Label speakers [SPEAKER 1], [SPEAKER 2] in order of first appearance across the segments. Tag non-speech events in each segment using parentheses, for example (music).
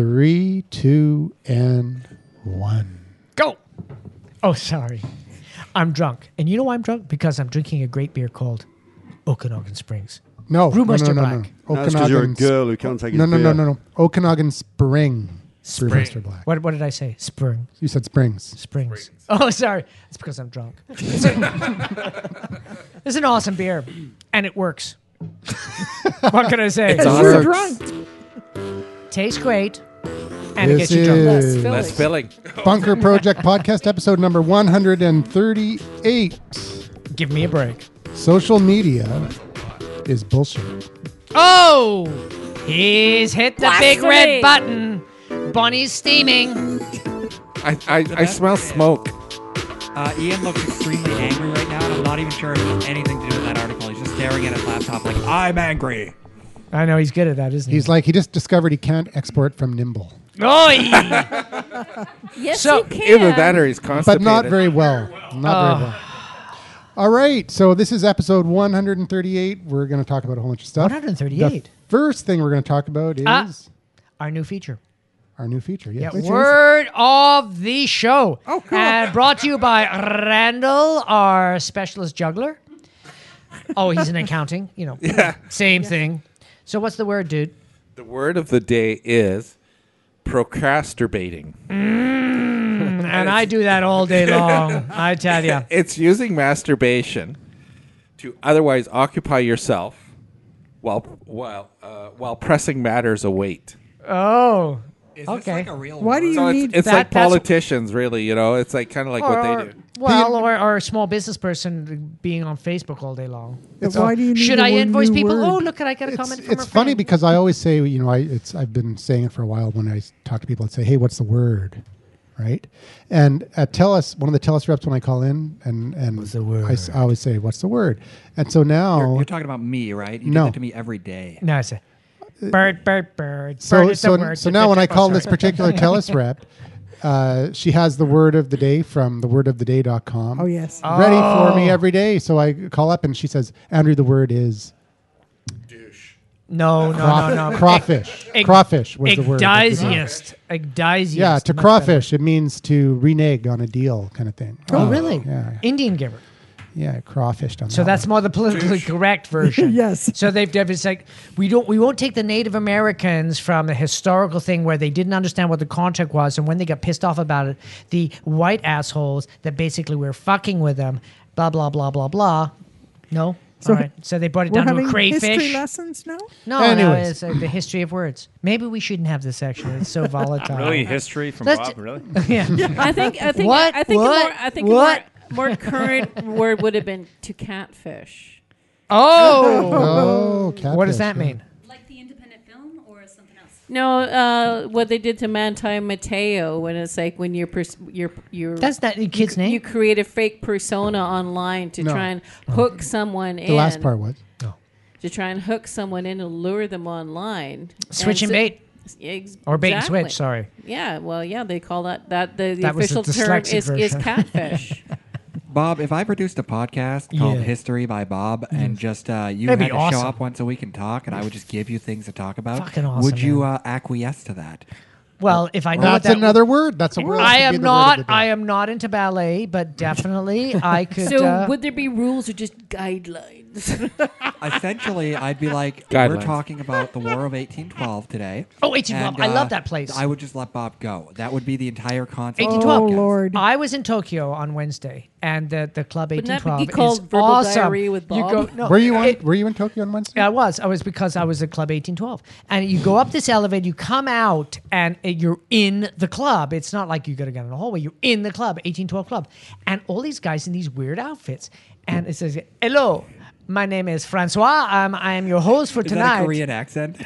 [SPEAKER 1] Three, two, and one.
[SPEAKER 2] Go. Oh, sorry. I'm drunk. And you know why I'm drunk? Because I'm drinking a great beer called Okanagan Springs.
[SPEAKER 1] No,
[SPEAKER 2] Brewmaster
[SPEAKER 1] no, no, no,
[SPEAKER 2] Black.
[SPEAKER 1] no.
[SPEAKER 3] That's because you're a
[SPEAKER 1] Okanagan
[SPEAKER 3] girl who can't take
[SPEAKER 1] No,
[SPEAKER 3] his
[SPEAKER 1] no, no,
[SPEAKER 3] beer.
[SPEAKER 1] no, no. Okanagan Spring.
[SPEAKER 2] Spring.
[SPEAKER 1] Brewmaster Black.
[SPEAKER 2] What, what did I say? Spring.
[SPEAKER 1] You said Springs.
[SPEAKER 2] Springs. Oh, sorry. It's because I'm drunk. (laughs) It's, a- it's an awesome beer, and
[SPEAKER 1] (laughs)
[SPEAKER 2] it works. what can I say?
[SPEAKER 4] Because
[SPEAKER 1] It
[SPEAKER 4] you're
[SPEAKER 1] works.
[SPEAKER 4] drunk.
[SPEAKER 2] Tastes great, and it
[SPEAKER 1] This
[SPEAKER 2] gets you drunk.
[SPEAKER 4] Less
[SPEAKER 1] Hey.
[SPEAKER 4] filling.
[SPEAKER 5] Less
[SPEAKER 1] (laughs)
[SPEAKER 5] filling.
[SPEAKER 1] Bunker Project Podcast, episode number 138.
[SPEAKER 2] Give me a break.
[SPEAKER 1] Social media is bullshit.
[SPEAKER 2] Oh, he's hit the big red
[SPEAKER 4] Blasphemy.
[SPEAKER 2] button. Bunny's steaming.
[SPEAKER 6] I, I, I smell smoke.
[SPEAKER 7] Uh, Ian looks extremely angry right now, and I'm not even sure it has anything to do with that article. He's just staring at his laptop like, I'm angry.
[SPEAKER 2] I know he's good at that, isn't he?
[SPEAKER 1] He's like, he just discovered he can't export from Nimble,
[SPEAKER 7] (laughs)
[SPEAKER 2] Oi!
[SPEAKER 4] Yes,
[SPEAKER 2] So,
[SPEAKER 4] you can.
[SPEAKER 6] Either that or he's
[SPEAKER 1] but
[SPEAKER 6] constipated.
[SPEAKER 1] not very well. Not
[SPEAKER 2] Oh.
[SPEAKER 1] very well. All right, so this is episode 138. We're going to talk about a whole bunch of stuff.
[SPEAKER 2] 138.
[SPEAKER 1] The first thing we're going to talk about is
[SPEAKER 2] Ah. Our new feature.
[SPEAKER 1] our new feature.
[SPEAKER 2] Yeah,
[SPEAKER 1] Yes. Hey, Jason.
[SPEAKER 2] word of the show. Oh, cool. And brought to you by Randall, our specialist juggler. Oh, he's in accounting, you know. Yeah. Same thing. So what's the word, dude?
[SPEAKER 6] The word of the day is procrastinating.
[SPEAKER 2] And I do that all day long. I
[SPEAKER 6] (laughs)
[SPEAKER 2] tell you.
[SPEAKER 6] It's using masturbation to otherwise occupy yourself while while uh, while pressing matters await.
[SPEAKER 2] Oh.
[SPEAKER 7] Is this
[SPEAKER 2] Okay.
[SPEAKER 7] like a real
[SPEAKER 4] Why do
[SPEAKER 7] word?
[SPEAKER 4] you
[SPEAKER 6] So
[SPEAKER 4] need
[SPEAKER 6] it's, it's
[SPEAKER 2] that-
[SPEAKER 6] like
[SPEAKER 2] that's-
[SPEAKER 6] politicians, really. You know, it's like kind of like what they do.
[SPEAKER 2] Well, or, or a small business person being on Facebook all day long.
[SPEAKER 4] But why do you need
[SPEAKER 2] Should
[SPEAKER 4] a
[SPEAKER 2] I
[SPEAKER 4] wo-
[SPEAKER 2] invoice
[SPEAKER 4] new
[SPEAKER 2] people?
[SPEAKER 4] word?
[SPEAKER 2] Oh, look at I got a
[SPEAKER 1] It's,
[SPEAKER 2] comment from
[SPEAKER 1] it's
[SPEAKER 2] a friend.
[SPEAKER 1] funny because I always say, you know, I it's I've been saying it for a while when I s- talk to people and say, "Hey, what's the word?" Right? And at Telus, one of the Telus reps when I call in, and and I, s- I always say, "What's the word?" And so now,
[SPEAKER 7] You're, you're talking about me, right? You
[SPEAKER 1] Oh. No.
[SPEAKER 7] do that to me every day.
[SPEAKER 2] No, it's a bird, bird, bird. bird
[SPEAKER 1] so
[SPEAKER 2] is the
[SPEAKER 1] so,
[SPEAKER 2] word.
[SPEAKER 1] so now when I
[SPEAKER 2] Oh,
[SPEAKER 1] call
[SPEAKER 2] sorry.
[SPEAKER 1] this
[SPEAKER 2] (laughs)
[SPEAKER 1] particular Telus rep, uh, she has the word of the day from thewordoftheday.com.
[SPEAKER 4] Oh, yes.
[SPEAKER 1] Ready for me every day. So I call up and she says, Andrew, the word is
[SPEAKER 2] no, no,
[SPEAKER 1] crawfish.
[SPEAKER 2] no, no,
[SPEAKER 1] crawfish.
[SPEAKER 2] Ig-
[SPEAKER 1] crawfish was the word. that she said.
[SPEAKER 2] Igdisiest. Igdisiest.
[SPEAKER 1] Yeah, to
[SPEAKER 2] Much
[SPEAKER 1] crawfish, it means to renege on a deal kind of thing. Uh,
[SPEAKER 2] better. Oh, really?
[SPEAKER 1] Yeah,
[SPEAKER 2] Indian giver.
[SPEAKER 1] yeah, it crawfished on
[SPEAKER 2] So
[SPEAKER 1] that
[SPEAKER 2] that's more
[SPEAKER 4] (laughs)
[SPEAKER 2] the politically correct version.
[SPEAKER 4] Yes.
[SPEAKER 2] So they've def- it's like we don't we won't take the Native Americans from the historical thing where they didn't understand what the contract was and when they got pissed off about it, the white assholes that basically were fucking with them, blah blah blah blah blah. No.
[SPEAKER 4] So-
[SPEAKER 2] All right. So they brought it
[SPEAKER 4] We're
[SPEAKER 2] down to
[SPEAKER 4] having
[SPEAKER 2] a crayfish.
[SPEAKER 4] history lessons now?
[SPEAKER 2] No, no,
[SPEAKER 1] Anyways.
[SPEAKER 2] it's uh, the history of words. Maybe we shouldn't have this section. It's so
[SPEAKER 5] (laughs)
[SPEAKER 2] volatile.
[SPEAKER 5] Really, history from
[SPEAKER 2] Let's
[SPEAKER 5] Bob?
[SPEAKER 2] ju-
[SPEAKER 5] Really?
[SPEAKER 2] (laughs)
[SPEAKER 4] (laughs)
[SPEAKER 2] yeah.
[SPEAKER 4] I think I think
[SPEAKER 2] What?
[SPEAKER 4] I think
[SPEAKER 2] What?
[SPEAKER 4] A more I think a
[SPEAKER 2] What?
[SPEAKER 4] more more current word would have been to catfish.
[SPEAKER 2] Oh.
[SPEAKER 1] one. Oh, catfish,
[SPEAKER 2] (laughs) What does that
[SPEAKER 1] yeah.
[SPEAKER 2] mean?
[SPEAKER 8] Like the independent film or something else?
[SPEAKER 4] No, uh, what they did to Manti Mateo when it's like when you're pers- you're you're
[SPEAKER 2] That's not the kid's name.
[SPEAKER 4] you create a fake persona online to
[SPEAKER 1] No.
[SPEAKER 4] try and hook someone in.
[SPEAKER 1] The last part was.
[SPEAKER 4] to try and hook someone in and lure them online.
[SPEAKER 2] Switch and
[SPEAKER 4] so-
[SPEAKER 2] bait.
[SPEAKER 4] Ex-
[SPEAKER 2] Or bait and
[SPEAKER 4] exactly.
[SPEAKER 2] switch, sorry.
[SPEAKER 4] Yeah, well, yeah, they call that that the, the
[SPEAKER 2] That was the
[SPEAKER 4] official term
[SPEAKER 2] dyslexic
[SPEAKER 4] is, is
[SPEAKER 2] version. (laughs)
[SPEAKER 4] catfish.
[SPEAKER 7] (laughs) Bob, if I produced a podcast called
[SPEAKER 2] Yeah.
[SPEAKER 7] History by Bob and just uh,
[SPEAKER 2] Mm.
[SPEAKER 7] you
[SPEAKER 2] That'd be
[SPEAKER 7] had to
[SPEAKER 2] awesome.
[SPEAKER 7] show up once a week and talk, and I would just give you things to talk about,
[SPEAKER 2] Fucking awesome,
[SPEAKER 7] would you
[SPEAKER 2] man.
[SPEAKER 7] uh, acquiesce to that?
[SPEAKER 2] Well, if I know what
[SPEAKER 1] That's
[SPEAKER 2] that
[SPEAKER 1] another word. That's a word.
[SPEAKER 2] I
[SPEAKER 1] That could be
[SPEAKER 2] am
[SPEAKER 1] the word
[SPEAKER 2] not.
[SPEAKER 1] of the day.
[SPEAKER 2] I am not into ballet, but definitely I could.
[SPEAKER 4] so,
[SPEAKER 2] uh,
[SPEAKER 4] would there be rules or just guidelines?
[SPEAKER 7] Essentially, I'd be
[SPEAKER 6] (laughs)
[SPEAKER 7] like,
[SPEAKER 6] Guidelines.
[SPEAKER 7] we're talking about the War of 1812 today.
[SPEAKER 2] Oh, 1812.
[SPEAKER 7] and, uh,
[SPEAKER 2] I love that place.
[SPEAKER 7] I would just let Bob go. That would be the entire concept. of the
[SPEAKER 2] 1812.
[SPEAKER 4] Oh,
[SPEAKER 7] podcast.
[SPEAKER 4] Lord.
[SPEAKER 2] I was in Tokyo on Wednesday, and the, the club
[SPEAKER 4] Wouldn't
[SPEAKER 2] eighteen
[SPEAKER 4] that be
[SPEAKER 2] twelve
[SPEAKER 4] called
[SPEAKER 2] is
[SPEAKER 4] Verbal
[SPEAKER 2] awesome.
[SPEAKER 4] Diarrhea with
[SPEAKER 2] You go,
[SPEAKER 4] Bob?
[SPEAKER 2] no,
[SPEAKER 1] Were you on?
[SPEAKER 2] it-
[SPEAKER 1] were you in Tokyo on Wednesday?
[SPEAKER 2] Yeah, I was. I was because I was at Club 1812. And you go up this elevator, you come out, and uh, you're in the club. It's not like you got to get in the hallway. You're in the club, 1812 Club. And all these guys in these weird outfits. And it says, Hello, my name is Francois. I'm, I am your host for
[SPEAKER 7] Is
[SPEAKER 2] tonight.
[SPEAKER 7] that a
[SPEAKER 2] (laughs)
[SPEAKER 7] Korean accent?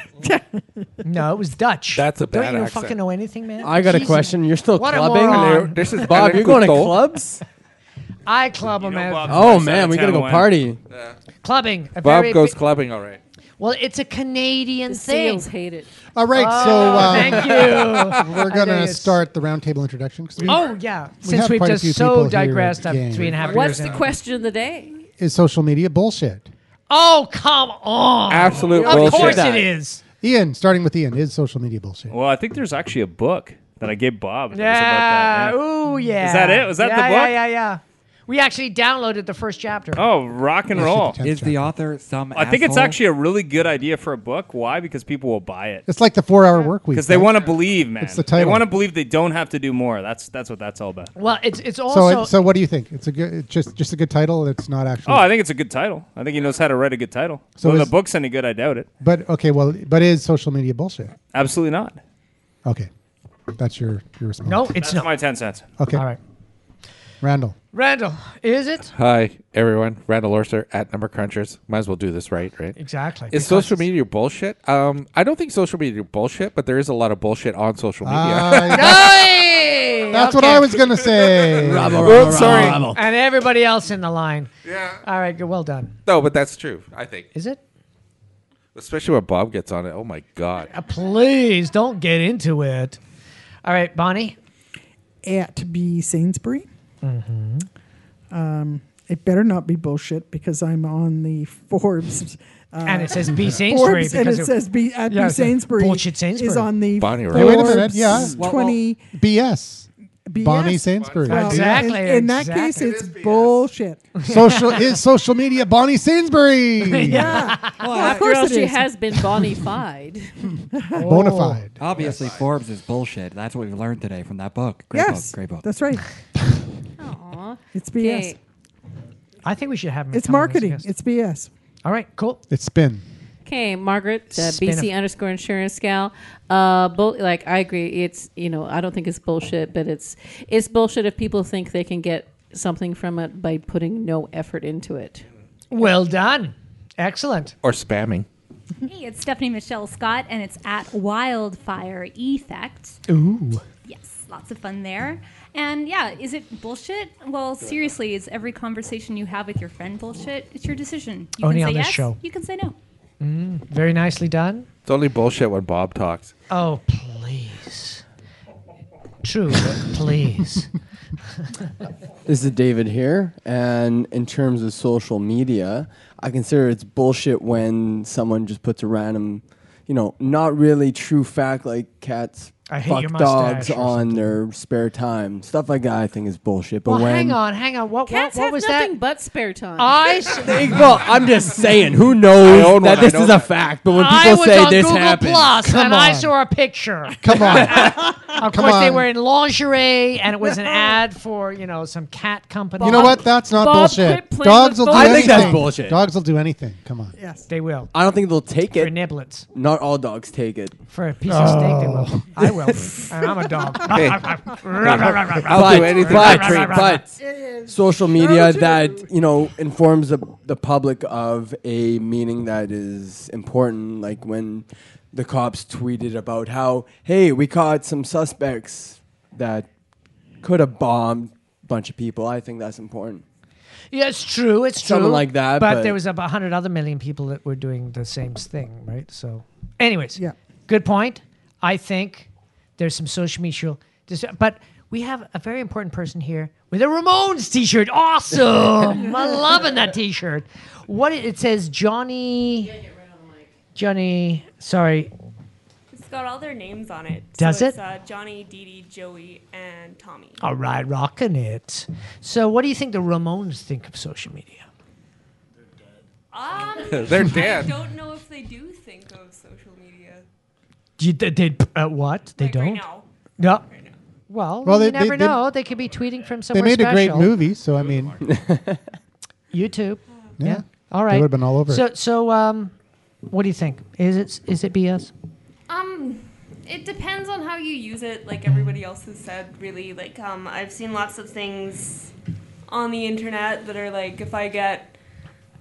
[SPEAKER 2] No, it was
[SPEAKER 6] (laughs)
[SPEAKER 2] Dutch.
[SPEAKER 6] That's a
[SPEAKER 2] Don't
[SPEAKER 6] bad
[SPEAKER 2] you
[SPEAKER 6] accent.
[SPEAKER 2] fucking know anything, man?
[SPEAKER 9] I got a
[SPEAKER 2] Jesus.
[SPEAKER 9] question. You're still
[SPEAKER 2] What a
[SPEAKER 9] clubbing?
[SPEAKER 2] moron.
[SPEAKER 6] Hello, This is
[SPEAKER 9] Bob, you're going to
[SPEAKER 6] Alecuto.
[SPEAKER 9] clubs?
[SPEAKER 2] (laughs) I club them
[SPEAKER 5] know,
[SPEAKER 2] at
[SPEAKER 5] Bob-
[SPEAKER 9] Oh
[SPEAKER 5] Outside
[SPEAKER 9] man,
[SPEAKER 5] of
[SPEAKER 9] we gotta
[SPEAKER 5] town
[SPEAKER 9] go
[SPEAKER 5] one.
[SPEAKER 9] party.
[SPEAKER 2] clubbing. A
[SPEAKER 6] Bob
[SPEAKER 2] very
[SPEAKER 6] goes
[SPEAKER 2] big-
[SPEAKER 6] clubbing, all right.
[SPEAKER 2] well, it's a Canadian
[SPEAKER 4] the
[SPEAKER 2] thing. Oh,
[SPEAKER 4] seals hate it.
[SPEAKER 1] All right, so uh, (laughs)
[SPEAKER 2] Thank you.
[SPEAKER 1] we're
[SPEAKER 2] I know
[SPEAKER 1] gonna
[SPEAKER 2] you-
[SPEAKER 1] start the roundtable introduction. 'cause we-
[SPEAKER 2] Oh yeah. Since
[SPEAKER 1] have
[SPEAKER 2] we've
[SPEAKER 1] quite a
[SPEAKER 2] just
[SPEAKER 1] few people
[SPEAKER 2] so
[SPEAKER 1] here
[SPEAKER 2] digressed,
[SPEAKER 1] at
[SPEAKER 2] I'm
[SPEAKER 1] Game.
[SPEAKER 2] three and a half
[SPEAKER 4] What's
[SPEAKER 2] years
[SPEAKER 4] the
[SPEAKER 2] in.
[SPEAKER 4] question of the day?
[SPEAKER 1] Is social media bullshit?
[SPEAKER 2] Oh come on!
[SPEAKER 6] Absolute
[SPEAKER 2] Of
[SPEAKER 6] bullshit.
[SPEAKER 2] course
[SPEAKER 9] That-
[SPEAKER 2] it is.
[SPEAKER 1] Ian, starting with Ian, is social media bullshit?
[SPEAKER 3] Well, I think there's actually a book that I gave Bob. that was about
[SPEAKER 2] Yeah.
[SPEAKER 3] that, yeah.
[SPEAKER 2] Ooh, yeah.
[SPEAKER 3] Is that it? Was that
[SPEAKER 2] Yeah,
[SPEAKER 3] the
[SPEAKER 2] Yeah,
[SPEAKER 3] book?
[SPEAKER 2] yeah, yeah. We actually downloaded the first chapter.
[SPEAKER 3] Oh, rock and roll.
[SPEAKER 1] Tenth
[SPEAKER 7] Is the
[SPEAKER 1] chapter.
[SPEAKER 7] author some?
[SPEAKER 3] I think it's
[SPEAKER 7] asshole?
[SPEAKER 3] actually a really good idea for a book. Why? Because people will buy it.
[SPEAKER 1] It's like the four-hour work week.
[SPEAKER 3] Because they
[SPEAKER 1] right?
[SPEAKER 3] want to believe, man.
[SPEAKER 1] It's the
[SPEAKER 3] They
[SPEAKER 1] title.
[SPEAKER 3] want to believe they don't have to do more. That's that's what that's all about.
[SPEAKER 2] Well, it's it's
[SPEAKER 1] So,
[SPEAKER 2] also
[SPEAKER 1] it- so what do you think? It's a good, it's just just a good title. It's not actually.
[SPEAKER 3] Oh, I think it's a good title. I think he knows how to write a good title.
[SPEAKER 1] So
[SPEAKER 3] So when the
[SPEAKER 1] is-
[SPEAKER 3] book's any good, I doubt
[SPEAKER 2] Oh.
[SPEAKER 3] it.
[SPEAKER 1] but okay, well, but is social media bullshit?
[SPEAKER 3] Absolutely not.
[SPEAKER 1] Okay, that's your your response.
[SPEAKER 2] no, it's
[SPEAKER 3] That's
[SPEAKER 2] not.
[SPEAKER 3] my ten cents.
[SPEAKER 1] Okay,
[SPEAKER 2] All right,
[SPEAKER 1] Randall.
[SPEAKER 2] Randall,
[SPEAKER 1] (laughs)
[SPEAKER 2] is it
[SPEAKER 6] Hi, everyone. Randall Orser at Number Crunchers. Might as well do this right, right?
[SPEAKER 2] exactly?
[SPEAKER 6] Is social media bullshit? Um, I don't think social media bullshit, but there is a lot of bullshit on social media. (laughs)
[SPEAKER 1] I-
[SPEAKER 2] Hey,
[SPEAKER 1] that's what
[SPEAKER 2] okay.
[SPEAKER 1] I was gonna
[SPEAKER 2] (laughs)
[SPEAKER 1] say.
[SPEAKER 6] Oops, sorry.
[SPEAKER 2] And everybody else in the line.
[SPEAKER 6] Yeah.
[SPEAKER 2] All right, good. Well done.
[SPEAKER 6] No, but that's true. I think,
[SPEAKER 2] Is it?
[SPEAKER 6] especially when Bob gets on it. Oh my god.
[SPEAKER 2] Uh, please don't get into it. All right, Bonnie.
[SPEAKER 5] at B Sainsbury. Um, it better not be bullshit because I'm on the Forbes. Uh,
[SPEAKER 2] and it says B Sainsbury
[SPEAKER 5] Forbes
[SPEAKER 2] because
[SPEAKER 5] and it
[SPEAKER 2] of-
[SPEAKER 5] says B at
[SPEAKER 2] Yeah,
[SPEAKER 5] B
[SPEAKER 2] it's a
[SPEAKER 5] Sainsbury.
[SPEAKER 2] bullshit Sainsbury.
[SPEAKER 5] is on the
[SPEAKER 6] Bonnie
[SPEAKER 5] Forbes
[SPEAKER 6] Hey,
[SPEAKER 1] wait a minute, yeah.
[SPEAKER 7] Well,
[SPEAKER 5] twenty
[SPEAKER 1] BS.
[SPEAKER 5] BS.
[SPEAKER 1] Bonnie Sainsbury.
[SPEAKER 5] Well,
[SPEAKER 2] Exactly,
[SPEAKER 5] In, in that
[SPEAKER 2] exactly. (laughs)
[SPEAKER 5] case, it's bullshit.
[SPEAKER 1] Social is social media. Bonnie
[SPEAKER 2] (laughs)
[SPEAKER 1] Sainsbury. Ah,
[SPEAKER 5] Yeah,
[SPEAKER 7] Well,
[SPEAKER 4] (laughs) Well,
[SPEAKER 7] I-
[SPEAKER 5] of
[SPEAKER 4] after
[SPEAKER 5] course
[SPEAKER 4] all,
[SPEAKER 5] it
[SPEAKER 4] she
[SPEAKER 5] is.
[SPEAKER 4] has
[SPEAKER 1] (laughs)
[SPEAKER 4] been bonified.
[SPEAKER 1] Bonafide.
[SPEAKER 7] Oh, Obviously, Forbes is bullshit. That's what we learned today from that book. Great
[SPEAKER 5] (laughs) yes,
[SPEAKER 7] book. Great book.
[SPEAKER 5] that's
[SPEAKER 2] (laughs)
[SPEAKER 5] right.
[SPEAKER 4] Aw.
[SPEAKER 5] It's BS.
[SPEAKER 4] Okay.
[SPEAKER 2] I think we should have. him
[SPEAKER 5] It's
[SPEAKER 2] come on as a
[SPEAKER 5] marketing.
[SPEAKER 2] guest.
[SPEAKER 5] It's BS.
[SPEAKER 2] All right, cool.
[SPEAKER 1] It's spin.
[SPEAKER 4] Okay, Margaret, uh,
[SPEAKER 2] Spin
[SPEAKER 4] BC
[SPEAKER 2] 'em.
[SPEAKER 4] underscore insurance gal. Uh, bull- like I agree, it's you know I don't think it's bullshit, but it's it's bullshit if people think they can get something from it by putting no effort into it.
[SPEAKER 2] Well done. Excellent.
[SPEAKER 6] Or spamming.
[SPEAKER 8] Hey, it's Stephanie Michelle Scott, and it's at Wildfire Effect.
[SPEAKER 2] Ooh.
[SPEAKER 8] Yes, lots of fun there. And yeah, is it bullshit? Well, seriously, is every conversation you have with your friend bullshit? It's your decision. You
[SPEAKER 2] Only
[SPEAKER 8] can
[SPEAKER 2] on
[SPEAKER 8] say
[SPEAKER 2] this
[SPEAKER 8] yes,
[SPEAKER 2] show.
[SPEAKER 8] you can say no.
[SPEAKER 2] Mm, Very nicely done.
[SPEAKER 6] It's only bullshit when Bob talks.
[SPEAKER 2] Oh, please. True, please. (laughs)
[SPEAKER 9] This is David here, and in terms of social media, I consider it's bullshit when someone just puts a random, you know, not really true fact like cats
[SPEAKER 2] I hate your
[SPEAKER 9] fuck
[SPEAKER 2] mustache
[SPEAKER 9] dogs
[SPEAKER 2] or
[SPEAKER 9] on their spare time. Stuff like that I think is bullshit. But
[SPEAKER 2] Well,
[SPEAKER 9] when
[SPEAKER 2] hang on, hang on. What, what,
[SPEAKER 4] Cats
[SPEAKER 2] what
[SPEAKER 4] have
[SPEAKER 2] was
[SPEAKER 4] nothing
[SPEAKER 2] that?
[SPEAKER 4] but spare time.
[SPEAKER 2] I, s-
[SPEAKER 9] Hey, well, I'm just saying, who
[SPEAKER 6] I
[SPEAKER 9] knows
[SPEAKER 6] own
[SPEAKER 9] that
[SPEAKER 6] one, I
[SPEAKER 9] this
[SPEAKER 6] know
[SPEAKER 9] is a
[SPEAKER 6] that.
[SPEAKER 9] fact? But when
[SPEAKER 2] I
[SPEAKER 9] people
[SPEAKER 2] was
[SPEAKER 9] say
[SPEAKER 2] on
[SPEAKER 9] this
[SPEAKER 2] Google
[SPEAKER 9] happened,
[SPEAKER 2] Plus
[SPEAKER 1] Come
[SPEAKER 2] and I
[SPEAKER 1] on.
[SPEAKER 2] saw a picture.
[SPEAKER 1] Come on.
[SPEAKER 2] (laughs) Of course, they
[SPEAKER 1] on.
[SPEAKER 2] were in lingerie, and it was an ad for you know some cat company.
[SPEAKER 1] you know what? That's not
[SPEAKER 4] Bob,
[SPEAKER 1] bullshit.
[SPEAKER 4] quit playing
[SPEAKER 1] Dogs
[SPEAKER 4] with
[SPEAKER 1] will do
[SPEAKER 4] Bob.
[SPEAKER 9] I think that's
[SPEAKER 1] anything.
[SPEAKER 9] bullshit.
[SPEAKER 1] Dogs will do anything. Come on.
[SPEAKER 5] Yes.
[SPEAKER 2] They will
[SPEAKER 9] I don't think they'll take
[SPEAKER 2] for
[SPEAKER 9] it.
[SPEAKER 2] niblets
[SPEAKER 9] Not all dogs take it.
[SPEAKER 2] for a piece of steak. They will. I will, and I'm a dog.
[SPEAKER 6] Hey,
[SPEAKER 9] I'll
[SPEAKER 6] do anything
[SPEAKER 9] But,
[SPEAKER 6] for a treat.
[SPEAKER 9] but social media that you know informs the, the public of a meaning that is important, like when the cops tweeted about how hey we caught some suspects that could have bombed a bunch of people. I think that's important.
[SPEAKER 2] Yeah, it's true. It's true.
[SPEAKER 9] Something like that,
[SPEAKER 2] But,
[SPEAKER 9] but-
[SPEAKER 2] there was about hundred other million people that were doing the same thing, right? So, anyways,
[SPEAKER 5] Yeah.
[SPEAKER 2] Good point. I think there's some social media, dis- but we have a very important person here with a Ramones T-shirt. Awesome! I'm loving that T-shirt. What it, it says, Johnny. Johnny, sorry.
[SPEAKER 10] It's got all their names on it.
[SPEAKER 2] Does
[SPEAKER 10] so It's,
[SPEAKER 2] it?
[SPEAKER 10] uh, Johnny, Dee Dee, Joey, and Tommy.
[SPEAKER 2] All right, rocking it. So, what do you think the Ramones think of social media?
[SPEAKER 10] Um,
[SPEAKER 6] (laughs) They're
[SPEAKER 10] I
[SPEAKER 6] dead.
[SPEAKER 10] don't know if they do think of social media.
[SPEAKER 2] Do you, they, they uh, what? They
[SPEAKER 10] like
[SPEAKER 2] don't.
[SPEAKER 10] Right now.
[SPEAKER 2] No. Well,
[SPEAKER 1] Well, they-
[SPEAKER 2] you never
[SPEAKER 1] they- they-
[SPEAKER 2] know. They could be tweeting from
[SPEAKER 1] They
[SPEAKER 2] somewhere
[SPEAKER 1] made a great
[SPEAKER 2] special.
[SPEAKER 1] movie, so I mean,
[SPEAKER 2] YouTube. Yeah.
[SPEAKER 1] yeah.
[SPEAKER 2] All right.
[SPEAKER 1] would've been all over
[SPEAKER 2] So, so um, what do you think? Is it is it BS?
[SPEAKER 10] Um, it depends on how you use it. Like everybody else has said, really. Like, um, I've seen lots of things on the internet that are like, if I get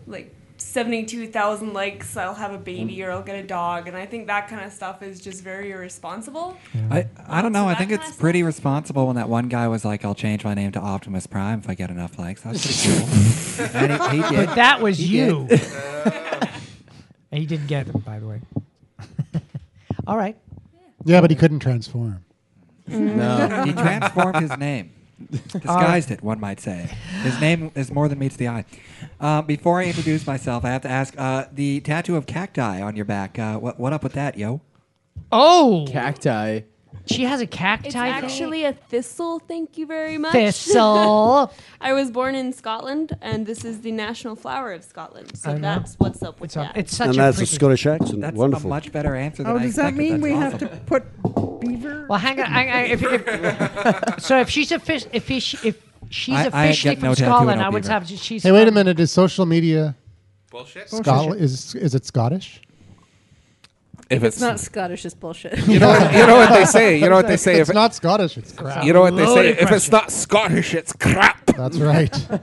[SPEAKER 10] like seventy-two thousand likes, I'll have a baby
[SPEAKER 6] Mm.
[SPEAKER 10] or I'll get a dog, and I think that kind of stuff is just very irresponsible.
[SPEAKER 7] I, I don't know. I think
[SPEAKER 10] That kinda
[SPEAKER 7] it's
[SPEAKER 10] stuff.
[SPEAKER 7] pretty responsible when that one guy was like, "I'll change my name to Optimus Prime if I get enough likes."
[SPEAKER 2] (laughs)
[SPEAKER 7] That's pretty cool. and he, he did.
[SPEAKER 2] That was you. (laughs)
[SPEAKER 7] (laughs)
[SPEAKER 2] and he didn't get it, by the way. (laughs) all right.
[SPEAKER 1] Yeah, but he couldn't transform.
[SPEAKER 9] No.
[SPEAKER 5] Mm.
[SPEAKER 7] He transformed his name. Disguised it, one might say. His name is more than meets the eye. Uh, before I introduce myself, I have to ask uh, the tattoo of cacti on your back. Uh, what, what up with that, yo?
[SPEAKER 2] Oh,
[SPEAKER 9] cacti.
[SPEAKER 2] She has a cacti.
[SPEAKER 10] It's
[SPEAKER 2] thing?
[SPEAKER 10] actually a thistle. Thank you very much.
[SPEAKER 2] Thistle.
[SPEAKER 10] (laughs) I was born in Scotland, and this is the national flower of Scotland. So
[SPEAKER 2] I know.
[SPEAKER 10] that's what's up with that.
[SPEAKER 2] It's
[SPEAKER 11] and
[SPEAKER 2] such a
[SPEAKER 11] that's a
[SPEAKER 2] pretty.
[SPEAKER 11] Scottish accent.
[SPEAKER 7] That's
[SPEAKER 11] Wonderful.
[SPEAKER 7] a much better answer than
[SPEAKER 5] Oh,
[SPEAKER 7] I
[SPEAKER 5] does that
[SPEAKER 7] expected.
[SPEAKER 5] mean
[SPEAKER 7] That's
[SPEAKER 5] we have
[SPEAKER 7] awesome.
[SPEAKER 5] to put beaver?
[SPEAKER 2] well, hang on. Hang on if, if,
[SPEAKER 7] (laughs)
[SPEAKER 2] so if she's offici- if, he, if she's
[SPEAKER 7] I- I
[SPEAKER 2] officially
[SPEAKER 7] get
[SPEAKER 2] from
[SPEAKER 7] no tattoo and
[SPEAKER 2] Scotland,
[SPEAKER 7] no
[SPEAKER 2] I would
[SPEAKER 7] beaver.
[SPEAKER 2] have. She's
[SPEAKER 1] Hey, wait a
[SPEAKER 2] from-
[SPEAKER 1] minute. Is social media
[SPEAKER 6] Bullshit.
[SPEAKER 1] Scotland? Is is it Scottish?
[SPEAKER 6] If it's,
[SPEAKER 4] It's not Scottish. It's
[SPEAKER 6] (laughs)
[SPEAKER 4] bullshit.
[SPEAKER 6] you know, what, you know what they say. You know
[SPEAKER 1] (laughs)
[SPEAKER 6] what they say.
[SPEAKER 1] If
[SPEAKER 6] If
[SPEAKER 1] it's
[SPEAKER 6] it-
[SPEAKER 1] not Scottish, it's crap.
[SPEAKER 6] you know what they say.
[SPEAKER 2] Loaded
[SPEAKER 6] If it's
[SPEAKER 2] question.
[SPEAKER 6] not Scottish, it's crap.
[SPEAKER 1] That's right.
[SPEAKER 6] (laughs)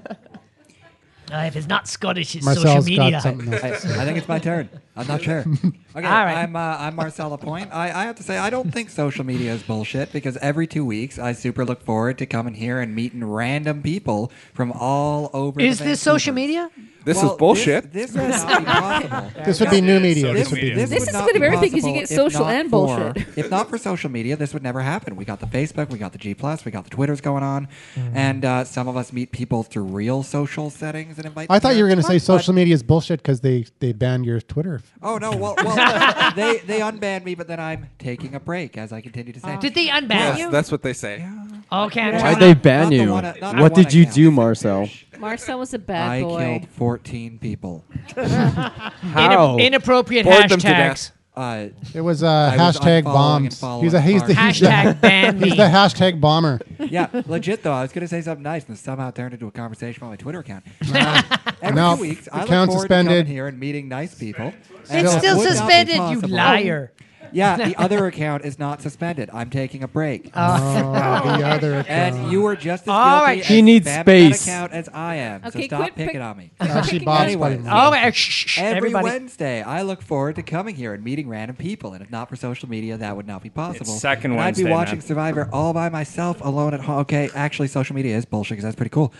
[SPEAKER 2] Uh, if it's not Scottish, it's social
[SPEAKER 1] Marcel's
[SPEAKER 2] media.
[SPEAKER 1] got
[SPEAKER 2] (laughs)
[SPEAKER 1] something.
[SPEAKER 7] I,
[SPEAKER 1] Else.
[SPEAKER 7] I think it's my turn. I'm not sure. Okay,
[SPEAKER 2] All right.
[SPEAKER 7] I'm uh, I'm Marcel Lapointe. I, I have to say I don't think social media is bullshit because every two weeks I super look forward to coming here and meeting random people from all over.
[SPEAKER 2] Is
[SPEAKER 7] the
[SPEAKER 2] this social
[SPEAKER 7] Vancouver.
[SPEAKER 2] media?
[SPEAKER 6] This
[SPEAKER 7] Well,
[SPEAKER 6] is bullshit.
[SPEAKER 7] This, would
[SPEAKER 2] (laughs)
[SPEAKER 7] not be possible.
[SPEAKER 1] This would be new media. This
[SPEAKER 3] Social
[SPEAKER 1] would be
[SPEAKER 3] media.
[SPEAKER 1] new
[SPEAKER 3] This
[SPEAKER 1] media.
[SPEAKER 4] is
[SPEAKER 7] would
[SPEAKER 4] a
[SPEAKER 7] not
[SPEAKER 4] bit of
[SPEAKER 7] be
[SPEAKER 4] everything 'cause you
[SPEAKER 7] possible
[SPEAKER 4] get
[SPEAKER 7] if
[SPEAKER 4] social
[SPEAKER 7] not
[SPEAKER 4] and
[SPEAKER 7] for-
[SPEAKER 4] bullshit.
[SPEAKER 7] if not for social media, this would never happen. We got the Facebook, we got the G plus, we got the Twitters going on,
[SPEAKER 1] Mm-hmm.
[SPEAKER 7] and uh, some of us meet people through real social settings and invite.
[SPEAKER 1] I thought
[SPEAKER 7] them
[SPEAKER 1] you were going to
[SPEAKER 7] there.
[SPEAKER 1] say
[SPEAKER 7] But-
[SPEAKER 1] social media is bullshit because they, they banned your Twitter.
[SPEAKER 7] Oh no! Well,
[SPEAKER 2] (laughs)
[SPEAKER 7] well they they unbanned me, but then I'm taking a break as I continue to say.
[SPEAKER 2] Did they unban
[SPEAKER 6] Yes,
[SPEAKER 2] you?
[SPEAKER 6] that's what they say.
[SPEAKER 2] okay. I'm
[SPEAKER 9] Why'd
[SPEAKER 7] Why'd
[SPEAKER 9] they
[SPEAKER 2] trying to-
[SPEAKER 7] Not
[SPEAKER 9] ban
[SPEAKER 7] the
[SPEAKER 9] you?
[SPEAKER 7] one at- not the
[SPEAKER 9] what
[SPEAKER 7] one
[SPEAKER 9] did you
[SPEAKER 7] account.
[SPEAKER 9] do, Marcel?
[SPEAKER 4] Marcel was a bad
[SPEAKER 7] I
[SPEAKER 4] boy. (laughs)
[SPEAKER 7] killed 14 people.
[SPEAKER 9] How?
[SPEAKER 2] Ina- inappropriate
[SPEAKER 6] Bored them to
[SPEAKER 2] hashtags.
[SPEAKER 7] Uh,
[SPEAKER 1] It was uh,
[SPEAKER 7] I was unfollowing
[SPEAKER 1] hashtag
[SPEAKER 7] and
[SPEAKER 1] bombs.
[SPEAKER 7] following
[SPEAKER 1] He's a he's the, he's, the,
[SPEAKER 2] Hashtag ban
[SPEAKER 1] (laughs) he's
[SPEAKER 2] me.
[SPEAKER 1] the hashtag bomber.
[SPEAKER 7] yeah, legit though. I was gonna say something nice, and somehow it turned into a conversation on my
[SPEAKER 1] (laughs)
[SPEAKER 7] Twitter account. Um, Every
[SPEAKER 1] No,
[SPEAKER 7] two weeks, I look
[SPEAKER 1] account
[SPEAKER 7] forward to
[SPEAKER 1] suspended.
[SPEAKER 7] coming here and meeting nice people. and
[SPEAKER 2] It's
[SPEAKER 7] that
[SPEAKER 2] still
[SPEAKER 7] would not be
[SPEAKER 2] suspended, you
[SPEAKER 7] possible.
[SPEAKER 2] liar.
[SPEAKER 7] (laughs) Yeah, the other account is not suspended. I'm taking a break.
[SPEAKER 1] Oh,
[SPEAKER 7] (laughs)
[SPEAKER 1] the other
[SPEAKER 7] and
[SPEAKER 1] account.
[SPEAKER 7] you were just as guilty
[SPEAKER 2] All right.
[SPEAKER 7] as
[SPEAKER 9] She needs
[SPEAKER 7] spamming
[SPEAKER 9] space.
[SPEAKER 7] that account as I am. so
[SPEAKER 4] Okay,
[SPEAKER 7] stop
[SPEAKER 4] quit pick-
[SPEAKER 7] picking on
[SPEAKER 5] (laughs)
[SPEAKER 7] me.
[SPEAKER 1] Actually, Bob's
[SPEAKER 7] Anyway.
[SPEAKER 1] probably-
[SPEAKER 2] Oh, wait, shh, shh, shh,
[SPEAKER 7] Every
[SPEAKER 2] everybody.
[SPEAKER 7] Wednesday, I look forward to coming here and meeting random people. And if not for social media, that would not be possible.
[SPEAKER 3] second
[SPEAKER 7] and I'd
[SPEAKER 3] Wednesday,
[SPEAKER 7] be watching
[SPEAKER 3] man.
[SPEAKER 7] Survivor all by myself, alone at home. Okay, actually, social media is bullshit because that's
[SPEAKER 2] (laughs)
[SPEAKER 7] pretty cool.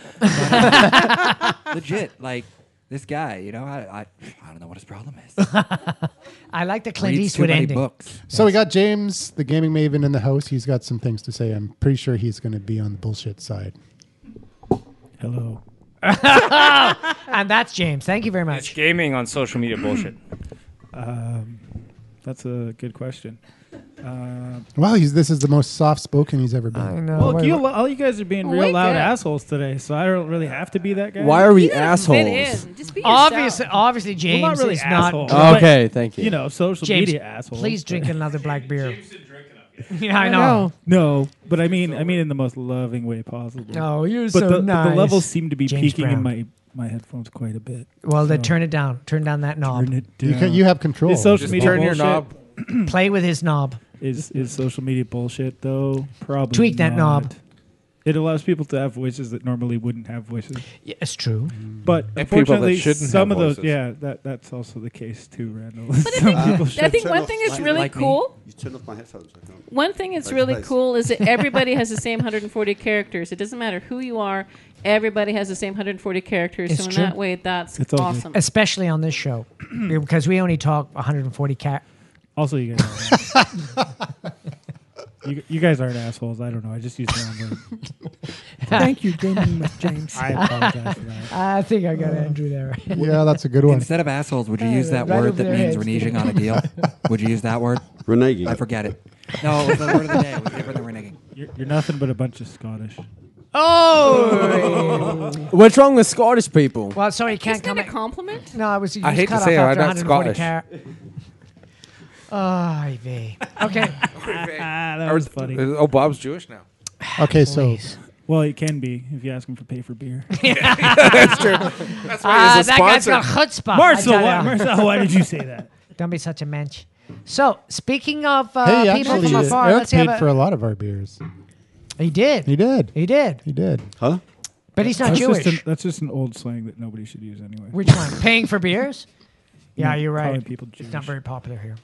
[SPEAKER 7] legit, like this guy, you know, I, I, I don't know what his problem is.
[SPEAKER 2] I like
[SPEAKER 7] (laughs)
[SPEAKER 2] the (laughs) Clint
[SPEAKER 7] Reads too
[SPEAKER 2] Eastwood
[SPEAKER 7] many
[SPEAKER 2] ending.
[SPEAKER 7] books.
[SPEAKER 1] So we got James, the gaming maven, in the house. He's got some things to say. I'm pretty sure he's going to be on the bullshit side.
[SPEAKER 11] Hello.
[SPEAKER 2] And that's James. Thank you very
[SPEAKER 3] It's
[SPEAKER 2] much. Uh,
[SPEAKER 3] gaming on social media bullshit.
[SPEAKER 11] Um, that's a good question. Uh,
[SPEAKER 1] Wow, he's, this is the most soft spoken he's ever been.
[SPEAKER 11] well, you, all you guys are being
[SPEAKER 2] Oh,
[SPEAKER 11] real
[SPEAKER 4] Wake
[SPEAKER 11] loud
[SPEAKER 4] up.
[SPEAKER 11] assholes today, so I don't really have to be that guy.
[SPEAKER 9] Why are we
[SPEAKER 4] You gotta fit
[SPEAKER 9] assholes?
[SPEAKER 4] in. Just be
[SPEAKER 2] Obviously,
[SPEAKER 4] yourself.
[SPEAKER 2] obviously,
[SPEAKER 11] Well,
[SPEAKER 2] James
[SPEAKER 11] not really
[SPEAKER 2] is
[SPEAKER 11] assholes.
[SPEAKER 2] not.
[SPEAKER 11] but,
[SPEAKER 9] Okay, thank you.
[SPEAKER 11] You know, social
[SPEAKER 2] James,
[SPEAKER 11] media assholes.
[SPEAKER 2] please
[SPEAKER 11] but-
[SPEAKER 2] drink
[SPEAKER 4] (laughs)
[SPEAKER 2] another black beer. (laughs) (laughs) yeah, I know.
[SPEAKER 5] No.
[SPEAKER 11] No, but I mean, I mean in the most loving way possible.
[SPEAKER 2] No, you're
[SPEAKER 11] but
[SPEAKER 2] so
[SPEAKER 11] the,
[SPEAKER 2] nice.
[SPEAKER 11] but the levels seem to be
[SPEAKER 2] James
[SPEAKER 11] peaking
[SPEAKER 2] Brown.
[SPEAKER 11] in my my headphones quite a bit.
[SPEAKER 2] Well, then
[SPEAKER 11] So,
[SPEAKER 2] turn it down. Turn down that knob.
[SPEAKER 11] turn it
[SPEAKER 1] You, can,
[SPEAKER 11] down.
[SPEAKER 1] you have control.
[SPEAKER 11] Is social
[SPEAKER 6] Just
[SPEAKER 11] media
[SPEAKER 6] turn your
[SPEAKER 11] bullshit?
[SPEAKER 6] knob.
[SPEAKER 11] (clears throat)
[SPEAKER 2] Play with his knob.
[SPEAKER 11] Is is social media bullshit though? Probably
[SPEAKER 2] Tweak that
[SPEAKER 11] not.
[SPEAKER 2] knob.
[SPEAKER 11] It allows people to have voices that normally wouldn't have voices.
[SPEAKER 2] Yeah, it's true.
[SPEAKER 11] But
[SPEAKER 6] And people that
[SPEAKER 11] unfortunately,
[SPEAKER 6] shouldn't
[SPEAKER 11] some
[SPEAKER 6] have
[SPEAKER 11] of those,
[SPEAKER 6] voices.
[SPEAKER 11] yeah, that that's also the case too, Randall. (laughs) some people
[SPEAKER 4] I
[SPEAKER 11] should.
[SPEAKER 4] think
[SPEAKER 11] Think,
[SPEAKER 4] one thing that's
[SPEAKER 7] Like-
[SPEAKER 4] really
[SPEAKER 7] like me.
[SPEAKER 4] cool.
[SPEAKER 11] you turn off my headphones.
[SPEAKER 4] One thing that's
[SPEAKER 11] Like
[SPEAKER 4] really
[SPEAKER 11] space.
[SPEAKER 4] cool is that everybody has the same 140 characters. It doesn't matter who you are. Everybody has the same 140 characters.
[SPEAKER 2] It's
[SPEAKER 4] so in
[SPEAKER 2] true.
[SPEAKER 4] that way, that's
[SPEAKER 11] It's all good.
[SPEAKER 4] awesome.
[SPEAKER 2] Especially on
[SPEAKER 4] (clears throat)
[SPEAKER 2] this show, because we only talk 140 cat.
[SPEAKER 11] Also, you guys. Are
[SPEAKER 2] (laughs)
[SPEAKER 11] you, you guys aren't assholes. I don't know. I just used the wrong word. (laughs)
[SPEAKER 5] Thank you, Gaming James.
[SPEAKER 11] I apologize for that. Uh,
[SPEAKER 2] I think I got Andrew there.
[SPEAKER 1] (laughs) yeah, that's a good one.
[SPEAKER 7] Instead of assholes, would you use that
[SPEAKER 2] Right
[SPEAKER 7] word
[SPEAKER 2] over
[SPEAKER 7] that
[SPEAKER 2] their
[SPEAKER 7] means
[SPEAKER 2] heads.
[SPEAKER 7] reneging
[SPEAKER 2] (laughs)
[SPEAKER 7] on a deal? would you use that word?
[SPEAKER 11] Reneging.
[SPEAKER 7] I forget it. No, it was the word of the day. It was different than reneging.
[SPEAKER 11] You're, you're nothing but a bunch of Scottish.
[SPEAKER 2] Oh,
[SPEAKER 11] (laughs)
[SPEAKER 9] What's wrong with Scottish people?
[SPEAKER 2] well, sorry,
[SPEAKER 4] Isn't
[SPEAKER 2] can't
[SPEAKER 4] that
[SPEAKER 2] come.
[SPEAKER 4] a
[SPEAKER 2] back.
[SPEAKER 4] compliment?
[SPEAKER 2] No, I was. you
[SPEAKER 6] I
[SPEAKER 2] was
[SPEAKER 6] hate to
[SPEAKER 2] cut off
[SPEAKER 6] say it,
[SPEAKER 2] after
[SPEAKER 6] I'm not
[SPEAKER 2] 140
[SPEAKER 6] Scottish.
[SPEAKER 2] cat. Ay, vey. Okay. (laughs)
[SPEAKER 11] Ah, that
[SPEAKER 6] Or-
[SPEAKER 11] was funny.
[SPEAKER 6] Oh, Bob's Jewish now.
[SPEAKER 1] Okay, so
[SPEAKER 11] Well, it can be if you ask him for pay
[SPEAKER 6] (laughs)
[SPEAKER 11] for beer.
[SPEAKER 6] That's true. That's why
[SPEAKER 2] Ah,
[SPEAKER 6] he's a
[SPEAKER 2] that guy's
[SPEAKER 6] sponsor.
[SPEAKER 2] got chutzpah. I
[SPEAKER 11] Marcel,
[SPEAKER 2] tell
[SPEAKER 11] why,
[SPEAKER 2] ya.
[SPEAKER 11] Marcel, why did you say that?
[SPEAKER 2] Don't be such a mensch. (laughs) So, speaking of uh,
[SPEAKER 1] hey,
[SPEAKER 2] people
[SPEAKER 1] actually,
[SPEAKER 2] from
[SPEAKER 1] uh,
[SPEAKER 2] afar,
[SPEAKER 1] Eric
[SPEAKER 2] let's have
[SPEAKER 1] paid
[SPEAKER 2] a,
[SPEAKER 1] for a lot of our beers.
[SPEAKER 2] He did.
[SPEAKER 1] He did.
[SPEAKER 2] He did.
[SPEAKER 1] He did.
[SPEAKER 11] Huh?
[SPEAKER 2] But he's not
[SPEAKER 11] That's
[SPEAKER 2] Jewish.
[SPEAKER 11] just, an, that's just an old slang that nobody should use anyway.
[SPEAKER 2] Which
[SPEAKER 11] (laughs)
[SPEAKER 2] one? Paying for beers? Yeah,
[SPEAKER 11] No,
[SPEAKER 2] you're
[SPEAKER 11] calling
[SPEAKER 2] right.
[SPEAKER 11] people
[SPEAKER 2] It's not
[SPEAKER 11] Jewish.
[SPEAKER 2] very popular here.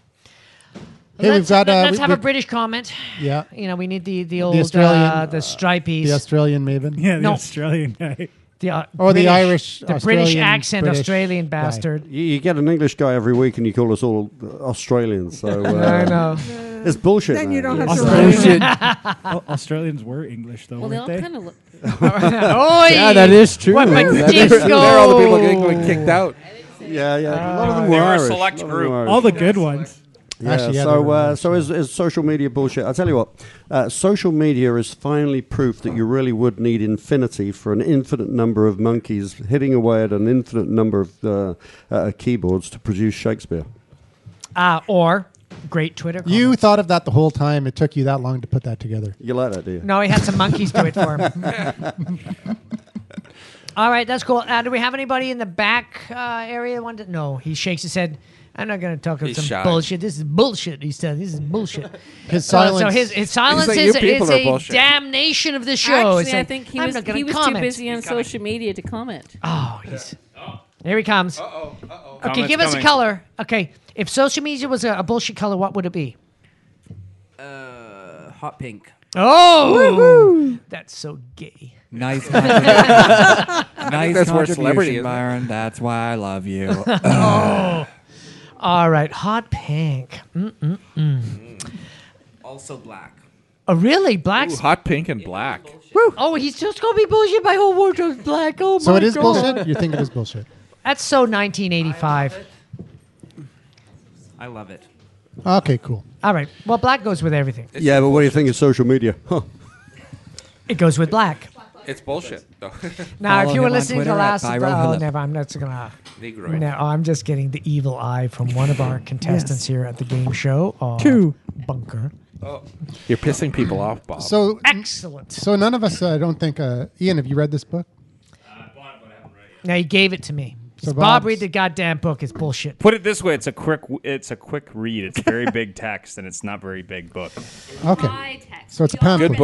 [SPEAKER 1] Hey,
[SPEAKER 2] let's
[SPEAKER 1] we've got. Uh,
[SPEAKER 2] let's
[SPEAKER 1] we-
[SPEAKER 2] have a
[SPEAKER 1] we-
[SPEAKER 2] British comment.
[SPEAKER 1] Yeah,
[SPEAKER 2] You know, we need the the old
[SPEAKER 1] Australian,
[SPEAKER 2] uh, the stripies,
[SPEAKER 1] the Australian maven.
[SPEAKER 11] Yeah, the
[SPEAKER 2] No.
[SPEAKER 11] Australian guy.
[SPEAKER 2] the uh,
[SPEAKER 1] Or the
[SPEAKER 2] British-
[SPEAKER 1] Irish-
[SPEAKER 2] the British
[SPEAKER 1] Australian-
[SPEAKER 2] accent,
[SPEAKER 1] British
[SPEAKER 2] Australian
[SPEAKER 1] guy.
[SPEAKER 11] Yeah.
[SPEAKER 2] bastard.
[SPEAKER 11] Yeah. Bastard. Bastard. You You, (laughs) you get an English guy every week, and you call us all Australians. So
[SPEAKER 2] I know.
[SPEAKER 12] uh, It's bullshit.
[SPEAKER 5] Then
[SPEAKER 12] man.
[SPEAKER 5] you don't have to
[SPEAKER 2] (laughs)
[SPEAKER 11] Australian-
[SPEAKER 5] worry.
[SPEAKER 11] Au- Australians were English, though,
[SPEAKER 4] Well, they
[SPEAKER 11] weren't
[SPEAKER 4] all
[SPEAKER 11] they?
[SPEAKER 4] kind of
[SPEAKER 12] (laughs)
[SPEAKER 4] look.
[SPEAKER 12] yeah, that is true.
[SPEAKER 11] What
[SPEAKER 12] That
[SPEAKER 11] about
[SPEAKER 12] is
[SPEAKER 11] Jingo?
[SPEAKER 12] true.
[SPEAKER 11] They're all the people
[SPEAKER 6] getting, like, kicked out.
[SPEAKER 12] Yeah, yeah. a lot of them
[SPEAKER 11] They were a
[SPEAKER 12] Irish.
[SPEAKER 11] select
[SPEAKER 12] lot of them
[SPEAKER 11] group.
[SPEAKER 12] were Irish.
[SPEAKER 11] All the good ones.
[SPEAKER 12] Yeah,
[SPEAKER 11] Uh, Actually, yeah, they
[SPEAKER 12] so
[SPEAKER 11] were
[SPEAKER 12] uh, so is, is social media bullshit? I'll tell you what, uh, social media is finally proof that you really would need infinity for an infinite number of monkeys hitting away at an infinite number of uh, uh, keyboards to produce Shakespeare.
[SPEAKER 2] Uh, or great Twitter. Comment.
[SPEAKER 1] You thought of that the whole time. It took you that long to put that together.
[SPEAKER 12] You like that, do you?
[SPEAKER 2] No, he had some monkeys do it
[SPEAKER 12] (laughs)
[SPEAKER 1] (laughs)
[SPEAKER 2] for him. (laughs) All right, that's cool. Uh, do we have anybody in the back uh, area? that wanted- no, he shakes his head. I'm not going to talk about
[SPEAKER 1] He's
[SPEAKER 2] some
[SPEAKER 1] shy.
[SPEAKER 2] bullshit. This is bullshit. He said, "This is bullshit."
[SPEAKER 1] His
[SPEAKER 2] So- So
[SPEAKER 1] silence-
[SPEAKER 2] his, his
[SPEAKER 1] He's
[SPEAKER 2] silence
[SPEAKER 1] like, "You
[SPEAKER 2] is,
[SPEAKER 1] people
[SPEAKER 2] is
[SPEAKER 1] are
[SPEAKER 2] a
[SPEAKER 1] bullshit."
[SPEAKER 2] damnation of the show.
[SPEAKER 4] Actually,
[SPEAKER 2] It's
[SPEAKER 4] I
[SPEAKER 2] like,
[SPEAKER 4] think he
[SPEAKER 2] I'm
[SPEAKER 4] was
[SPEAKER 2] not gonna
[SPEAKER 4] he was too
[SPEAKER 2] comment.
[SPEAKER 4] busy on social media to comment.
[SPEAKER 2] Oh, he's. Here he comes. Uh-oh, uh-oh. Okay,
[SPEAKER 4] Comment's
[SPEAKER 2] give us
[SPEAKER 4] coming.
[SPEAKER 2] a color. Okay, if social media was a, a bullshit color, what would it be?
[SPEAKER 13] Uh, hot pink.
[SPEAKER 2] Oh, that's so gay. (laughs)
[SPEAKER 7] Nice,
[SPEAKER 2] I
[SPEAKER 7] contribution.
[SPEAKER 2] think
[SPEAKER 7] nice
[SPEAKER 2] that's where
[SPEAKER 7] contribution,
[SPEAKER 2] celebrity is.
[SPEAKER 7] Byron. That's why I love you.
[SPEAKER 2] (laughs)
[SPEAKER 7] (coughs)
[SPEAKER 2] oh. All right, hot pink. Mm-mm-mm.
[SPEAKER 13] Also black.
[SPEAKER 2] Oh, really? Black?
[SPEAKER 6] Ooh, hot pink and black.
[SPEAKER 2] Oh, he's just going to be bullshit. My whole wardrobe's black. Oh,
[SPEAKER 1] So
[SPEAKER 2] my
[SPEAKER 1] it is
[SPEAKER 2] God.
[SPEAKER 1] bullshit. You think it is bullshit?
[SPEAKER 2] (laughs) That's so 1985.
[SPEAKER 13] I love it.
[SPEAKER 1] Okay, cool.
[SPEAKER 2] All right. Well, black goes with everything.
[SPEAKER 12] yeah, but what do you think of social media? Huh.
[SPEAKER 2] It goes with black.
[SPEAKER 6] It's bullshit.
[SPEAKER 2] (laughs)
[SPEAKER 6] though.
[SPEAKER 2] Now, if you were
[SPEAKER 7] him on
[SPEAKER 2] listening to
[SPEAKER 7] Twitter at
[SPEAKER 2] last, oh,
[SPEAKER 7] Byron Hillip.
[SPEAKER 2] never. I'm not going to.
[SPEAKER 7] Negroid.
[SPEAKER 2] No, I'm just getting the evil eye from one
[SPEAKER 1] (laughs)
[SPEAKER 2] of our contestants here at the game show. of
[SPEAKER 5] Two.
[SPEAKER 2] Bunker.
[SPEAKER 6] You're pissing people off, Bob.
[SPEAKER 1] So
[SPEAKER 2] excellent.
[SPEAKER 1] So none of us, uh, I don't think. Uh, Ian, have you read this book?
[SPEAKER 2] Now, he gave it to me.
[SPEAKER 1] So
[SPEAKER 2] Bob,
[SPEAKER 1] Bob's-
[SPEAKER 2] read the goddamn book. It's bullshit.
[SPEAKER 3] Put it this way: it's a quick, it's a quick read. It's very
[SPEAKER 2] (laughs)
[SPEAKER 3] big text, and it's not very big book.
[SPEAKER 1] Okay. So it's a pamphlet.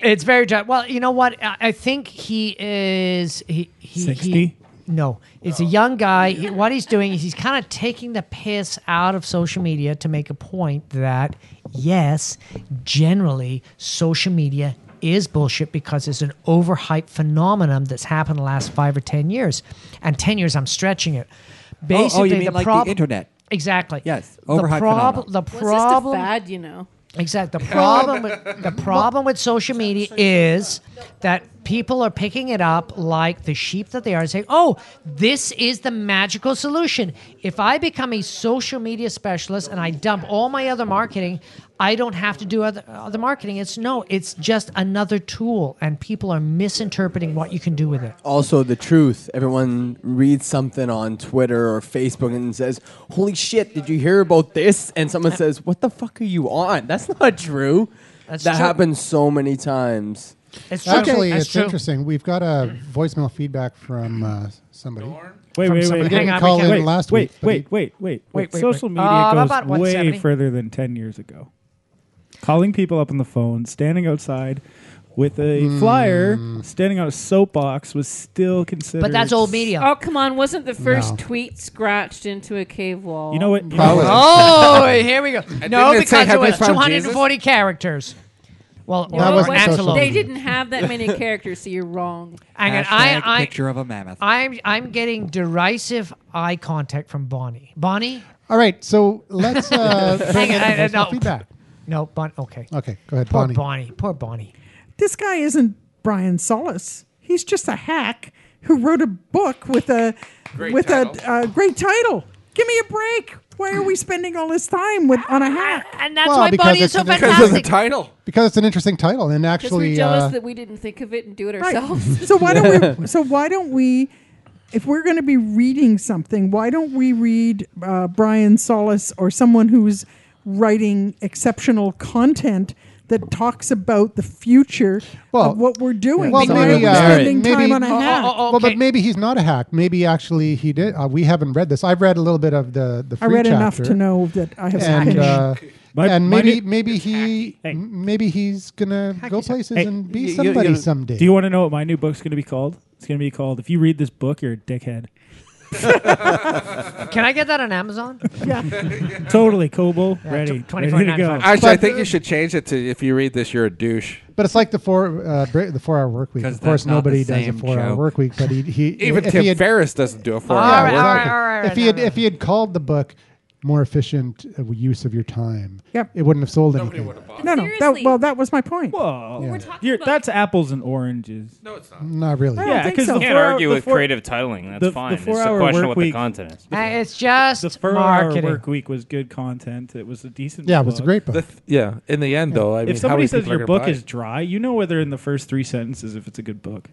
[SPEAKER 2] It's very dry. Well, you know what? I, I think he is. He, he,
[SPEAKER 11] 60?
[SPEAKER 2] He, no, it's a young guy. He- what he's doing is he's kind of taking the piss out of social media to make a point that, yes, generally, social media is bullshit because it's an overhyped phenomenon that's happened the last five or 10 years. And 10 years, I'm stretching it.
[SPEAKER 7] oh,
[SPEAKER 2] Basically,
[SPEAKER 7] you mean
[SPEAKER 2] the
[SPEAKER 7] like
[SPEAKER 2] prob-
[SPEAKER 7] the internet?
[SPEAKER 2] Exactly.
[SPEAKER 7] Yes,
[SPEAKER 2] The
[SPEAKER 7] overhyped
[SPEAKER 2] prob-
[SPEAKER 7] phenomenon.
[SPEAKER 2] The
[SPEAKER 4] Well, it's just a
[SPEAKER 2] problem.
[SPEAKER 4] fad, you know.
[SPEAKER 2] Exactly. The problem with the problem with social media is that people are picking it up like the sheep that they are and saying, "Oh, this is the magical solution. If I become a social media specialist and I dump all my other marketing, I don't have to do other, other marketing." It's no, it's just another tool and people are misinterpreting what you can do with it.
[SPEAKER 9] Also, the truth. Everyone reads something on Twitter or Facebook and says, "Holy shit! Did you hear about this?" And
[SPEAKER 2] (laughs)
[SPEAKER 9] someone says, "What the fuck are you on?" That's not true.
[SPEAKER 2] That's
[SPEAKER 9] that
[SPEAKER 2] true.
[SPEAKER 9] happens so many times.
[SPEAKER 2] It's
[SPEAKER 1] Actually,
[SPEAKER 2] That's
[SPEAKER 1] it's
[SPEAKER 2] true.
[SPEAKER 1] interesting. We've got a voicemail feedback from uh, somebody.
[SPEAKER 11] Wait,
[SPEAKER 1] From
[SPEAKER 11] wait,
[SPEAKER 1] somebody
[SPEAKER 11] wait.
[SPEAKER 1] who didn't call in
[SPEAKER 11] wait,
[SPEAKER 1] last
[SPEAKER 11] wait,
[SPEAKER 1] week. but
[SPEAKER 11] wait, wait, wait,
[SPEAKER 1] Wait, wait,
[SPEAKER 11] Social
[SPEAKER 1] wait.
[SPEAKER 11] media
[SPEAKER 1] Uh,
[SPEAKER 11] goes
[SPEAKER 1] about
[SPEAKER 11] way
[SPEAKER 1] 170?
[SPEAKER 11] further than 10 years ago. Calling people up on the phone, standing outside with a
[SPEAKER 1] Hmm.
[SPEAKER 11] flyer, standing on a soapbox was still considered.
[SPEAKER 2] media.
[SPEAKER 11] (laughs)
[SPEAKER 4] Oh come on! Wasn't the first
[SPEAKER 11] No.
[SPEAKER 4] tweet scratched into a cave wall?
[SPEAKER 11] You know what?
[SPEAKER 2] Probably. Oh, (laughs) here we go. No, because it was
[SPEAKER 11] found
[SPEAKER 2] 240 characters. Well,
[SPEAKER 4] Well,
[SPEAKER 2] or, or antelope.
[SPEAKER 4] They didn't have that many
[SPEAKER 2] (laughs)
[SPEAKER 4] characters, so you're wrong.
[SPEAKER 2] Hang on,
[SPEAKER 7] Hashtag
[SPEAKER 2] I, I,
[SPEAKER 7] picture of a mammoth.
[SPEAKER 2] I'm I'm getting derisive eye contact from Bonnie. Bonnie,
[SPEAKER 1] All right, so let's
[SPEAKER 2] (laughs)
[SPEAKER 1] uh, bring
[SPEAKER 2] hang on,
[SPEAKER 1] in
[SPEAKER 2] I, I,
[SPEAKER 1] voicemail
[SPEAKER 2] no,
[SPEAKER 1] feedback.
[SPEAKER 2] no, Bon. Okay,
[SPEAKER 1] Okay, go ahead,
[SPEAKER 2] poor
[SPEAKER 1] Bonnie.
[SPEAKER 2] Bonnie, poor Bonnie.
[SPEAKER 5] This guy isn't Brian Solis. He's just a hack who wrote a book with a
[SPEAKER 14] Great
[SPEAKER 5] with
[SPEAKER 14] title.
[SPEAKER 5] a uh, great title. Give me a break. Why are we spending all this time with on a hack?
[SPEAKER 2] And that's
[SPEAKER 1] Well, why because Bonnie is it's so an- because of the fantastic.
[SPEAKER 6] title.
[SPEAKER 1] Because it's an interesting title, and actually,
[SPEAKER 4] we're jealous
[SPEAKER 1] uh,
[SPEAKER 4] that we didn't think of it and do it
[SPEAKER 5] Right.
[SPEAKER 4] ourselves.
[SPEAKER 5] (laughs) so why don't we? So why don't we? If we're going to be reading something, why don't we read uh, Brian Solis or someone who's writing exceptional content that talks about the future of what we're doing?
[SPEAKER 1] well,
[SPEAKER 5] Why are we
[SPEAKER 1] maybe, uh,
[SPEAKER 5] spending
[SPEAKER 1] maybe-
[SPEAKER 5] time on a
[SPEAKER 1] oh, oh,
[SPEAKER 5] hack?
[SPEAKER 1] Well, but maybe he's not a hack. Maybe actually he did. Uh, we haven't read this. I've read a little bit of the the.
[SPEAKER 5] I
[SPEAKER 1] Free
[SPEAKER 5] read enough
[SPEAKER 1] chapter.
[SPEAKER 5] to know that I have
[SPEAKER 1] And,
[SPEAKER 5] finished.
[SPEAKER 1] uh,
[SPEAKER 11] (laughs) My-
[SPEAKER 1] and
[SPEAKER 11] my
[SPEAKER 1] maybe
[SPEAKER 11] new-
[SPEAKER 1] maybe he m- maybe he's gonna go places
[SPEAKER 11] Hey,
[SPEAKER 1] and
[SPEAKER 11] you-
[SPEAKER 1] be
[SPEAKER 11] you-
[SPEAKER 1] somebody
[SPEAKER 11] you-
[SPEAKER 1] someday.
[SPEAKER 11] Do you want to know what my new book's going to be called? It's going to be called If You Read This Book, You're a
[SPEAKER 2] (laughs)
[SPEAKER 11] Dickhead.
[SPEAKER 2] Can I get that on Amazon? yeah.
[SPEAKER 11] totally, Kobo. ready.
[SPEAKER 2] tw-
[SPEAKER 11] ready
[SPEAKER 2] 24,
[SPEAKER 11] to go.
[SPEAKER 6] Actually, I think you should change it to if you read this, you're a douche.
[SPEAKER 1] But it's like the four uh, bra- the four hour work week.
[SPEAKER 6] 'Cause
[SPEAKER 1] Of course,
[SPEAKER 6] that's not
[SPEAKER 1] nobody
[SPEAKER 6] the
[SPEAKER 1] does a
[SPEAKER 6] same
[SPEAKER 1] four hour
[SPEAKER 6] joke.
[SPEAKER 1] work week. But he, he
[SPEAKER 11] (laughs)
[SPEAKER 6] (laughs) Even
[SPEAKER 1] if
[SPEAKER 6] Tim
[SPEAKER 1] he had,
[SPEAKER 6] Ferriss doesn't do a four
[SPEAKER 1] Yeah,
[SPEAKER 6] hour work.
[SPEAKER 1] exactly. If he had if he had called the book more efficient uh, use of your time.
[SPEAKER 5] Yep.
[SPEAKER 1] It wouldn't have sold
[SPEAKER 5] Nobody
[SPEAKER 1] anything.
[SPEAKER 5] would have bought No, it. no, that- Seriously. well, that was my point.
[SPEAKER 11] Whoa.
[SPEAKER 5] We're
[SPEAKER 11] You're- that's apples and oranges.
[SPEAKER 6] No, it's
[SPEAKER 1] not. Not really.
[SPEAKER 11] Yeah, because
[SPEAKER 3] you can't argue with creative titling. That's
[SPEAKER 11] the- the
[SPEAKER 3] fine. it's a
[SPEAKER 11] four-hour
[SPEAKER 3] question
[SPEAKER 11] work
[SPEAKER 3] of what the
[SPEAKER 11] week-
[SPEAKER 3] content is.
[SPEAKER 2] Uh, it's just
[SPEAKER 11] The four
[SPEAKER 2] marketing.
[SPEAKER 11] hour work week was good content. It was a decent.
[SPEAKER 1] Yeah, it was a great book.
[SPEAKER 6] The th- yeah, in the end, though, I mean,
[SPEAKER 11] if
[SPEAKER 6] how many
[SPEAKER 11] somebody says
[SPEAKER 6] people are
[SPEAKER 11] your
[SPEAKER 6] gonna
[SPEAKER 11] book
[SPEAKER 6] buy
[SPEAKER 11] is
[SPEAKER 6] it?
[SPEAKER 11] dry, you know whether in the first three sentences if it's a good book.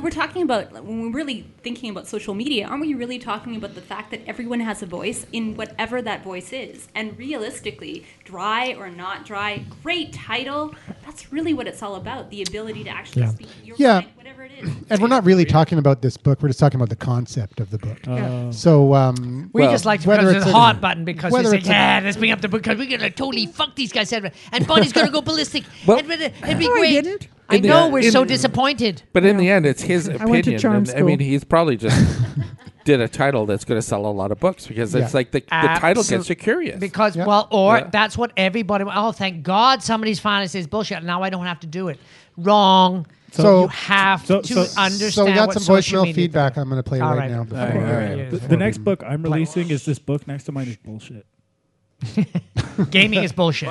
[SPEAKER 8] We're talking about like, when we're really thinking about social media, aren't we really talking about the fact that everyone has a voice in whatever that voice is? And realistically, dry or not dry, great title. That's really what it's all about: the ability to actually
[SPEAKER 1] Yeah.
[SPEAKER 8] speak your
[SPEAKER 1] Yeah.
[SPEAKER 8] mind, whatever it is.
[SPEAKER 1] And we're not really talking about this book. We're just talking about the concept of the book.
[SPEAKER 11] Oh.
[SPEAKER 2] Yeah.
[SPEAKER 1] So um,
[SPEAKER 2] We just like to put
[SPEAKER 1] whether
[SPEAKER 2] it
[SPEAKER 1] it's
[SPEAKER 2] the
[SPEAKER 1] a-
[SPEAKER 2] hot button because we
[SPEAKER 1] whether
[SPEAKER 2] say,
[SPEAKER 1] it's a-
[SPEAKER 2] yeah, let's bring up the book because we're going to totally fuck these guys. And Bonnie's going to go ballistic.
[SPEAKER 6] Well-
[SPEAKER 2] and it'd it'd be
[SPEAKER 5] No, I
[SPEAKER 2] great.
[SPEAKER 5] didn't.
[SPEAKER 2] I
[SPEAKER 6] In the-
[SPEAKER 1] uh,
[SPEAKER 2] know, we're
[SPEAKER 6] in-
[SPEAKER 2] so disappointed.
[SPEAKER 6] But in the end, it's his
[SPEAKER 5] I
[SPEAKER 6] opinion.
[SPEAKER 5] went to charm
[SPEAKER 6] and, I mean,
[SPEAKER 5] school.
[SPEAKER 6] he's probably just
[SPEAKER 4] (laughs)
[SPEAKER 6] did a title that's going to sell a lot of books because it's
[SPEAKER 2] Yeah.
[SPEAKER 6] like the, the title gets
[SPEAKER 2] Absolute-
[SPEAKER 6] you curious.
[SPEAKER 2] Because, well, or
[SPEAKER 6] Yeah.
[SPEAKER 2] that's what everybody, oh, thank God somebody's finally says bullshit. Now I don't have to do it. Wrong. So,
[SPEAKER 1] So-
[SPEAKER 2] you have
[SPEAKER 1] so-
[SPEAKER 2] to
[SPEAKER 1] so- so we
[SPEAKER 2] understand.
[SPEAKER 1] got
[SPEAKER 2] what
[SPEAKER 1] some
[SPEAKER 2] social
[SPEAKER 1] voicemail
[SPEAKER 2] media
[SPEAKER 1] feedback
[SPEAKER 2] thing is.
[SPEAKER 1] I'm gonna play
[SPEAKER 2] All
[SPEAKER 1] right now
[SPEAKER 2] before
[SPEAKER 1] All
[SPEAKER 2] we-
[SPEAKER 1] right, all right.
[SPEAKER 2] yeah,
[SPEAKER 11] The,
[SPEAKER 2] yeah.
[SPEAKER 11] the next book I'm releasing is this book next to mine is bullshit.
[SPEAKER 2] (laughs) Gaming is bullshit.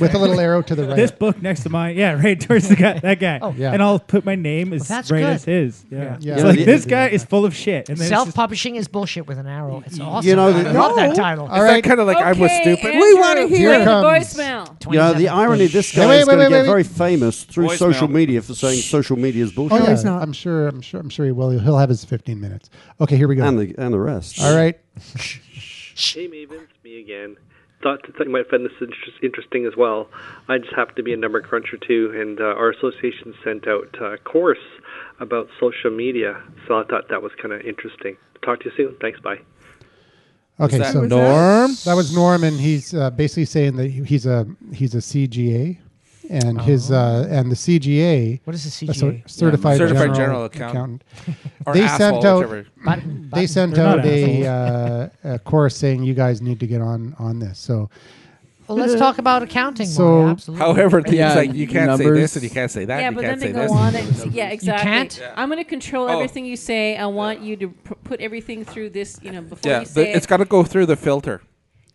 [SPEAKER 1] With a little arrow to the right.
[SPEAKER 11] This book next to mine, yeah, right towards the guy, that guy.
[SPEAKER 1] Oh. Yeah.
[SPEAKER 11] And I'll put my name as
[SPEAKER 2] that's
[SPEAKER 11] right
[SPEAKER 2] good.
[SPEAKER 11] as his. Yeah.
[SPEAKER 2] Yeah.
[SPEAKER 1] Yeah.
[SPEAKER 11] It's
[SPEAKER 1] Yeah,
[SPEAKER 11] like
[SPEAKER 1] you
[SPEAKER 11] this
[SPEAKER 1] can
[SPEAKER 11] guy is full of shit. (laughs) And then it's just-
[SPEAKER 2] Self-publishing is bullshit with an arrow. It's awesome.
[SPEAKER 12] know,
[SPEAKER 2] I
[SPEAKER 12] the-
[SPEAKER 2] love that
[SPEAKER 12] No.
[SPEAKER 2] title.
[SPEAKER 6] Is that kind of like I was
[SPEAKER 4] Okay,
[SPEAKER 6] stupid?
[SPEAKER 4] Andrew,
[SPEAKER 5] We wanna
[SPEAKER 4] play
[SPEAKER 5] hear
[SPEAKER 4] the
[SPEAKER 5] it.
[SPEAKER 4] voicemail.
[SPEAKER 12] You know, the irony this guy
[SPEAKER 1] Hey, wait,
[SPEAKER 12] is
[SPEAKER 1] wait,
[SPEAKER 12] going to
[SPEAKER 1] wait,
[SPEAKER 12] get
[SPEAKER 1] wait,
[SPEAKER 12] very
[SPEAKER 1] wait.
[SPEAKER 12] famous through
[SPEAKER 1] Voicemail.
[SPEAKER 12] social media for saying social media is bullshit.
[SPEAKER 1] Oh, yeah.
[SPEAKER 5] he's not.
[SPEAKER 1] I'm sure. I'm sure. I'm sure he will. He'll have his 15 minutes. Okay, here we go.
[SPEAKER 12] And the, and the rest.
[SPEAKER 1] All right.
[SPEAKER 14] Hey, Maven, it's me again. Thought since I might find this interest, interesting as well, I just happen to be a number cruncher too, and uh, our association sent out a course about social media, so I thought that was kind of interesting. Talk to you soon. Thanks. Bye.
[SPEAKER 1] Okay,
[SPEAKER 6] that
[SPEAKER 1] so
[SPEAKER 6] Was that- Norm?
[SPEAKER 1] That was Norm, and he's uh, basically saying that he- he's a he's a CGA, and his uh, and the CGA.
[SPEAKER 2] What is a
[SPEAKER 1] a cer-
[SPEAKER 2] CGA?
[SPEAKER 1] certified,
[SPEAKER 6] Certified
[SPEAKER 1] General,
[SPEAKER 6] General
[SPEAKER 1] Accountant.
[SPEAKER 6] Accountant. Or
[SPEAKER 1] they
[SPEAKER 6] asshole,
[SPEAKER 1] sent out.
[SPEAKER 6] whichever.
[SPEAKER 2] Button-
[SPEAKER 1] they
[SPEAKER 2] button.
[SPEAKER 1] sent
[SPEAKER 2] They're not
[SPEAKER 1] out a, uh, a course saying you guys need to get on on this. So
[SPEAKER 2] Well,
[SPEAKER 1] (laughs)
[SPEAKER 2] let's talk about accounting.
[SPEAKER 1] So-
[SPEAKER 2] more. absolutely.
[SPEAKER 6] However, it's
[SPEAKER 9] Yeah,
[SPEAKER 6] like you can't say
[SPEAKER 9] numbers.
[SPEAKER 6] this and you can't say that.
[SPEAKER 4] yeah,
[SPEAKER 6] and
[SPEAKER 4] but
[SPEAKER 6] you
[SPEAKER 4] then
[SPEAKER 6] can't
[SPEAKER 4] they
[SPEAKER 6] say
[SPEAKER 4] go
[SPEAKER 6] this.
[SPEAKER 4] on (laughs) and yeah, exactly.
[SPEAKER 2] can't?
[SPEAKER 4] I'm going to control
[SPEAKER 6] Oh.
[SPEAKER 4] everything you say. I want you to p- put everything through this. You know, before
[SPEAKER 6] Yeah,
[SPEAKER 4] you say
[SPEAKER 6] the, it's
[SPEAKER 4] it.
[SPEAKER 6] got to go through the filter.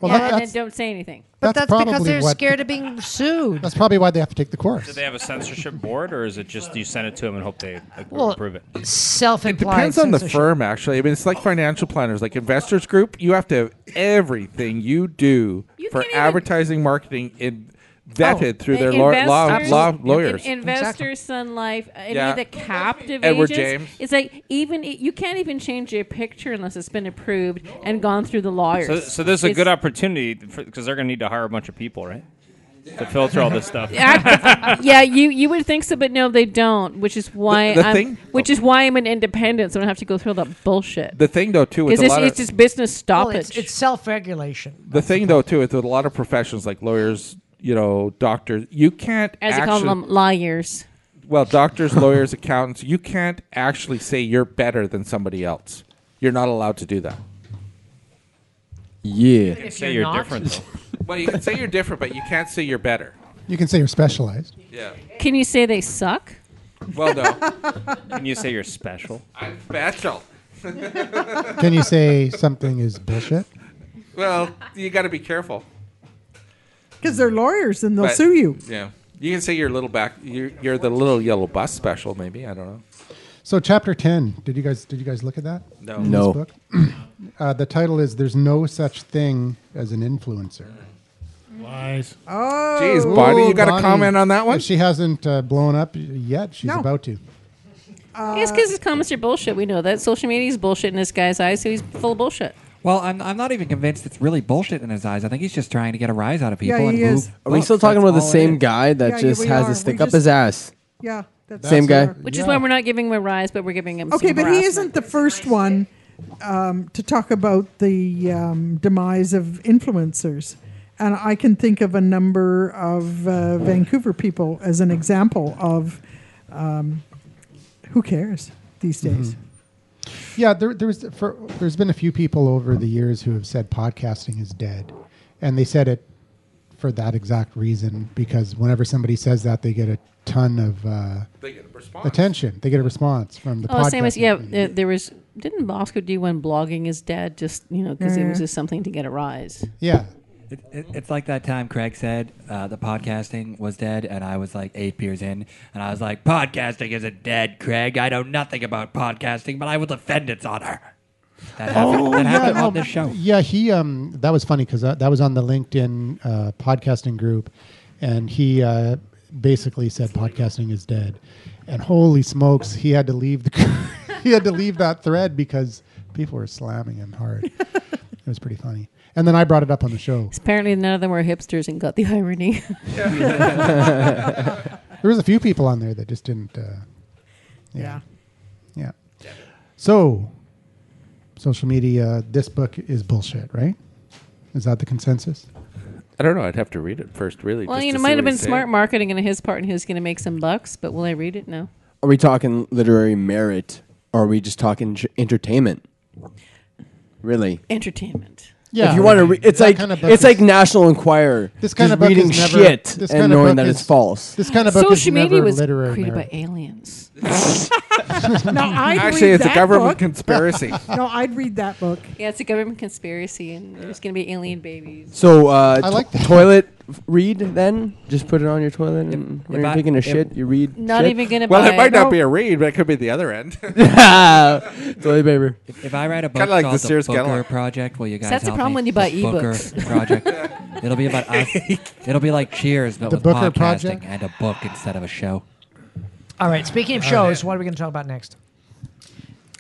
[SPEAKER 1] Well,
[SPEAKER 4] yeah,
[SPEAKER 1] that-
[SPEAKER 4] and
[SPEAKER 1] that's-
[SPEAKER 4] then don't say anything.
[SPEAKER 2] But that's, because
[SPEAKER 1] probably
[SPEAKER 2] they're
[SPEAKER 1] what-
[SPEAKER 2] scared of being sued.
[SPEAKER 1] that's probably why they have to take the course.
[SPEAKER 3] Do they have a censorship board, or is it just you send it to them and hope they like,
[SPEAKER 2] Well,
[SPEAKER 3] approve it?
[SPEAKER 2] Self-implied.
[SPEAKER 6] Depends on the
[SPEAKER 2] censorship.
[SPEAKER 6] firm, actually. I mean, it's like financial planners, like investors group. You have to have everything you do for advertising, marketing, in, vetted through their law, law,
[SPEAKER 4] Oh, Investors-
[SPEAKER 6] law lawyers.
[SPEAKER 4] In- Investors, Sun Life, uh, any
[SPEAKER 6] Yeah.
[SPEAKER 4] of the captive
[SPEAKER 6] Edward
[SPEAKER 4] agents.
[SPEAKER 6] James.
[SPEAKER 4] It's like even i- you can't even change your picture unless it's been approved and gone through the lawyers.
[SPEAKER 3] So, so this is a
[SPEAKER 4] It's-
[SPEAKER 3] good opportunity because they're going to need to hire a bunch of people, right? To filter all this stuff.
[SPEAKER 4] I- (laughs) yeah, you you would think so, but no, they don't. Which is why
[SPEAKER 6] The- the
[SPEAKER 4] I'm,
[SPEAKER 6] thing-
[SPEAKER 4] which is why I'm an independent, so I don't have to go through all that bullshit.
[SPEAKER 6] the thing, though, too, with
[SPEAKER 4] Because
[SPEAKER 6] a
[SPEAKER 4] it's,
[SPEAKER 6] lot
[SPEAKER 4] it's
[SPEAKER 6] of
[SPEAKER 4] just business
[SPEAKER 2] Well,
[SPEAKER 4] stoppage.
[SPEAKER 2] it's, it's self-regulation.
[SPEAKER 6] the thing, though, too, with a lot of professions like lawyers, you know, doctors, you can't
[SPEAKER 4] as you
[SPEAKER 6] actually,
[SPEAKER 4] call them, liars.
[SPEAKER 6] well, doctors, lawyers, accountants, you can't actually say you're better than somebody else. You're not allowed to do that.
[SPEAKER 9] Yeah.
[SPEAKER 2] If
[SPEAKER 3] Say you're different, though.
[SPEAKER 6] (laughs) Well, you can say you're different, but you can't say you're better.
[SPEAKER 1] You can say you're specialized.
[SPEAKER 6] Yeah.
[SPEAKER 4] Can you say they suck?
[SPEAKER 6] Well, no,
[SPEAKER 3] (laughs) Can you say you're special?
[SPEAKER 6] I'm special.
[SPEAKER 1] uh, Can you say something is bullshit?
[SPEAKER 6] Well, you got to be careful.
[SPEAKER 5] Because they're lawyers and they'll
[SPEAKER 6] But-
[SPEAKER 5] sue you.
[SPEAKER 6] Yeah. You can say you're little back. You're, you're the little yellow bus special, maybe. I don't know.
[SPEAKER 1] So chapter 10. Did you guys did you guys look at that?
[SPEAKER 6] No.
[SPEAKER 1] In this
[SPEAKER 9] No.
[SPEAKER 1] book? (clears throat) uh, the title is "There's No Such Thing as an Influencer."
[SPEAKER 11] Lies.
[SPEAKER 5] Oh,
[SPEAKER 6] Jeez, Bonnie, you got a
[SPEAKER 1] Bonnie,
[SPEAKER 6] comment on that one?
[SPEAKER 1] If she hasn't uh, blown up yet, she's
[SPEAKER 5] No.
[SPEAKER 1] about to.
[SPEAKER 2] Uh,
[SPEAKER 4] it's because his comments are bullshit. We know that social media is bullshit in this guy's eyes, so he's full of bullshit.
[SPEAKER 7] Well, I'm, I'm not even convinced it's really bullshit in his eyes. I think he's just trying to get a rise out of
[SPEAKER 5] Yeah,
[SPEAKER 7] people. and
[SPEAKER 5] he
[SPEAKER 7] move
[SPEAKER 5] is.
[SPEAKER 9] Are we
[SPEAKER 7] books.
[SPEAKER 9] still talking
[SPEAKER 7] That's
[SPEAKER 9] about the
[SPEAKER 7] all it
[SPEAKER 9] same
[SPEAKER 7] is.
[SPEAKER 9] guy that
[SPEAKER 5] Oh, Yeah,
[SPEAKER 9] just
[SPEAKER 5] we
[SPEAKER 9] has
[SPEAKER 5] are.
[SPEAKER 9] a stick
[SPEAKER 5] We
[SPEAKER 9] up his
[SPEAKER 5] just-
[SPEAKER 9] ass?
[SPEAKER 5] Yeah, that's
[SPEAKER 9] Same guy.
[SPEAKER 4] Which
[SPEAKER 1] Yeah.
[SPEAKER 4] is why we're not giving him a rise, but we're giving him
[SPEAKER 5] Okay,
[SPEAKER 4] some
[SPEAKER 5] but he
[SPEAKER 4] harassment.
[SPEAKER 5] isn't the first one um, to talk about the um, demise of influencers. And I can think of a number of uh, Vancouver people as an example of um, who cares these
[SPEAKER 2] Mm-hmm.
[SPEAKER 5] days.
[SPEAKER 1] Yeah, there, there was for, there's been a few people over the years who have said podcasting is dead, and they said it for that exact reason because whenever somebody says that, they get a ton of uh,
[SPEAKER 6] They get a response.
[SPEAKER 1] attention. They get a response from the
[SPEAKER 4] Oh, same
[SPEAKER 1] podcast
[SPEAKER 4] as yeah.
[SPEAKER 1] community.
[SPEAKER 4] Uh, there was didn't Oscar D. When blogging his dad just you know because it was
[SPEAKER 7] Mhm.
[SPEAKER 4] just something to get a rise.
[SPEAKER 1] Yeah.
[SPEAKER 7] It, it, it's like that time Craig said uh, the podcasting was dead, and I was like eight beers in, and I was like, "Podcasting isn't dead, Craig. I know nothing about podcasting, but I will defend its honor." That happened, that happened
[SPEAKER 1] no,
[SPEAKER 7] on this show.
[SPEAKER 1] Oh, Yeah, he um, that was funny because that, that was on the LinkedIn uh, podcasting group, and he uh, basically said podcasting is dead, and holy smokes, he had to leave the he had to leave that thread because people were slamming him hard. it was pretty funny, (laughs) and then I brought it up on the show.
[SPEAKER 4] Apparently, none of them were hipsters and got the (laughs)
[SPEAKER 9] (laughs)
[SPEAKER 5] (laughs)
[SPEAKER 4] irony.
[SPEAKER 1] there was a few people on there that just didn't. Uh,
[SPEAKER 5] Yeah.
[SPEAKER 1] yeah. So, social media. This book is bullshit, right? Is that the consensus?
[SPEAKER 6] I don't know. I'd have to read it first, really.
[SPEAKER 4] well,
[SPEAKER 6] just
[SPEAKER 4] you
[SPEAKER 6] to
[SPEAKER 4] know, it
[SPEAKER 6] see
[SPEAKER 4] might
[SPEAKER 6] what
[SPEAKER 4] have been
[SPEAKER 6] he's saying.
[SPEAKER 4] smart marketing on his part, and he was going to make some bucks. But will I read it? No.
[SPEAKER 9] Are we talking literary merit, or are we just talking j- entertainment? Really?
[SPEAKER 4] Entertainment.
[SPEAKER 9] If you want to, re- it's
[SPEAKER 1] That
[SPEAKER 9] like
[SPEAKER 1] kind of book
[SPEAKER 9] it's like
[SPEAKER 1] is-
[SPEAKER 9] National Enquirer.
[SPEAKER 1] This kind
[SPEAKER 9] just
[SPEAKER 1] of book
[SPEAKER 9] reading
[SPEAKER 1] is never,
[SPEAKER 9] shit
[SPEAKER 1] this
[SPEAKER 9] and
[SPEAKER 1] kind of
[SPEAKER 9] knowing
[SPEAKER 1] book
[SPEAKER 9] that
[SPEAKER 1] is-
[SPEAKER 9] it's false.
[SPEAKER 1] This kind of book is
[SPEAKER 4] Social media
[SPEAKER 1] never
[SPEAKER 4] was
[SPEAKER 1] literary
[SPEAKER 4] created
[SPEAKER 1] merit.
[SPEAKER 6] (laughs)
[SPEAKER 4] by aliens.
[SPEAKER 5] no, I'd
[SPEAKER 6] Actually,
[SPEAKER 5] read
[SPEAKER 6] it's a
[SPEAKER 5] that
[SPEAKER 6] government
[SPEAKER 5] book.
[SPEAKER 6] conspiracy.
[SPEAKER 5] no, I'd read that book.
[SPEAKER 4] Yeah, it's a government conspiracy, and there's going to be alien babies.
[SPEAKER 9] So uh,
[SPEAKER 4] I
[SPEAKER 9] to-
[SPEAKER 4] like that.
[SPEAKER 9] toilet f- read then. Just put it on your toilet, and when
[SPEAKER 6] if
[SPEAKER 9] you're
[SPEAKER 6] I-
[SPEAKER 9] taking a
[SPEAKER 6] if-
[SPEAKER 9] shit, you read.
[SPEAKER 4] Not
[SPEAKER 9] shit.
[SPEAKER 4] even gonna
[SPEAKER 6] Well,
[SPEAKER 4] buy
[SPEAKER 6] it might
[SPEAKER 4] it.
[SPEAKER 6] not be a read, but it could be the other end. (laughs)
[SPEAKER 9] (laughs) toilet paper.
[SPEAKER 7] If, if I write a book
[SPEAKER 6] Kinda like
[SPEAKER 7] called
[SPEAKER 6] the
[SPEAKER 7] the,
[SPEAKER 6] Sears
[SPEAKER 7] Booker
[SPEAKER 6] catalog.
[SPEAKER 7] Project, will you guys
[SPEAKER 4] That's the
[SPEAKER 7] help
[SPEAKER 4] problem
[SPEAKER 7] me?
[SPEAKER 4] when you buy
[SPEAKER 7] The Booker
[SPEAKER 4] ebooks.
[SPEAKER 7] Project. It'll be
[SPEAKER 6] (laughs)
[SPEAKER 7] about us. It'll be like Cheers, but
[SPEAKER 1] The
[SPEAKER 7] with
[SPEAKER 1] Booker
[SPEAKER 7] podcasting
[SPEAKER 1] Project?
[SPEAKER 7] and a book instead of a show.
[SPEAKER 2] All right. Speaking of shows, what are we going to talk about next?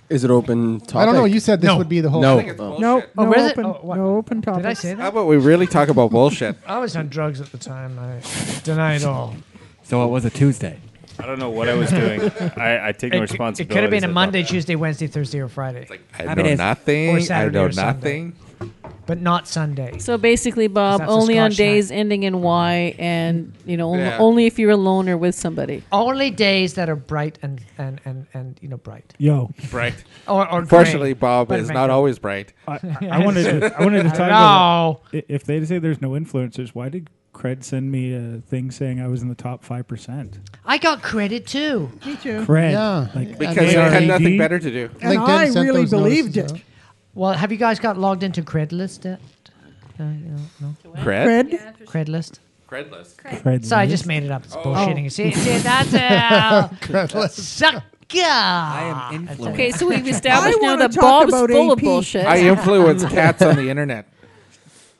[SPEAKER 9] Is it open? Topic?
[SPEAKER 1] I don't know. You said this would be the whole.
[SPEAKER 9] No.
[SPEAKER 1] thing.
[SPEAKER 9] Oh.
[SPEAKER 5] No,
[SPEAKER 2] Oh,
[SPEAKER 5] no,
[SPEAKER 2] was it?
[SPEAKER 5] open,
[SPEAKER 2] Oh, what?
[SPEAKER 5] no open topics.
[SPEAKER 2] Did I say that?
[SPEAKER 6] How about we really talk about bullshit?
[SPEAKER 2] I was (laughs) on drugs at the time. I deny it all.
[SPEAKER 7] So it was a Tuesday.
[SPEAKER 3] I don't know what I was doing. I, I take no
[SPEAKER 2] It,
[SPEAKER 3] responsibility.
[SPEAKER 2] could have been a
[SPEAKER 3] I thought-
[SPEAKER 2] Monday, Tuesday, Wednesday, Thursday, or Friday.
[SPEAKER 6] I know nothing.
[SPEAKER 2] Or
[SPEAKER 6] I
[SPEAKER 2] Saturday
[SPEAKER 6] know
[SPEAKER 2] or Sunday. But not Sunday.
[SPEAKER 4] So basically, Bob,
[SPEAKER 2] that's a
[SPEAKER 4] only on
[SPEAKER 2] Scotch night.
[SPEAKER 4] days ending in Y, and you know, on-
[SPEAKER 2] Yeah.
[SPEAKER 4] only if you're alone or with somebody.
[SPEAKER 2] Only days that are bright and and and, and you know bright.
[SPEAKER 11] Yo.
[SPEAKER 6] Bright.
[SPEAKER 2] (laughs) Or, or
[SPEAKER 6] Fortunately,
[SPEAKER 2] gray.
[SPEAKER 6] Bob
[SPEAKER 2] But
[SPEAKER 6] is
[SPEAKER 2] it
[SPEAKER 6] not
[SPEAKER 2] may-
[SPEAKER 6] always bright.
[SPEAKER 11] I, I wanted to, I wanted
[SPEAKER 2] (laughs)
[SPEAKER 11] to talk about i- if they say there's no influencers, why did Cred send me a thing saying I was in the top five percent?
[SPEAKER 2] I got credit too.
[SPEAKER 5] Me too.
[SPEAKER 11] Cred,
[SPEAKER 2] Yeah.
[SPEAKER 11] like
[SPEAKER 6] Because they had
[SPEAKER 11] ARAD?
[SPEAKER 6] nothing better to do.
[SPEAKER 5] And
[SPEAKER 2] LinkedIn
[SPEAKER 5] I
[SPEAKER 2] sent
[SPEAKER 5] really
[SPEAKER 2] those
[SPEAKER 5] believed it.
[SPEAKER 2] notices Well, have you guys got logged into Craigslist yet? No, no.
[SPEAKER 6] Cred? Cred?
[SPEAKER 2] Craigslist.
[SPEAKER 6] Credless.
[SPEAKER 11] Craigslist.
[SPEAKER 2] So I just made it up. It's
[SPEAKER 6] Oh.
[SPEAKER 2] bullshitting. See,
[SPEAKER 5] (laughs)
[SPEAKER 2] see, that's uh,
[SPEAKER 1] Craigslist.
[SPEAKER 2] Sucker. I
[SPEAKER 7] am influenced.
[SPEAKER 4] Okay, so we've
[SPEAKER 5] I
[SPEAKER 4] established now
[SPEAKER 5] wanna
[SPEAKER 4] that
[SPEAKER 5] talk
[SPEAKER 4] Bob's
[SPEAKER 5] about
[SPEAKER 4] full of
[SPEAKER 5] AP.
[SPEAKER 4] bullshit.
[SPEAKER 6] I influence (laughs)
[SPEAKER 4] (laughs)
[SPEAKER 6] cats on the
[SPEAKER 3] (laughs)
[SPEAKER 6] internet.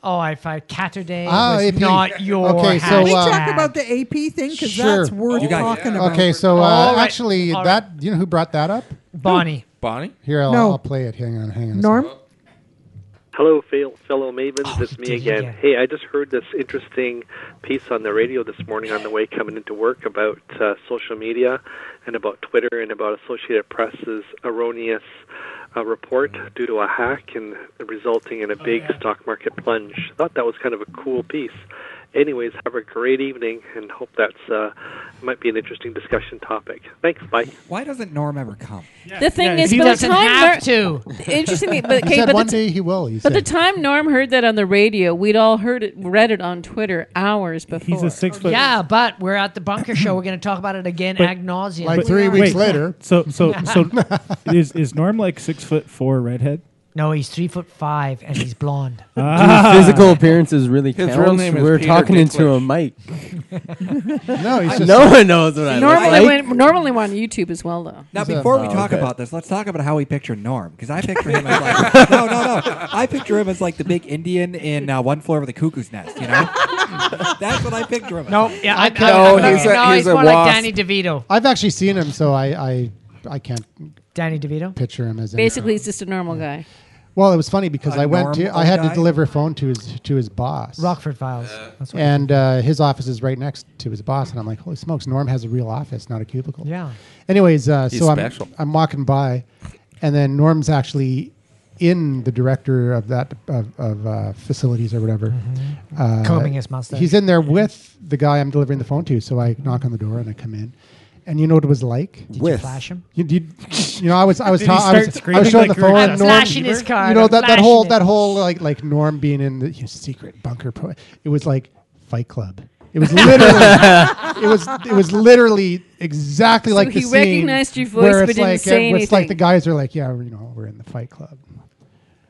[SPEAKER 2] Oh, I fight Catterday
[SPEAKER 1] Ah,
[SPEAKER 2] was
[SPEAKER 1] AP.
[SPEAKER 2] not your
[SPEAKER 1] Okay, so,
[SPEAKER 5] Can we
[SPEAKER 2] hashtag.
[SPEAKER 5] talk about the AP thing because
[SPEAKER 1] Sure.
[SPEAKER 5] that's worth
[SPEAKER 1] You guys-
[SPEAKER 5] talking about.
[SPEAKER 1] Okay, so uh,
[SPEAKER 2] All right.
[SPEAKER 1] actually,
[SPEAKER 2] All
[SPEAKER 1] that you know who brought that up?
[SPEAKER 2] Bonnie.
[SPEAKER 6] Bonnie.
[SPEAKER 1] Here, I'll,
[SPEAKER 5] No.
[SPEAKER 1] I'll play it. Hang on, hang on. a
[SPEAKER 5] Norm,
[SPEAKER 14] Hello, fel- fellow mavens.
[SPEAKER 2] Oh,
[SPEAKER 14] it's me again. Hey, I just heard this interesting piece on the radio this morning on the way coming into work about uh, social media and about Twitter and about Associated Press's erroneous uh, report due to a hack and resulting
[SPEAKER 2] Oh,
[SPEAKER 14] in a big stock market plunge. Thought that was kind of a cool piece. Anyways, have a great evening and hope that's uh, might be an interesting discussion topic. Thanks. Bye.
[SPEAKER 7] Why doesn't Norm ever come?
[SPEAKER 4] The thing
[SPEAKER 2] Yeah,
[SPEAKER 4] is,
[SPEAKER 2] he
[SPEAKER 4] by the
[SPEAKER 2] doesn't
[SPEAKER 4] time
[SPEAKER 2] have
[SPEAKER 4] Nor- (laughs)
[SPEAKER 2] (laughs)
[SPEAKER 4] Interestingly, but,
[SPEAKER 1] he
[SPEAKER 4] okay,
[SPEAKER 1] said
[SPEAKER 4] but
[SPEAKER 1] one
[SPEAKER 4] the
[SPEAKER 1] day he will. He
[SPEAKER 4] By the
[SPEAKER 1] said.
[SPEAKER 4] time Norm heard that on the radio, we'd all heard it, read it on Twitter hours before.
[SPEAKER 11] He's a six foot.
[SPEAKER 2] Yeah, but we're at the bunker show. We're going to talk about it again
[SPEAKER 11] But-
[SPEAKER 2] ad nauseum.
[SPEAKER 11] But- wait, (laughs) So so so is is Norm like six foot four redhead?
[SPEAKER 2] no, he's three foot five and
[SPEAKER 4] (laughs)
[SPEAKER 2] he's blonde.
[SPEAKER 11] Ah.
[SPEAKER 9] (laughs) Dude, physical appearances really
[SPEAKER 11] His
[SPEAKER 9] counts.
[SPEAKER 11] real name is
[SPEAKER 9] We're
[SPEAKER 11] Peter
[SPEAKER 9] talking into
[SPEAKER 11] Dinklage.
[SPEAKER 9] a mic.
[SPEAKER 4] (laughs)
[SPEAKER 1] no, he's just
[SPEAKER 9] no one knows what I look
[SPEAKER 4] normally,
[SPEAKER 9] like.
[SPEAKER 4] when, normally we're on YouTube as well, though.
[SPEAKER 7] Now, before we
[SPEAKER 9] Oh,
[SPEAKER 7] talk
[SPEAKER 9] okay.
[SPEAKER 7] about this, let's talk about how we picture Norm because I picture him as
[SPEAKER 2] (laughs)
[SPEAKER 7] like no, no, no. I picture him as like the big Indian in uh, One Floor of the Cuckoo's Nest.
[SPEAKER 2] (laughs)
[SPEAKER 7] You know, that's what I picture him. as.
[SPEAKER 2] No, yeah, I, I,
[SPEAKER 1] No,
[SPEAKER 2] I-
[SPEAKER 1] he's a-
[SPEAKER 2] no,
[SPEAKER 1] he's
[SPEAKER 2] he's,
[SPEAKER 1] a
[SPEAKER 2] more like
[SPEAKER 1] wasp.
[SPEAKER 2] Danny DeVito.
[SPEAKER 1] I've actually seen him, so I, I, I can't
[SPEAKER 2] Danny DeVito
[SPEAKER 1] picture him as anything.
[SPEAKER 4] Basically, he's just a normal guy.
[SPEAKER 1] Well, it was funny because
[SPEAKER 4] A
[SPEAKER 1] I went to
[SPEAKER 4] normal
[SPEAKER 1] I had
[SPEAKER 4] guy?
[SPEAKER 1] to deliver a phone to his to his boss.
[SPEAKER 2] Rockford Files. That's what-
[SPEAKER 1] and uh, his office is right next to his boss, and I'm like, holy smokes, Norm has a real office, not a cubicle.
[SPEAKER 2] Yeah.
[SPEAKER 1] Anyways, uh,
[SPEAKER 6] He's
[SPEAKER 1] so I'm
[SPEAKER 6] special.
[SPEAKER 1] I'm walking by, and then Norm's actually in the director of that of, of uh, facilities or whatever, uh,
[SPEAKER 2] Mm-hmm. Combing his mustache.
[SPEAKER 1] He's in there with the guy I'm delivering the phone to. So I knock on the door and I come in. And you know what it was like?
[SPEAKER 2] Did you With. flash him?
[SPEAKER 1] You, you, you know, I was, I was,
[SPEAKER 2] Did
[SPEAKER 1] ta-
[SPEAKER 2] he
[SPEAKER 1] I
[SPEAKER 2] start
[SPEAKER 1] was, I
[SPEAKER 2] screaming
[SPEAKER 1] was showing
[SPEAKER 2] like
[SPEAKER 1] the phone.
[SPEAKER 2] Greta
[SPEAKER 1] and
[SPEAKER 2] Thunberg?
[SPEAKER 1] Norm,
[SPEAKER 2] I'm flashing his card,
[SPEAKER 1] You know
[SPEAKER 2] I'm
[SPEAKER 1] that, that
[SPEAKER 2] flashing
[SPEAKER 1] whole
[SPEAKER 2] it.
[SPEAKER 1] that whole like like Norm being in the you know, secret bunker. Pro- it was like Fight Club. It was literally it was it was literally exactly
[SPEAKER 4] So
[SPEAKER 1] like the
[SPEAKER 4] he
[SPEAKER 1] scene
[SPEAKER 4] recognized your voice
[SPEAKER 1] where
[SPEAKER 4] but
[SPEAKER 1] it's
[SPEAKER 4] didn't
[SPEAKER 1] like,
[SPEAKER 4] say
[SPEAKER 1] where It's like
[SPEAKER 4] anything.
[SPEAKER 1] the guys are like, yeah, you know, we're in the Fight Club.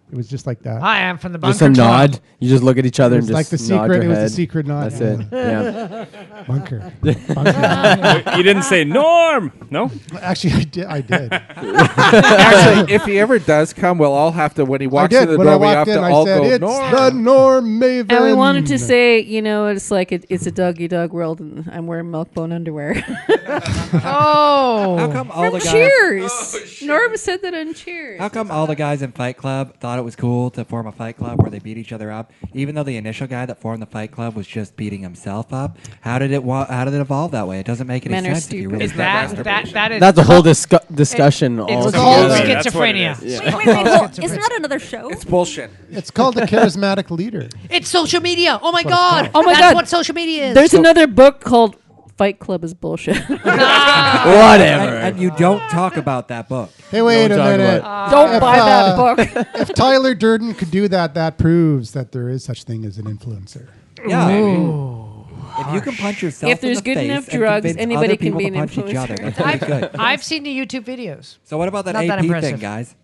[SPEAKER 1] It was just like that.
[SPEAKER 2] I am from the
[SPEAKER 9] Just a
[SPEAKER 2] Bunker Club.
[SPEAKER 9] nod. You just look at each other
[SPEAKER 1] It
[SPEAKER 9] and
[SPEAKER 1] was
[SPEAKER 9] just
[SPEAKER 1] like the
[SPEAKER 9] nod
[SPEAKER 1] secret-
[SPEAKER 9] your
[SPEAKER 1] it was the
[SPEAKER 9] head.
[SPEAKER 1] secret nod.
[SPEAKER 9] That's it.
[SPEAKER 1] (laughs)
[SPEAKER 9] Yeah.
[SPEAKER 1] Bunker.
[SPEAKER 3] you didn't say Norm. No.
[SPEAKER 1] Actually, I did. I
[SPEAKER 6] (laughs)
[SPEAKER 1] did.
[SPEAKER 6] Actually, if he ever does come, we'll all have to when he walks
[SPEAKER 1] I
[SPEAKER 6] in
[SPEAKER 1] did.
[SPEAKER 6] the
[SPEAKER 1] When
[SPEAKER 6] door.
[SPEAKER 1] I
[SPEAKER 6] We
[SPEAKER 1] walked
[SPEAKER 6] have
[SPEAKER 1] in,
[SPEAKER 6] to
[SPEAKER 1] I
[SPEAKER 6] all
[SPEAKER 1] said,
[SPEAKER 6] go.
[SPEAKER 1] "It's
[SPEAKER 6] Norm.
[SPEAKER 1] the Norm Maven."
[SPEAKER 4] And we wanted to say, you know, it's like it, it's a doggy dog world, and I'm wearing milk bone underwear.
[SPEAKER 2] oh,
[SPEAKER 7] How come all
[SPEAKER 4] From
[SPEAKER 7] the guys- Oh,
[SPEAKER 4] Cheers. Norm said that on Cheers.
[SPEAKER 7] How come all the guys in Fight Club thought it was cool to form a fight club where they beat each other up, even though the initial guy that formed the fight club was just beating himself up? How did it? Wa- how did it evolve that way? It doesn't make any
[SPEAKER 4] Men are
[SPEAKER 7] sense. If you
[SPEAKER 4] stupid.
[SPEAKER 7] really
[SPEAKER 4] Is
[SPEAKER 7] think
[SPEAKER 4] that-
[SPEAKER 7] about it.
[SPEAKER 2] that that is
[SPEAKER 9] That's a whole
[SPEAKER 2] called-
[SPEAKER 9] discu- discussion
[SPEAKER 2] It-
[SPEAKER 9] all
[SPEAKER 2] it's called
[SPEAKER 9] together.
[SPEAKER 3] That's what it
[SPEAKER 2] schizophrenia.
[SPEAKER 3] is.
[SPEAKER 2] It's
[SPEAKER 3] Wait,
[SPEAKER 2] called
[SPEAKER 8] Wait, wait, hold-
[SPEAKER 2] (laughs) schizophrenia.
[SPEAKER 8] isn't that another show?
[SPEAKER 6] It's bullshit.
[SPEAKER 1] It's called the charismatic leader.
[SPEAKER 2] It's social media. Oh my
[SPEAKER 1] That's what
[SPEAKER 2] god.
[SPEAKER 1] it's
[SPEAKER 4] Oh my
[SPEAKER 2] That's
[SPEAKER 4] God.
[SPEAKER 2] what social media is.
[SPEAKER 4] There's another book called Fight Club is Bullshit.
[SPEAKER 7] Whatever. And, and you don't talk about that book.
[SPEAKER 1] Hey, wait
[SPEAKER 7] Ah. Don't
[SPEAKER 1] a
[SPEAKER 7] talk
[SPEAKER 1] minute.
[SPEAKER 7] about
[SPEAKER 4] Don't buy
[SPEAKER 1] (laughs)
[SPEAKER 4] that
[SPEAKER 1] book. if Tyler Durden could do that, that proves that there is such thing as an influencer.
[SPEAKER 7] Yeah, I mean,
[SPEAKER 2] if
[SPEAKER 7] you can punch yourself
[SPEAKER 4] If there's
[SPEAKER 7] in the
[SPEAKER 4] good
[SPEAKER 7] face
[SPEAKER 4] enough
[SPEAKER 7] and
[SPEAKER 4] drugs,
[SPEAKER 7] convince
[SPEAKER 4] anybody
[SPEAKER 7] other
[SPEAKER 4] can
[SPEAKER 7] people
[SPEAKER 4] be
[SPEAKER 7] to
[SPEAKER 4] an
[SPEAKER 7] punch each other.
[SPEAKER 4] influencer.
[SPEAKER 7] That's pretty good.
[SPEAKER 2] I've seen the YouTube videos.
[SPEAKER 7] So what about that
[SPEAKER 2] Not that
[SPEAKER 7] AP thing,
[SPEAKER 2] impressive.
[SPEAKER 7] guys?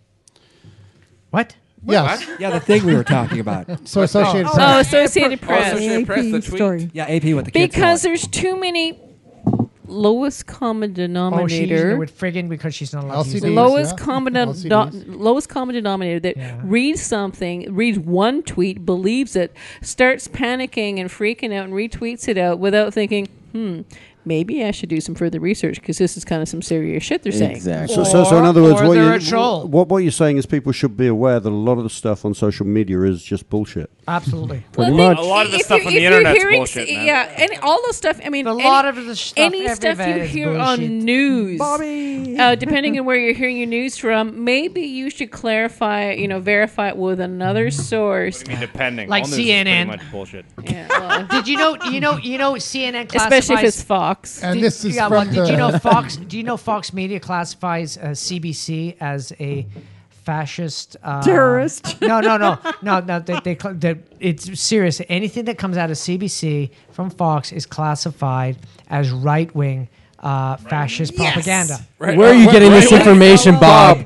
[SPEAKER 2] What?
[SPEAKER 1] Yes.
[SPEAKER 7] Yeah, the thing we were talking about.
[SPEAKER 1] (laughs) So Associated
[SPEAKER 4] Oh, Press. Associated Press.
[SPEAKER 5] AP story.
[SPEAKER 7] Yeah, AP with the kids.
[SPEAKER 4] because there's too many lowest common
[SPEAKER 2] Oh, she used
[SPEAKER 4] denominator.
[SPEAKER 2] it with friggin' because she's not allowed to use it.
[SPEAKER 1] LCDs,
[SPEAKER 4] lowest
[SPEAKER 1] yeah.
[SPEAKER 4] common
[SPEAKER 1] LCDs.
[SPEAKER 4] denom- lowest common denominator that reads something, reads one tweet, believes it, starts panicking and freaking out, and retweets it out without thinking, hmm, maybe I should do some further research because this is kind of some serious shit they're saying.
[SPEAKER 9] Exactly.
[SPEAKER 12] So, so, so in
[SPEAKER 2] Or-
[SPEAKER 12] other words,
[SPEAKER 2] or
[SPEAKER 12] what
[SPEAKER 2] they're
[SPEAKER 12] you
[SPEAKER 2] a troll.
[SPEAKER 12] what what you're saying is people should be aware that a lot of the stuff on social media is just bullshit.
[SPEAKER 2] Absolutely.
[SPEAKER 12] Pretty
[SPEAKER 4] Well, I
[SPEAKER 12] much.
[SPEAKER 4] think
[SPEAKER 3] A lot of the
[SPEAKER 4] if
[SPEAKER 3] stuff
[SPEAKER 4] you're-
[SPEAKER 3] on the
[SPEAKER 4] if you're
[SPEAKER 3] internet's
[SPEAKER 4] hearing-
[SPEAKER 3] bullshit, man.
[SPEAKER 4] Yeah, and all the stuff. I mean,
[SPEAKER 2] A
[SPEAKER 4] any-
[SPEAKER 2] lot of the stuff
[SPEAKER 4] any stuff
[SPEAKER 2] everywhere
[SPEAKER 4] you
[SPEAKER 2] is
[SPEAKER 4] hear
[SPEAKER 2] bullshit.
[SPEAKER 4] on news,
[SPEAKER 5] Bobby.
[SPEAKER 4] uh, depending on where you're hearing your news from, maybe you should clarify. You know, verify it with another source.
[SPEAKER 3] I mean, depending.
[SPEAKER 2] Like
[SPEAKER 3] All news is
[SPEAKER 2] CNN.
[SPEAKER 3] Pretty much bullshit.
[SPEAKER 4] Yeah, well,
[SPEAKER 2] Did you know? You know? You know? CNN classifies.
[SPEAKER 4] especially if it's Fox.
[SPEAKER 1] And
[SPEAKER 2] Did-
[SPEAKER 1] this is
[SPEAKER 2] yeah,
[SPEAKER 1] from
[SPEAKER 2] well,
[SPEAKER 1] the.
[SPEAKER 2] did you know Fox? Do you know Fox Media classifies uh, CBC as a fascist uh,
[SPEAKER 5] Terrorist.
[SPEAKER 2] No, no, no, no, no. They, they, cl- they, it's serious. Anything that comes out of CBC from Fox is classified as right wing uh, fascist
[SPEAKER 4] Yes.
[SPEAKER 2] propaganda.
[SPEAKER 9] Where are you getting this
[SPEAKER 6] Right.
[SPEAKER 9] information, Bob?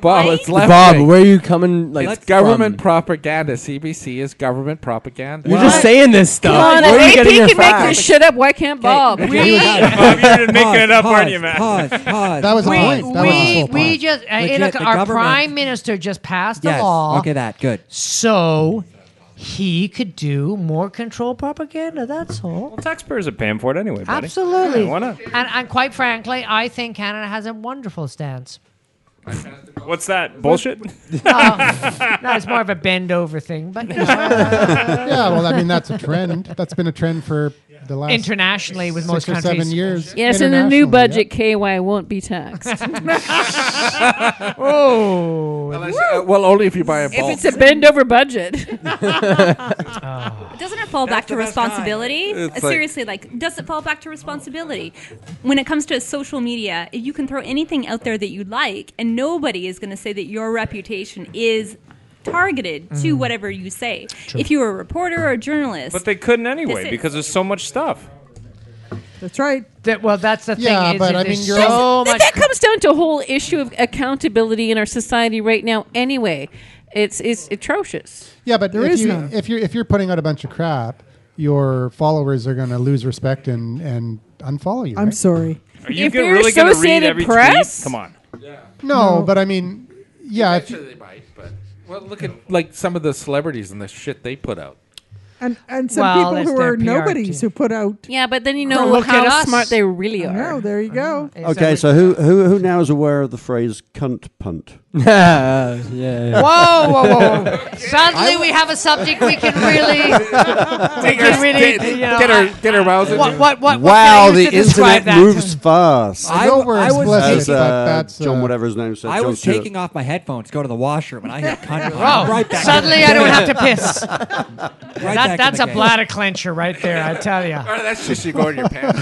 [SPEAKER 6] Bob, Bob, it's left
[SPEAKER 9] Bob,
[SPEAKER 6] wing.
[SPEAKER 9] where are you coming? Like
[SPEAKER 6] it's government
[SPEAKER 9] From?
[SPEAKER 6] propaganda. CBC is government propaganda.
[SPEAKER 9] You're just saying this stuff.
[SPEAKER 4] Come on,
[SPEAKER 9] where
[SPEAKER 4] if
[SPEAKER 9] are you
[SPEAKER 4] AP
[SPEAKER 9] getting your
[SPEAKER 4] can
[SPEAKER 9] facts?
[SPEAKER 4] make this shit up, why can't Bob?
[SPEAKER 3] Bob, you're just making
[SPEAKER 7] Pause,
[SPEAKER 3] it up, aren't
[SPEAKER 7] pause,
[SPEAKER 3] you, man? (laughs)
[SPEAKER 7] Ppause, pause.
[SPEAKER 1] That was a
[SPEAKER 2] We,
[SPEAKER 1] point. That was his
[SPEAKER 2] we,
[SPEAKER 1] whole
[SPEAKER 2] we
[SPEAKER 1] point.
[SPEAKER 2] just uh,
[SPEAKER 7] Legit,
[SPEAKER 2] in a-
[SPEAKER 7] the
[SPEAKER 2] our
[SPEAKER 7] government-
[SPEAKER 2] prime minister just passed a
[SPEAKER 7] Yes.
[SPEAKER 2] law
[SPEAKER 7] Okay, that good.
[SPEAKER 2] so he could do more control propaganda. That's all.
[SPEAKER 3] Well, taxpayers are paying for it anyway, buddy.
[SPEAKER 2] Absolutely.
[SPEAKER 3] Yeah, why not?
[SPEAKER 2] And, and quite frankly, I think Canada has a wonderful stance.
[SPEAKER 3] What's that bullshit?
[SPEAKER 2] No, it's Um, more of a bend over thing, but you know,
[SPEAKER 1] (laughs) (laughs) Yeah, well, I mean, that's a trend. That's been a trend for the last
[SPEAKER 2] internationally with
[SPEAKER 1] six
[SPEAKER 2] most
[SPEAKER 1] or
[SPEAKER 2] countries.
[SPEAKER 1] seven years.
[SPEAKER 4] Yes, in the new
[SPEAKER 1] Internationally,
[SPEAKER 4] budget, KY won't be taxed.
[SPEAKER 6] (laughs)
[SPEAKER 4] (laughs)
[SPEAKER 2] Oh,
[SPEAKER 6] Unless- uh, well, only if you buy a
[SPEAKER 4] if
[SPEAKER 6] bulk.
[SPEAKER 4] it's a bend over
[SPEAKER 3] (laughs)
[SPEAKER 4] budget. (laughs)
[SPEAKER 8] Doesn't it fall back to responsibility?
[SPEAKER 6] It's
[SPEAKER 8] Uh,
[SPEAKER 6] like-
[SPEAKER 8] Seriously, like, does it fall back to responsibility? When it comes to social media, you can throw anything out there that you like, and nobody is going to say that your reputation is targeted to
[SPEAKER 6] Mm.
[SPEAKER 8] whatever you say. If you were a reporter or a journalist,
[SPEAKER 3] But they couldn't anyway
[SPEAKER 8] This is-
[SPEAKER 3] because there's so much stuff.
[SPEAKER 5] That's right.
[SPEAKER 2] That- well, that's the thing.
[SPEAKER 1] Yeah,
[SPEAKER 2] is
[SPEAKER 1] but
[SPEAKER 2] that
[SPEAKER 1] I
[SPEAKER 2] there's
[SPEAKER 1] mean, you're
[SPEAKER 2] so
[SPEAKER 4] that,
[SPEAKER 2] much.
[SPEAKER 4] that comes down to a whole issue of accountability in our society right now. Anyway, it's it's atrocious.
[SPEAKER 1] Yeah, but
[SPEAKER 5] There
[SPEAKER 1] if
[SPEAKER 5] is
[SPEAKER 1] you
[SPEAKER 5] none.
[SPEAKER 1] if you're if you're putting out a bunch of crap, your followers are going to lose respect and and unfollow you.
[SPEAKER 5] I'm
[SPEAKER 1] right?
[SPEAKER 5] sorry.
[SPEAKER 3] Are you
[SPEAKER 4] If
[SPEAKER 3] gonna
[SPEAKER 4] you're
[SPEAKER 3] really going to read
[SPEAKER 4] Associated
[SPEAKER 3] every
[SPEAKER 4] Press?
[SPEAKER 3] tweet? Come on.
[SPEAKER 1] no, but I mean, yeah, if,
[SPEAKER 6] Sure they might, but well, look at like some of the celebrities and the shit they put out.
[SPEAKER 5] And and some
[SPEAKER 2] Well, it's
[SPEAKER 5] people who
[SPEAKER 2] their
[SPEAKER 5] are
[SPEAKER 2] PR
[SPEAKER 5] nobodies
[SPEAKER 2] team.
[SPEAKER 5] who put out.
[SPEAKER 4] Yeah, but then you know
[SPEAKER 2] Well, look at
[SPEAKER 4] how
[SPEAKER 2] us.
[SPEAKER 4] smart they really are.
[SPEAKER 5] No, there you go.
[SPEAKER 12] Okay, so who who who now is aware of the phrase "cunt
[SPEAKER 1] (laughs)
[SPEAKER 12] punt"?
[SPEAKER 9] yeah, yeah.
[SPEAKER 2] Whoa, whoa, whoa, whoa. Suddenly we have a subject we
[SPEAKER 1] (laughs)
[SPEAKER 2] can really, we can really, you know,
[SPEAKER 6] Get her, get her mouse. in
[SPEAKER 2] what,
[SPEAKER 6] there.
[SPEAKER 2] what, what,
[SPEAKER 12] Wow,
[SPEAKER 2] what can I
[SPEAKER 12] the
[SPEAKER 2] use to describe
[SPEAKER 12] internet
[SPEAKER 2] that?
[SPEAKER 12] moves fast.
[SPEAKER 1] I
[SPEAKER 7] I
[SPEAKER 1] know
[SPEAKER 7] w-
[SPEAKER 1] we're
[SPEAKER 7] I was
[SPEAKER 1] explicit,
[SPEAKER 12] As
[SPEAKER 7] taking-
[SPEAKER 1] but
[SPEAKER 12] uh,
[SPEAKER 1] that's
[SPEAKER 12] John,
[SPEAKER 1] uh,
[SPEAKER 12] whatever his name said.
[SPEAKER 7] I
[SPEAKER 12] John
[SPEAKER 7] was
[SPEAKER 12] Stewart.
[SPEAKER 7] taking off my headphones, to go to the washroom, and I hit
[SPEAKER 2] (laughs)
[SPEAKER 7] cunt.
[SPEAKER 2] Oh,
[SPEAKER 7] right back.
[SPEAKER 2] suddenly I
[SPEAKER 7] (laughs)
[SPEAKER 2] don't have to piss.
[SPEAKER 7] right back
[SPEAKER 2] That,
[SPEAKER 7] in
[SPEAKER 2] that's
[SPEAKER 7] the
[SPEAKER 2] a
[SPEAKER 7] game.
[SPEAKER 2] bladder clencher right there, I tell you.
[SPEAKER 6] Oh, that's just you going in your
[SPEAKER 2] (laughs)
[SPEAKER 6] pants.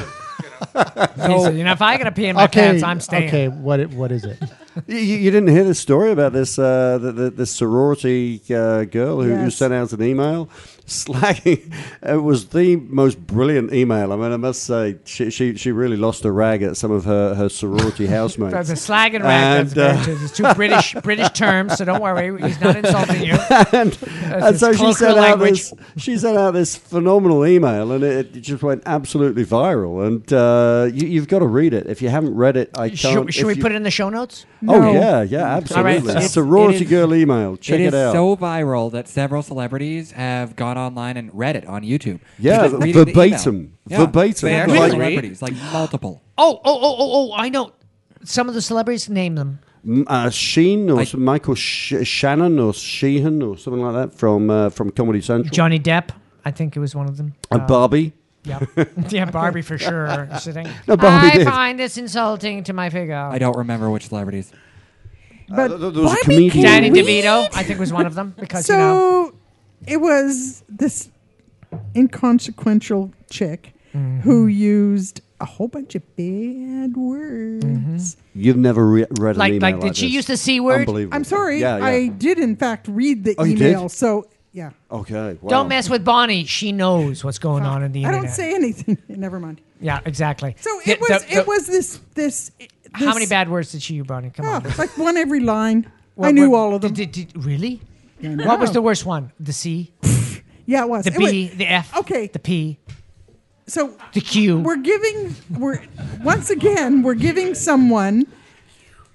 [SPEAKER 2] you know, if I gotta pee in my
[SPEAKER 1] okay,
[SPEAKER 2] pants, I'm staying.
[SPEAKER 1] Okay, what it, what is it?
[SPEAKER 12] You, you you didn't hear this story about this uh, the, the, this sorority uh, girl who, who
[SPEAKER 5] Yes.
[SPEAKER 12] sent out an email slacking. (laughs) It was the most brilliant email. I mean, I must say, she she, she really lost a rag at some of her, her
[SPEAKER 2] (laughs)
[SPEAKER 12] sorority housemates.
[SPEAKER 2] That's a slag and rag.
[SPEAKER 12] And,
[SPEAKER 2] that's
[SPEAKER 12] uh,
[SPEAKER 2] very, it's two British British terms, so don't worry. He's not insulting you.
[SPEAKER 12] (laughs) and,
[SPEAKER 2] That's
[SPEAKER 12] (laughs) and
[SPEAKER 2] his
[SPEAKER 12] so she
[SPEAKER 2] colloquial
[SPEAKER 12] sent out
[SPEAKER 2] language.
[SPEAKER 12] this she sent out this phenomenal email, and it, it just went absolutely viral. And uh, you, you've got to read it if you haven't read it. I can't.
[SPEAKER 2] Should, should
[SPEAKER 12] if
[SPEAKER 2] we
[SPEAKER 12] you-
[SPEAKER 2] put it in the show notes?
[SPEAKER 12] Oh yeah, yeah,
[SPEAKER 7] All
[SPEAKER 12] absolutely.
[SPEAKER 7] right, so it's-
[SPEAKER 12] sorority
[SPEAKER 7] it is-
[SPEAKER 12] girl email. Check it,
[SPEAKER 7] is
[SPEAKER 12] out.
[SPEAKER 7] so viral that several celebrities have gone online and read it on YouTube.
[SPEAKER 12] Yeah,
[SPEAKER 7] Just
[SPEAKER 12] v-
[SPEAKER 7] reading the email.
[SPEAKER 12] verbatim. Verbatim.
[SPEAKER 7] Multiple
[SPEAKER 12] Really?
[SPEAKER 7] celebrities, like multiple.
[SPEAKER 2] Oh, oh, oh, oh, oh! I know some of the celebrities. Name them.
[SPEAKER 12] M- uh, Sheen or some- Michael Sh- Shannon or Sheehan or something like that from uh, from Comedy Central.
[SPEAKER 2] Johnny Depp. I think it was one of them. Uh,
[SPEAKER 12] and Uh,
[SPEAKER 5] uh,
[SPEAKER 12] Barbie. (laughs)
[SPEAKER 2] Yeah, yeah, Barbie for
[SPEAKER 3] (laughs)
[SPEAKER 2] sure. Sitting.
[SPEAKER 12] No, Barbie
[SPEAKER 2] I
[SPEAKER 12] did.
[SPEAKER 2] find this insulting to my figure.
[SPEAKER 7] I don't remember which celebrities.
[SPEAKER 5] But
[SPEAKER 12] Uh, th- th- there was a comedian.
[SPEAKER 2] Danny DeVito, I think, was one of them because
[SPEAKER 5] so
[SPEAKER 2] you know.
[SPEAKER 5] it was this inconsequential chick
[SPEAKER 2] Mm-hmm.
[SPEAKER 5] who used a whole bunch of bad words.
[SPEAKER 2] Mm-hmm.
[SPEAKER 12] You've never re- read
[SPEAKER 5] Like-
[SPEAKER 12] an email
[SPEAKER 5] like,
[SPEAKER 12] like,
[SPEAKER 5] did she
[SPEAKER 12] this.
[SPEAKER 5] use the C word?
[SPEAKER 12] Unbelievable.
[SPEAKER 5] I'm sorry,
[SPEAKER 12] Yeah, yeah.
[SPEAKER 5] I did in fact read the
[SPEAKER 12] Oh, you did?
[SPEAKER 5] email. So yeah,
[SPEAKER 12] okay. Wow.
[SPEAKER 2] Don't mess with Bonnie. She knows what's going on in the
[SPEAKER 5] I
[SPEAKER 2] internet.
[SPEAKER 5] don't say anything. (laughs) Never mind.
[SPEAKER 2] Yeah, exactly.
[SPEAKER 5] So
[SPEAKER 2] The-
[SPEAKER 5] it was
[SPEAKER 2] the- the-
[SPEAKER 5] it was this this.
[SPEAKER 2] How
[SPEAKER 5] this-
[SPEAKER 2] many bad words did she use, Bonnie? Come
[SPEAKER 5] Oh,
[SPEAKER 2] on.
[SPEAKER 5] like one every line.
[SPEAKER 2] What-
[SPEAKER 5] I knew
[SPEAKER 2] what-
[SPEAKER 5] all of them.
[SPEAKER 2] Did, did, really? What was the worst one? The C,
[SPEAKER 5] Yeah, it was
[SPEAKER 2] the
[SPEAKER 5] It was-
[SPEAKER 2] B, the F, okay, the P.
[SPEAKER 5] So
[SPEAKER 2] the Q.
[SPEAKER 5] We're giving we're once again we're giving someone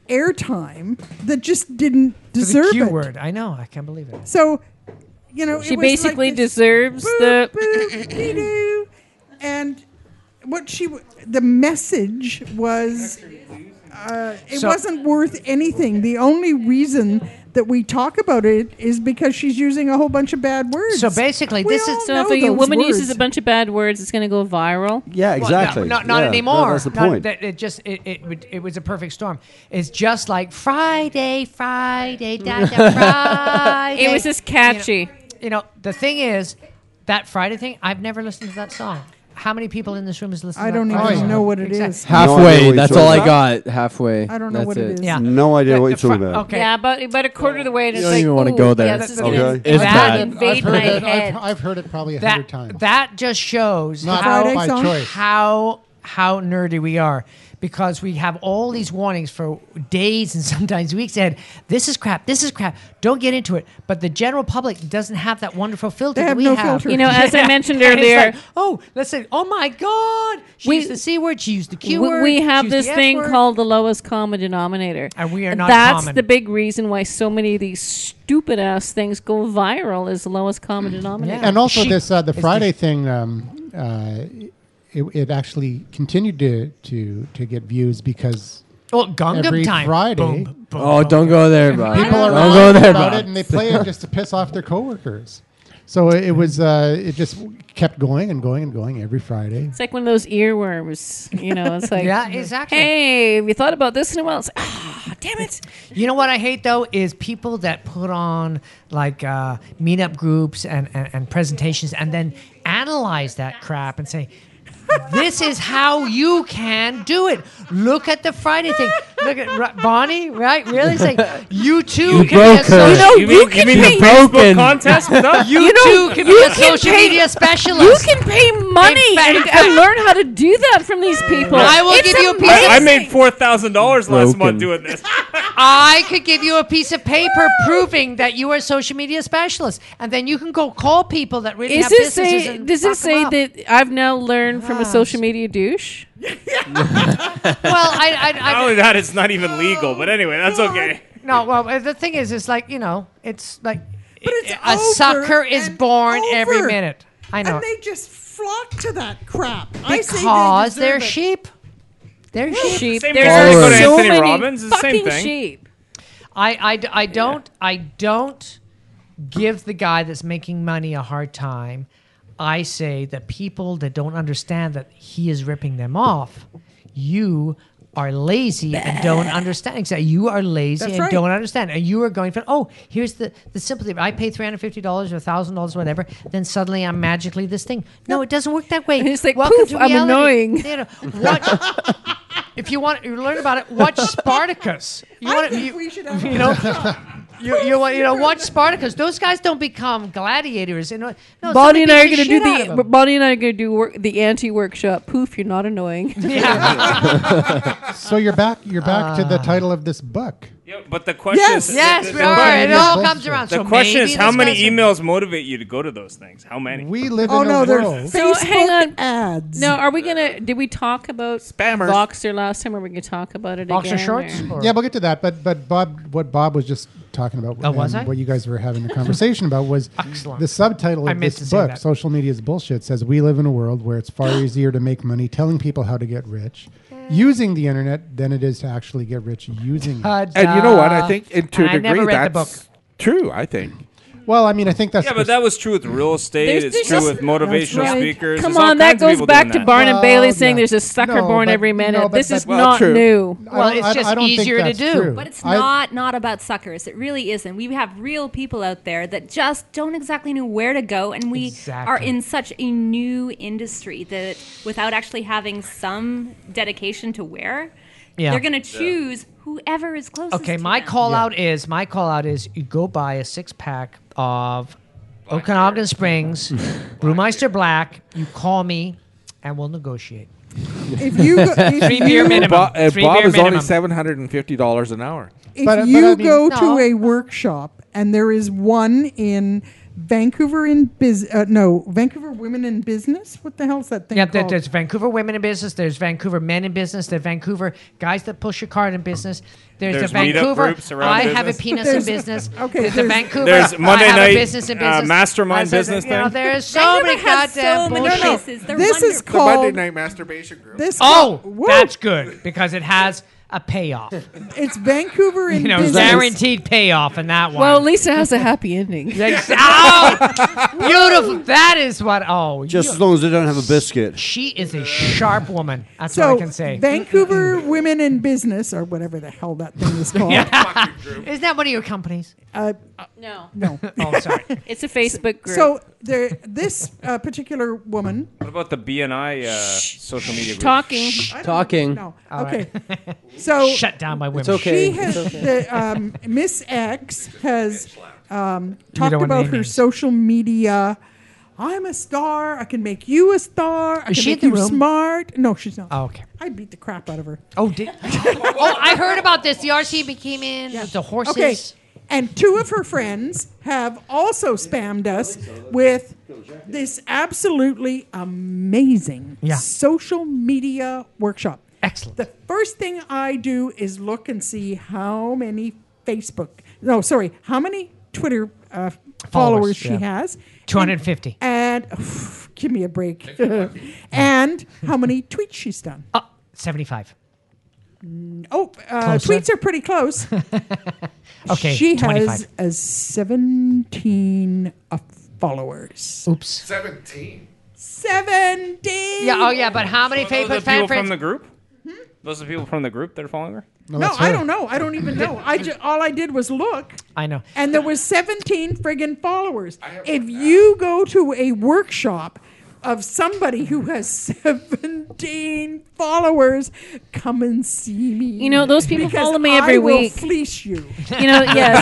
[SPEAKER 5] airtime that just didn't deserve
[SPEAKER 2] the Q
[SPEAKER 5] it.
[SPEAKER 2] word. I know. I can't believe it.
[SPEAKER 5] So you know
[SPEAKER 4] She
[SPEAKER 5] it was like
[SPEAKER 4] basically
[SPEAKER 5] this
[SPEAKER 4] deserves
[SPEAKER 5] boop,
[SPEAKER 4] the-
[SPEAKER 5] boop, dee-doo. and what she w- the message was. Uh, it
[SPEAKER 2] So-
[SPEAKER 5] wasn't worth anything. The only reason that we talk about it is because she's using a whole bunch of bad words.
[SPEAKER 2] So basically,
[SPEAKER 5] We
[SPEAKER 2] this is-
[SPEAKER 5] all
[SPEAKER 2] So
[SPEAKER 5] know
[SPEAKER 4] So if a
[SPEAKER 5] those
[SPEAKER 4] woman
[SPEAKER 5] words.
[SPEAKER 4] uses a bunch of bad words, it's going to go viral.
[SPEAKER 12] Yeah, exactly.
[SPEAKER 2] Well, no, not not
[SPEAKER 12] Yeah,
[SPEAKER 2] anymore.
[SPEAKER 12] no, that's the
[SPEAKER 2] Not-
[SPEAKER 12] point.
[SPEAKER 2] that- it just it, it would- it was a perfect storm. It's just like Friday, Friday,
[SPEAKER 12] (laughs)
[SPEAKER 2] da, da, Friday.
[SPEAKER 4] It was just
[SPEAKER 2] You
[SPEAKER 4] catchy.
[SPEAKER 2] know, you know, the thing is that Friday thing. I've never listened to that song. How many people in this room has listened?
[SPEAKER 5] I
[SPEAKER 2] to
[SPEAKER 5] don't
[SPEAKER 2] that
[SPEAKER 5] even
[SPEAKER 2] song?
[SPEAKER 5] know what it
[SPEAKER 2] Exact-
[SPEAKER 5] is.
[SPEAKER 12] idea
[SPEAKER 9] Halfway.
[SPEAKER 12] what
[SPEAKER 9] that's
[SPEAKER 12] you're
[SPEAKER 9] all I
[SPEAKER 12] talking
[SPEAKER 9] got. Halfway.
[SPEAKER 5] I don't know
[SPEAKER 9] that's
[SPEAKER 5] what it
[SPEAKER 9] it.
[SPEAKER 5] is.
[SPEAKER 2] Yeah.
[SPEAKER 12] No idea what you're talking about.
[SPEAKER 2] Okay.
[SPEAKER 4] Yeah, about about a quarter of the way, and
[SPEAKER 9] You
[SPEAKER 4] it's
[SPEAKER 9] don't
[SPEAKER 4] like,
[SPEAKER 9] even want
[SPEAKER 4] ooh,
[SPEAKER 9] to go there.
[SPEAKER 4] Yeah, this is
[SPEAKER 9] Okay.
[SPEAKER 4] gonna
[SPEAKER 9] It's
[SPEAKER 2] That-
[SPEAKER 9] bad.
[SPEAKER 4] invade
[SPEAKER 1] I've heard,
[SPEAKER 4] my
[SPEAKER 1] it,
[SPEAKER 4] head.
[SPEAKER 1] I've, I've heard it probably a hundred
[SPEAKER 2] that
[SPEAKER 1] times.
[SPEAKER 2] that just shows
[SPEAKER 1] Not
[SPEAKER 2] how,
[SPEAKER 1] Friday song? choice.
[SPEAKER 2] how how nerdy we are because we have all these warnings for days and (laughs) sometimes weeks ahead. This is crap. This is crap. Don't get into it. But the general public doesn't have that wonderful filter
[SPEAKER 5] They
[SPEAKER 2] that
[SPEAKER 5] have
[SPEAKER 2] we
[SPEAKER 5] no
[SPEAKER 2] have.
[SPEAKER 5] filter.
[SPEAKER 4] You know, as I mentioned
[SPEAKER 2] And it's
[SPEAKER 4] earlier-
[SPEAKER 2] like, oh, let's say, oh my God, she
[SPEAKER 4] We-
[SPEAKER 2] used the c word. She used the
[SPEAKER 4] We,
[SPEAKER 2] q word.
[SPEAKER 4] we
[SPEAKER 2] she
[SPEAKER 4] have
[SPEAKER 2] used the
[SPEAKER 4] this
[SPEAKER 2] F
[SPEAKER 4] thing
[SPEAKER 2] word.
[SPEAKER 4] called the lowest common denominator,
[SPEAKER 2] And we are not
[SPEAKER 4] That's
[SPEAKER 2] common.
[SPEAKER 4] the big reason why so many of these stupid ass things go viral is the lowest common denominator.
[SPEAKER 1] and also
[SPEAKER 2] Mm. She-
[SPEAKER 1] this uh, the
[SPEAKER 2] is
[SPEAKER 1] Friday thing. Um, uh, it, it actually continued to to to get views because
[SPEAKER 2] well, Oh, Gangnam
[SPEAKER 1] every
[SPEAKER 2] Time.
[SPEAKER 1] Friday
[SPEAKER 2] Boom, boom,
[SPEAKER 9] Oh,
[SPEAKER 2] boom.
[SPEAKER 9] don't
[SPEAKER 1] (laughs)
[SPEAKER 9] go there, bro.
[SPEAKER 1] people are
[SPEAKER 9] don't go
[SPEAKER 1] there
[SPEAKER 9] there,
[SPEAKER 1] about
[SPEAKER 9] bro.
[SPEAKER 1] it and they play it just to piss off their coworkers. So it, it was uh, it just kept going and going and going every Friday.
[SPEAKER 9] (laughs)
[SPEAKER 4] It's like one of those earworms, you know.
[SPEAKER 2] (laughs)
[SPEAKER 4] It's like,
[SPEAKER 2] Yeah, exactly.
[SPEAKER 4] Hey, have you thought about this in a while? It's like, ah, damn it!
[SPEAKER 2] You know what I hate though is people that put on like uh, meetup groups and, and, and presentations and then analyze that crap and say, "This is how you can do it." Look at the Friday thing. Look at right, Bonnie, right? Really? It's like you too
[SPEAKER 9] You
[SPEAKER 2] can
[SPEAKER 9] broke
[SPEAKER 2] be a
[SPEAKER 9] her.
[SPEAKER 2] social.
[SPEAKER 9] You know,
[SPEAKER 4] you You mean- can you mean be- the
[SPEAKER 9] Facebook broken.
[SPEAKER 4] (laughs)
[SPEAKER 13] contest without
[SPEAKER 2] You,
[SPEAKER 4] You know,
[SPEAKER 2] too can
[SPEAKER 4] you
[SPEAKER 2] be a
[SPEAKER 4] can
[SPEAKER 2] social
[SPEAKER 4] pay- (laughs)
[SPEAKER 2] media
[SPEAKER 4] You
[SPEAKER 2] specialist.
[SPEAKER 4] can pay money
[SPEAKER 2] In fact-
[SPEAKER 4] and, and learn how to do that from these people.
[SPEAKER 2] I will
[SPEAKER 4] It's
[SPEAKER 2] give you a piece of-
[SPEAKER 4] amazing.
[SPEAKER 2] I-
[SPEAKER 3] I made four thousand dollars last month doing this.
[SPEAKER 2] I could give you a piece of paper proving that you are a social media specialist, and then you can go call people that really
[SPEAKER 4] Is
[SPEAKER 2] have
[SPEAKER 4] this
[SPEAKER 2] businesses.
[SPEAKER 4] say,
[SPEAKER 2] and
[SPEAKER 4] does
[SPEAKER 2] fuck
[SPEAKER 4] this
[SPEAKER 2] 'em
[SPEAKER 4] say
[SPEAKER 2] up. Ah.
[SPEAKER 4] that I've now learned from a
[SPEAKER 2] Yes.
[SPEAKER 4] social media douche?
[SPEAKER 2] Well, I, I, I,
[SPEAKER 3] Not only that, it's not even legal. But anyway, that's okay.
[SPEAKER 2] No, well, uh, the thing is, it's like you know, it's like
[SPEAKER 5] But it's
[SPEAKER 2] a
[SPEAKER 5] over
[SPEAKER 2] sucker is
[SPEAKER 5] and
[SPEAKER 2] born every
[SPEAKER 5] over.
[SPEAKER 2] minute. I know
[SPEAKER 5] And they just flock to that crap. I say
[SPEAKER 2] because
[SPEAKER 5] they
[SPEAKER 2] they're
[SPEAKER 5] deserve it.
[SPEAKER 2] sheep. They're sheep.
[SPEAKER 3] Same
[SPEAKER 4] There
[SPEAKER 3] thing.
[SPEAKER 4] are
[SPEAKER 3] Go to
[SPEAKER 4] so
[SPEAKER 3] Anthony
[SPEAKER 4] many
[SPEAKER 3] Robbins, it's the same
[SPEAKER 4] fucking
[SPEAKER 3] thing.
[SPEAKER 4] sheep.
[SPEAKER 2] I, I d- I don't I don't give the guy that's making money a hard time. I say that people that don't understand that he is ripping them off, you are lazy and don't understand. Exactly, you are lazy
[SPEAKER 5] That's
[SPEAKER 2] and
[SPEAKER 5] right.
[SPEAKER 2] don't understand, and you are going for oh, here's the the simple thing. I pay three hundred fifty dollars or thousand dollars, whatever. Then suddenly I'm magically this thing. No, it doesn't work that way.
[SPEAKER 4] It's like,
[SPEAKER 2] Welcome
[SPEAKER 4] poof,
[SPEAKER 2] to
[SPEAKER 4] I'm
[SPEAKER 2] reality
[SPEAKER 4] annoying.
[SPEAKER 2] Theater. Watch, (laughs) if you want to learn about it, watch Spartacus. You
[SPEAKER 5] I
[SPEAKER 2] want
[SPEAKER 5] think
[SPEAKER 4] (laughs)
[SPEAKER 2] you,
[SPEAKER 5] we should have
[SPEAKER 2] you know, You, you, wa- you know, watch Spartacus. Those guys don't become gladiators. And, uh, no,
[SPEAKER 4] Bonnie and I are
[SPEAKER 2] going to
[SPEAKER 4] do the Bonnie and I are going to do work, the anti workshop. Poof, you're not
[SPEAKER 2] (laughs)
[SPEAKER 4] annoying.
[SPEAKER 1] so you're back. You're back to the
[SPEAKER 2] Uh.
[SPEAKER 3] Ah.
[SPEAKER 1] title of this book.
[SPEAKER 3] But the question
[SPEAKER 2] Yes.
[SPEAKER 3] is,
[SPEAKER 2] Yes,
[SPEAKER 3] the-
[SPEAKER 2] we
[SPEAKER 3] the-
[SPEAKER 2] are.
[SPEAKER 3] the-
[SPEAKER 2] It
[SPEAKER 3] the-
[SPEAKER 2] all comes around.
[SPEAKER 3] The
[SPEAKER 2] So
[SPEAKER 3] question is,
[SPEAKER 2] maybe
[SPEAKER 3] how
[SPEAKER 2] this
[SPEAKER 3] many
[SPEAKER 2] guy's-
[SPEAKER 3] emails motivate you to go to those things? How many?
[SPEAKER 1] We live
[SPEAKER 5] Oh, in a no, they're
[SPEAKER 4] (laughs)
[SPEAKER 5] world-
[SPEAKER 2] (laughs)
[SPEAKER 4] So hang on.
[SPEAKER 5] ads.
[SPEAKER 4] No, are we gonna? Did we talk about
[SPEAKER 6] spammers
[SPEAKER 4] Boxer last time? Are we gonna talk about it
[SPEAKER 2] Boxer
[SPEAKER 4] again?
[SPEAKER 2] shorts?
[SPEAKER 4] or-
[SPEAKER 1] Yeah, we'll get to that. But but Bob, what Bob was just talking about,
[SPEAKER 2] Oh, was
[SPEAKER 1] and
[SPEAKER 2] I?
[SPEAKER 1] what you guys were having a conversation about was
[SPEAKER 2] (laughs) Excellent.
[SPEAKER 1] the subtitle
[SPEAKER 2] I
[SPEAKER 1] of
[SPEAKER 2] meant
[SPEAKER 1] this
[SPEAKER 2] to say
[SPEAKER 1] book,
[SPEAKER 2] that.
[SPEAKER 1] "Social Media is Bullshit," says we live in a world where it's
[SPEAKER 2] (gasps)
[SPEAKER 1] far easier to make money telling people how to get rich using the internet than it is to actually get rich using it.
[SPEAKER 6] And you know what? I think, and to a degree, that's true. I think.
[SPEAKER 1] Well, I mean, I think that's
[SPEAKER 3] yeah, but that was true with real estate.
[SPEAKER 4] There's-
[SPEAKER 3] it's
[SPEAKER 4] there's
[SPEAKER 3] true
[SPEAKER 4] just-
[SPEAKER 3] with motivational
[SPEAKER 4] That's right.
[SPEAKER 3] speakers.
[SPEAKER 4] Come
[SPEAKER 3] There's all
[SPEAKER 4] on, that
[SPEAKER 3] kinds of
[SPEAKER 4] goes
[SPEAKER 3] people
[SPEAKER 4] back
[SPEAKER 3] doing
[SPEAKER 4] to
[SPEAKER 3] that.
[SPEAKER 4] Barnum Bailey saying there's a sucker born every minute. this is not new.
[SPEAKER 2] Well, it's just easier to do.
[SPEAKER 8] But it's
[SPEAKER 1] I-
[SPEAKER 8] not not about suckers. It really isn't. We have real people out there that just don't exactly know where to go, and we
[SPEAKER 2] Exactly.
[SPEAKER 8] are in such a new industry that without actually having some dedication to where,
[SPEAKER 2] Yeah.
[SPEAKER 8] they're going to choose whoever is closest.
[SPEAKER 2] Okay,
[SPEAKER 8] to
[SPEAKER 2] my
[SPEAKER 8] them.
[SPEAKER 2] call out is my call out is you go buy a six pack of
[SPEAKER 4] (laughs)
[SPEAKER 2] Okanagan Springs Brewmeister Black. You call me, and we'll negotiate.
[SPEAKER 5] If you
[SPEAKER 3] (laughs)
[SPEAKER 5] go- if
[SPEAKER 2] three beer
[SPEAKER 5] you-
[SPEAKER 2] minimum,
[SPEAKER 6] Bob, uh,
[SPEAKER 2] three
[SPEAKER 6] Bob
[SPEAKER 2] beer
[SPEAKER 6] is
[SPEAKER 2] minimum.
[SPEAKER 6] only seven hundred and fifty dollars an hour.
[SPEAKER 5] If
[SPEAKER 1] But- but
[SPEAKER 5] you
[SPEAKER 1] I mean-
[SPEAKER 5] go
[SPEAKER 1] No.
[SPEAKER 5] to a workshop and there is one in Vancouver in biz, uh, no Vancouver Women in Business. What the hell's that thing
[SPEAKER 2] Yeah, there-
[SPEAKER 5] called?
[SPEAKER 2] there's Vancouver women in business. There's Vancouver men in business. There's Vancouver guys that push your cart in business. There's,
[SPEAKER 3] There's
[SPEAKER 2] the
[SPEAKER 3] meetup
[SPEAKER 2] Vancouver.
[SPEAKER 3] groups around
[SPEAKER 2] I have a
[SPEAKER 3] business.
[SPEAKER 2] penis
[SPEAKER 5] There's-
[SPEAKER 2] in business.
[SPEAKER 5] (laughs) okay,
[SPEAKER 2] There's the
[SPEAKER 5] there's-
[SPEAKER 2] Vancouver.
[SPEAKER 3] There's Monday
[SPEAKER 2] I have
[SPEAKER 3] night,
[SPEAKER 2] a business in
[SPEAKER 3] uh,
[SPEAKER 2] business.
[SPEAKER 3] mastermind
[SPEAKER 2] I said,
[SPEAKER 3] business
[SPEAKER 2] You know,
[SPEAKER 3] thing.
[SPEAKER 2] there's so
[SPEAKER 8] Vancouver
[SPEAKER 2] many
[SPEAKER 8] has so
[SPEAKER 2] goddamn
[SPEAKER 8] many
[SPEAKER 2] bullshit.
[SPEAKER 8] places. They're
[SPEAKER 5] This is
[SPEAKER 8] wonderful.
[SPEAKER 5] called-
[SPEAKER 6] Monday night masturbation group.
[SPEAKER 5] this
[SPEAKER 2] Oh,
[SPEAKER 5] called- whoa,
[SPEAKER 2] that's good because it has a payoff.
[SPEAKER 5] it's Vancouver in
[SPEAKER 2] (laughs) You know,
[SPEAKER 5] business.
[SPEAKER 2] guaranteed payoff in that one.
[SPEAKER 4] Well, at least it has a
[SPEAKER 2] (laughs)
[SPEAKER 4] happy ending.
[SPEAKER 2] Ex- Oh, beautiful. That is what. Oh,
[SPEAKER 12] Just
[SPEAKER 2] you-
[SPEAKER 12] as long as they don't have a biscuit.
[SPEAKER 2] she is a sharp woman. That's
[SPEAKER 5] so
[SPEAKER 2] what I can say.
[SPEAKER 5] Vancouver Women in Business or whatever the hell that thing
[SPEAKER 2] (laughs)
[SPEAKER 5] is called.
[SPEAKER 2] Isn't that one of your companies?
[SPEAKER 5] uh,
[SPEAKER 4] No,
[SPEAKER 5] no.
[SPEAKER 2] Oh, (laughs) sorry.
[SPEAKER 4] it's a Facebook group.
[SPEAKER 5] So there, this uh, particular woman
[SPEAKER 3] What about the BNI uh, social media group?
[SPEAKER 4] talking.
[SPEAKER 9] Talking.
[SPEAKER 5] No.
[SPEAKER 2] All
[SPEAKER 5] okay.
[SPEAKER 2] right.
[SPEAKER 5] So
[SPEAKER 2] Shut down my women.
[SPEAKER 9] It's okay.
[SPEAKER 5] She has
[SPEAKER 9] It's okay.
[SPEAKER 5] the um, Miss X has um, talked
[SPEAKER 2] don't wanna
[SPEAKER 5] about
[SPEAKER 2] name
[SPEAKER 5] her
[SPEAKER 2] names.
[SPEAKER 5] social media. I'm a star. I can make you a star. I
[SPEAKER 2] Is
[SPEAKER 5] can
[SPEAKER 2] she
[SPEAKER 5] make
[SPEAKER 2] in
[SPEAKER 5] you
[SPEAKER 2] the room?
[SPEAKER 5] smart. No, she's not.
[SPEAKER 2] Oh, okay.
[SPEAKER 5] I beat the crap out of her.
[SPEAKER 2] Oh, did oh I heard about this. The RCB came in with the horses.
[SPEAKER 5] Okay. And two of her friends have also spammed us with this absolutely amazing
[SPEAKER 2] Yeah.
[SPEAKER 5] social media workshop.
[SPEAKER 2] Excellent.
[SPEAKER 5] The first thing I do is look and see how many Facebook, no, sorry, how many Twitter uh, followers,
[SPEAKER 2] Followers,
[SPEAKER 5] she
[SPEAKER 2] yeah.
[SPEAKER 5] has.
[SPEAKER 2] 250.
[SPEAKER 5] And, give me a break. (laughs) and how many tweets she's done.
[SPEAKER 2] Uh, 75.
[SPEAKER 5] Oh, uh,
[SPEAKER 2] Closer.
[SPEAKER 5] tweets are pretty close.
[SPEAKER 2] (laughs) Okay,
[SPEAKER 5] She
[SPEAKER 2] 25.
[SPEAKER 5] has a 17 of followers.
[SPEAKER 2] Oops.
[SPEAKER 6] Seventeen.
[SPEAKER 5] 17!
[SPEAKER 2] Yeah. Oh, yeah. But how many
[SPEAKER 3] Those are
[SPEAKER 2] Facebook
[SPEAKER 3] the people
[SPEAKER 2] fan
[SPEAKER 3] from
[SPEAKER 2] friends?
[SPEAKER 3] the group. Those are the people from the group that are following her.
[SPEAKER 5] Hmm? No,
[SPEAKER 1] that's
[SPEAKER 5] I
[SPEAKER 1] her.
[SPEAKER 5] don't know. I don't even know. I ju- all I did was look.
[SPEAKER 2] I know.
[SPEAKER 5] and there was 17 friggin' followers. If you go to a workshop of somebody who has (laughs) 17 followers, come and see me.
[SPEAKER 4] You know, those people
[SPEAKER 5] Because
[SPEAKER 4] follow me every
[SPEAKER 5] I will
[SPEAKER 4] week.
[SPEAKER 5] fleece you.
[SPEAKER 4] You know, yeah.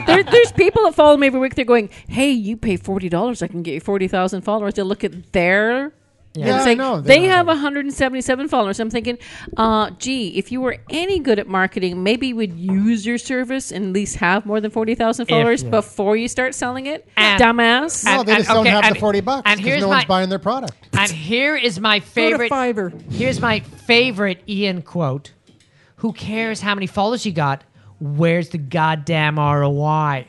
[SPEAKER 5] (laughs)
[SPEAKER 1] (laughs)
[SPEAKER 4] So there, there's people that follow me every week. They're going, "Hey, you pay forty dollars, I can get you forty thousand followers." They look at their.
[SPEAKER 1] Yeah.
[SPEAKER 4] and
[SPEAKER 1] Yeah, I
[SPEAKER 4] say,
[SPEAKER 1] know,
[SPEAKER 4] they
[SPEAKER 1] they're-
[SPEAKER 4] have 177 followers. I'm thinking, uh, gee, if you were any good at marketing, maybe you would use your service and at least have more than 40,000 followers
[SPEAKER 2] yeah.
[SPEAKER 4] before you start selling it.
[SPEAKER 2] And-
[SPEAKER 4] Dumbass.
[SPEAKER 1] No,
[SPEAKER 2] And-
[SPEAKER 1] they
[SPEAKER 2] and-
[SPEAKER 1] just don't
[SPEAKER 2] okay,
[SPEAKER 1] have
[SPEAKER 2] and-
[SPEAKER 1] the forty bucks
[SPEAKER 2] and
[SPEAKER 1] because
[SPEAKER 2] here's
[SPEAKER 1] no one's
[SPEAKER 2] my-
[SPEAKER 1] buying their product.
[SPEAKER 2] And here is my
[SPEAKER 5] Go to
[SPEAKER 2] favorite.
[SPEAKER 5] Fiverr.
[SPEAKER 2] Here's my favorite Ian quote Who cares how many followers you got? Where's the goddamn ROI?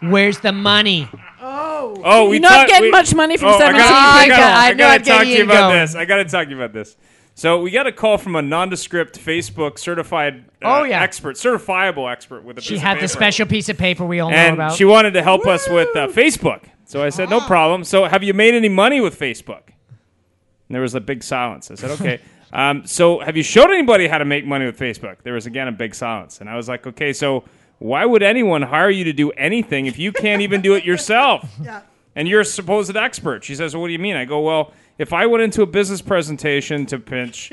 [SPEAKER 2] Where's the money?
[SPEAKER 3] Oh, we
[SPEAKER 4] You're not
[SPEAKER 3] talked-
[SPEAKER 4] getting
[SPEAKER 3] we-
[SPEAKER 4] much money from
[SPEAKER 3] oh, I
[SPEAKER 4] 17
[SPEAKER 3] gotta, I
[SPEAKER 2] people.
[SPEAKER 3] gotta,
[SPEAKER 2] I
[SPEAKER 3] I
[SPEAKER 2] know
[SPEAKER 3] gotta
[SPEAKER 2] I'd get
[SPEAKER 3] talk to you
[SPEAKER 2] Ian
[SPEAKER 3] about
[SPEAKER 2] going.
[SPEAKER 3] this. I gotta talk to you about this. So we got a call from a nondescript Facebook certified uh,
[SPEAKER 2] Oh, yeah.
[SPEAKER 3] expert, certifiable expert with a
[SPEAKER 2] She
[SPEAKER 3] piece of
[SPEAKER 2] had the
[SPEAKER 3] paper.
[SPEAKER 2] special piece of paper we all know
[SPEAKER 3] and
[SPEAKER 2] about.
[SPEAKER 3] she wanted to help us with uh, Facebook. So I said, no problem. So have you made any money with Facebook? And there was a big silence. I said, okay. um, so have you showed anybody how to make money with Facebook? There was again a big silence, and I was like, okay, so why would anyone hire you to do anything if you can't even do it yourself? Yeah. And you're a supposed expert. She says, well, what do you mean? I go, well, if I went into a business presentation to pinch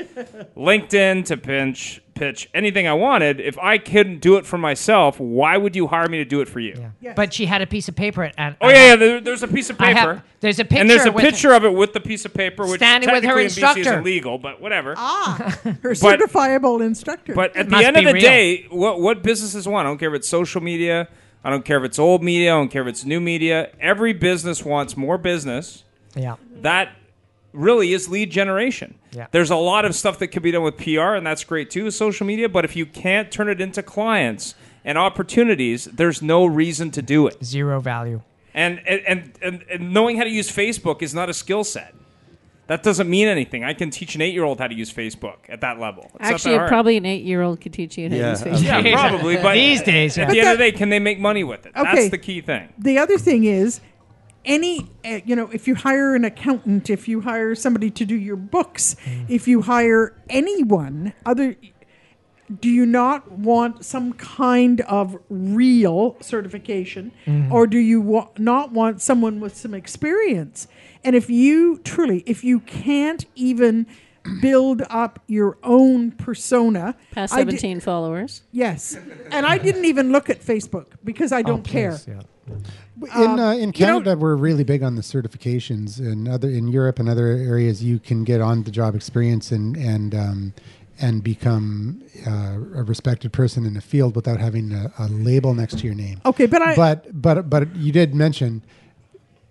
[SPEAKER 3] LinkedIn, to pinch pitch anything I wanted. If I couldn't do it for myself, why would you hire me to do it for you?
[SPEAKER 2] But she had a piece of paper and
[SPEAKER 3] Oh yeah, yeah. There, there's a piece of
[SPEAKER 2] I
[SPEAKER 3] paper.
[SPEAKER 2] have- there's a picture
[SPEAKER 3] and there's a
[SPEAKER 2] with-
[SPEAKER 3] picture of it with the piece of paper, which
[SPEAKER 2] Standing with her
[SPEAKER 3] technically in BC is
[SPEAKER 2] instructor.
[SPEAKER 3] illegal, but whatever.
[SPEAKER 5] Ah, her
[SPEAKER 3] But-
[SPEAKER 5] certifiable instructor.
[SPEAKER 3] (laughs) But at the end of the day, what what businesses want? I don't care if it's social media. I don't care if it's old media. I don't care if it's new media. Every business wants more business.
[SPEAKER 2] Yeah.
[SPEAKER 3] That really is lead generation.
[SPEAKER 2] Yeah.
[SPEAKER 3] There's a lot of stuff that could be done with PR, and that's great too, with social media. But if you can't turn it into clients and opportunities, there's no reason to do it.
[SPEAKER 2] Zero value.
[SPEAKER 3] And and and, and, and knowing how to use Facebook is not a skill set. That doesn't mean anything. I can teach an eight-year-old how to use Facebook at that level. It's not
[SPEAKER 4] Actually,
[SPEAKER 3] that hard.
[SPEAKER 4] probably an eight-year-old could teach you how
[SPEAKER 3] Yeah,
[SPEAKER 4] to use Facebook. Uh,
[SPEAKER 3] yeah, probably. But
[SPEAKER 2] These days,
[SPEAKER 3] at
[SPEAKER 5] yeah.
[SPEAKER 3] the end of the day, can they make money with it?
[SPEAKER 5] Okay.
[SPEAKER 3] That's the key thing.
[SPEAKER 5] the other thing is any uh, you know if you hire an accountant if you hire somebody to do your books if you hire anyone other do you not want some kind of real certification
[SPEAKER 15] Mhm.
[SPEAKER 5] or do you wa- not want someone with some experience and if you truly if you can't even build up your own persona
[SPEAKER 4] Past
[SPEAKER 5] I di-
[SPEAKER 4] 17 followers.
[SPEAKER 5] yes and i didn't even look at facebook because i don't care
[SPEAKER 2] please, yeah.
[SPEAKER 5] Um,
[SPEAKER 1] in uh, in
[SPEAKER 5] you know-
[SPEAKER 1] Canada, we're really big on the certifications, and other in Europe and other areas, you can get on the job experience and and um, and become uh, a respected person in the field without having a, a label next to your name.
[SPEAKER 5] Okay, but I-
[SPEAKER 1] but but but you did mention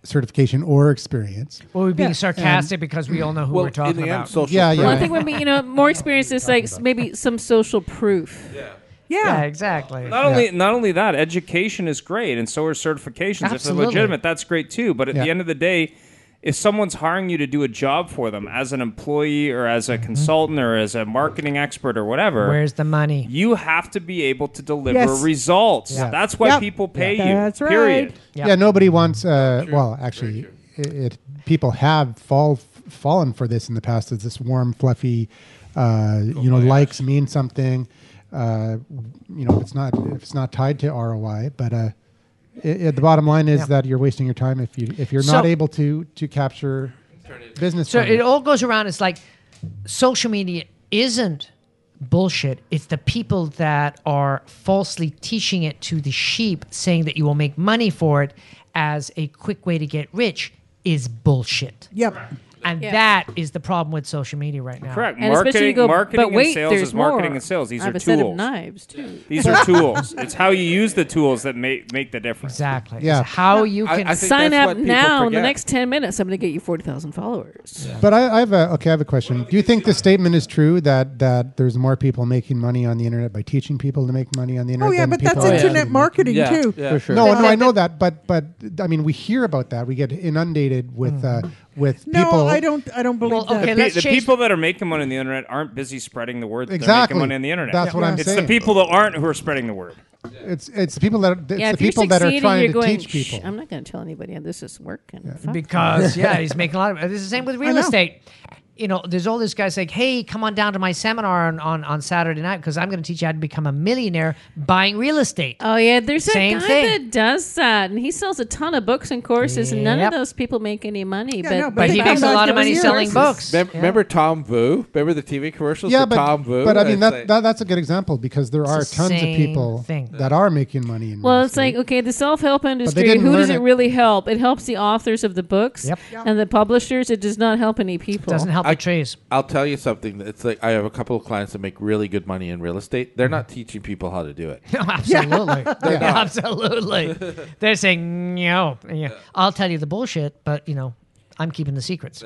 [SPEAKER 1] certification or experience.
[SPEAKER 2] Well, we're being
[SPEAKER 1] Yeah.
[SPEAKER 2] sarcastic
[SPEAKER 1] And-
[SPEAKER 2] because we all know who we're talking about.
[SPEAKER 1] yeah, yeah.
[SPEAKER 4] Well, I think when we, you know, more experience is like s- maybe some social proof. Yeah.
[SPEAKER 5] Yeah,
[SPEAKER 2] exactly.
[SPEAKER 3] Not only not only that, education is great, and so are certifications. If they're
[SPEAKER 2] Absolutely.
[SPEAKER 3] legitimate, that's great too. But at the
[SPEAKER 2] Yeah.
[SPEAKER 3] end of the day, if someone's hiring you to do a job for them as an employee or as
[SPEAKER 2] Mm-hmm.
[SPEAKER 3] a consultant or as a marketing expert or whatever,
[SPEAKER 2] Where's the money?
[SPEAKER 3] you have to be able to deliver
[SPEAKER 2] Yes.
[SPEAKER 3] results.
[SPEAKER 2] Yeah.
[SPEAKER 3] That's why
[SPEAKER 2] Yep.
[SPEAKER 3] people
[SPEAKER 2] Yeah.
[SPEAKER 3] pay you.
[SPEAKER 2] That's right.
[SPEAKER 3] Period.
[SPEAKER 1] Yeah, nobody wants. Uh, well, actually, it, it people have fall fallen for this in the past. Is this warm, fluffy, uh, you know, likes mean something? Uh, you know, if it's not if it's not tied to ROI, but uh, i i the bottom line is
[SPEAKER 2] Yeah.
[SPEAKER 1] that you're wasting your time if you if you're
[SPEAKER 2] So-
[SPEAKER 1] not able to to capture business.
[SPEAKER 2] So
[SPEAKER 1] from
[SPEAKER 2] it all goes around. It's like social media isn't bullshit. It's the people that are falsely teaching it to the sheep, saying that you will make money for it as a quick way to get rich is bullshit.
[SPEAKER 5] Yep.
[SPEAKER 2] And
[SPEAKER 4] Yeah.
[SPEAKER 2] that is the problem with social media right now.
[SPEAKER 3] Correct.
[SPEAKER 4] And especially you
[SPEAKER 3] marketing,
[SPEAKER 4] go,
[SPEAKER 3] marketing
[SPEAKER 4] but wait,
[SPEAKER 3] and sales
[SPEAKER 4] there's
[SPEAKER 3] is marketing
[SPEAKER 4] more.
[SPEAKER 3] and sales. These
[SPEAKER 4] I
[SPEAKER 3] are
[SPEAKER 4] have a
[SPEAKER 3] tools.
[SPEAKER 4] set of knives, too.
[SPEAKER 3] These
[SPEAKER 4] (laughs)
[SPEAKER 3] are tools. It's how you use the tools that make make the difference.
[SPEAKER 2] Exactly.
[SPEAKER 1] Yeah.
[SPEAKER 2] It's how you can
[SPEAKER 4] sign up now. In the
[SPEAKER 3] forget.
[SPEAKER 4] next 10 minutes, I'm going to get you 40,000 followers.
[SPEAKER 1] But I, I have a okay. I have a question. Do you think this statement is true that that there's more people making money on the internet by teaching people to make money on the internet?
[SPEAKER 5] Oh, yeah,
[SPEAKER 1] than
[SPEAKER 5] but that's
[SPEAKER 1] people
[SPEAKER 5] internet
[SPEAKER 1] actually-
[SPEAKER 5] marketing Yeah, too. yeah. For sure.
[SPEAKER 1] No,
[SPEAKER 5] That-
[SPEAKER 1] no, I know that, but but I mean, we hear about that. We get inundated with uh, with
[SPEAKER 5] Mm-hmm. no
[SPEAKER 1] people.
[SPEAKER 5] i don't i don't believe that
[SPEAKER 3] the, pe- the people that are making money on the internet aren't busy spreading the word that
[SPEAKER 1] Exactly.
[SPEAKER 3] they're making money on the internet.
[SPEAKER 1] That's what I'm
[SPEAKER 3] it's
[SPEAKER 1] saying.
[SPEAKER 3] the people that aren't who are spreading the word.
[SPEAKER 1] It's it's the people that are, it's
[SPEAKER 4] yeah,
[SPEAKER 1] the
[SPEAKER 4] if you're
[SPEAKER 1] people that are
[SPEAKER 4] succeeding,
[SPEAKER 1] trying
[SPEAKER 4] you're
[SPEAKER 1] to
[SPEAKER 4] going,
[SPEAKER 1] teach
[SPEAKER 4] "Shh,
[SPEAKER 1] people.
[SPEAKER 4] I'm not going to tell anybody how this is working. (laughs)
[SPEAKER 2] because yeah, he's making a lot of. This is the same with real
[SPEAKER 4] know.
[SPEAKER 2] estate. You know, there's all these guys saying, "Hey, come on down to my seminar on on, on Saturday night because I'm going to teach you how to become a millionaire buying real estate."
[SPEAKER 4] Oh yeah, there's
[SPEAKER 2] same
[SPEAKER 4] a guy
[SPEAKER 2] thing.
[SPEAKER 4] that does that, and he sells a ton of books and courses, and none
[SPEAKER 2] Yep.
[SPEAKER 4] of those people make any money.
[SPEAKER 2] Yeah,
[SPEAKER 4] but,
[SPEAKER 2] no, but But they he come makes a back lot of every money year. selling books.
[SPEAKER 6] Remember,
[SPEAKER 4] Yeah.
[SPEAKER 6] remember Tom Vu? Remember the TV commercials?
[SPEAKER 1] yeah,
[SPEAKER 6] with
[SPEAKER 1] but
[SPEAKER 6] Tom Vu.
[SPEAKER 1] but I mean
[SPEAKER 6] It's
[SPEAKER 1] that,
[SPEAKER 6] like-
[SPEAKER 1] that that's a good example because there
[SPEAKER 4] It's
[SPEAKER 1] are
[SPEAKER 4] the
[SPEAKER 1] tons of
[SPEAKER 4] same
[SPEAKER 1] people
[SPEAKER 4] thing.
[SPEAKER 1] that are making money in
[SPEAKER 4] Well, it's like okay, the self-help industry.
[SPEAKER 1] didn't
[SPEAKER 4] Who does
[SPEAKER 1] learn
[SPEAKER 4] it
[SPEAKER 1] it.
[SPEAKER 4] really help? It helps the authors of the books
[SPEAKER 1] Yep.
[SPEAKER 4] and the publishers. It does not help any people.
[SPEAKER 6] I, I'll tell you something. It's like I have a couple of clients that make really good money in real estate. They're not teaching people how to do
[SPEAKER 7] (laughs)
[SPEAKER 6] it.
[SPEAKER 2] (laughs)
[SPEAKER 4] (laughs)
[SPEAKER 2] absolutely,
[SPEAKER 6] They're
[SPEAKER 2] Yeah,
[SPEAKER 6] not.
[SPEAKER 2] absolutely. They're saying no. Yeah. I'll tell you the bullshit, but you know, I'm keeping the secrets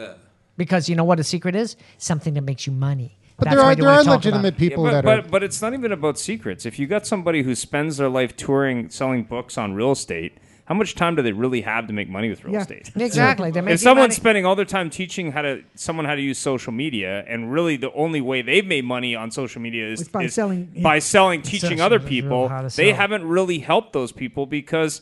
[SPEAKER 2] because you know what a secret is? Something that makes you money. That's why you wanna talk about it.
[SPEAKER 3] Yeah, but, but, But it's not even about secrets. If you got somebody who spends their life touring, selling books on real estate, how much time do they really have to make money with real
[SPEAKER 2] Yeah.
[SPEAKER 3] estate?
[SPEAKER 2] (laughs) Exactly. They're making
[SPEAKER 3] if someone's
[SPEAKER 2] money.
[SPEAKER 3] spending all their time teaching how to someone how to use social media, and really the only way they've made money on social media is
[SPEAKER 5] It's by
[SPEAKER 3] is
[SPEAKER 5] selling- yeah.
[SPEAKER 3] by selling,
[SPEAKER 5] It's
[SPEAKER 3] teaching
[SPEAKER 5] selling
[SPEAKER 3] other
[SPEAKER 5] people
[SPEAKER 3] people,
[SPEAKER 5] how to
[SPEAKER 3] they
[SPEAKER 5] sell.
[SPEAKER 3] haven't really helped those people because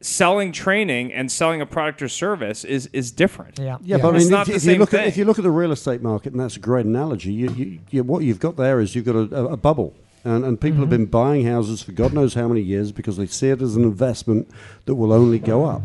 [SPEAKER 3] selling training and selling a product or service is is different.
[SPEAKER 12] Yeah, but I
[SPEAKER 3] it's
[SPEAKER 12] mean, if,
[SPEAKER 3] not the
[SPEAKER 12] if you
[SPEAKER 3] same
[SPEAKER 12] look at
[SPEAKER 3] thing.
[SPEAKER 12] if you look at the real estate market, and that's a great analogy. You, you, you, what you've got there is you've got a, a, a bubble, and, and people have been buying houses for God knows how many years because they see it as an investment that will only go up.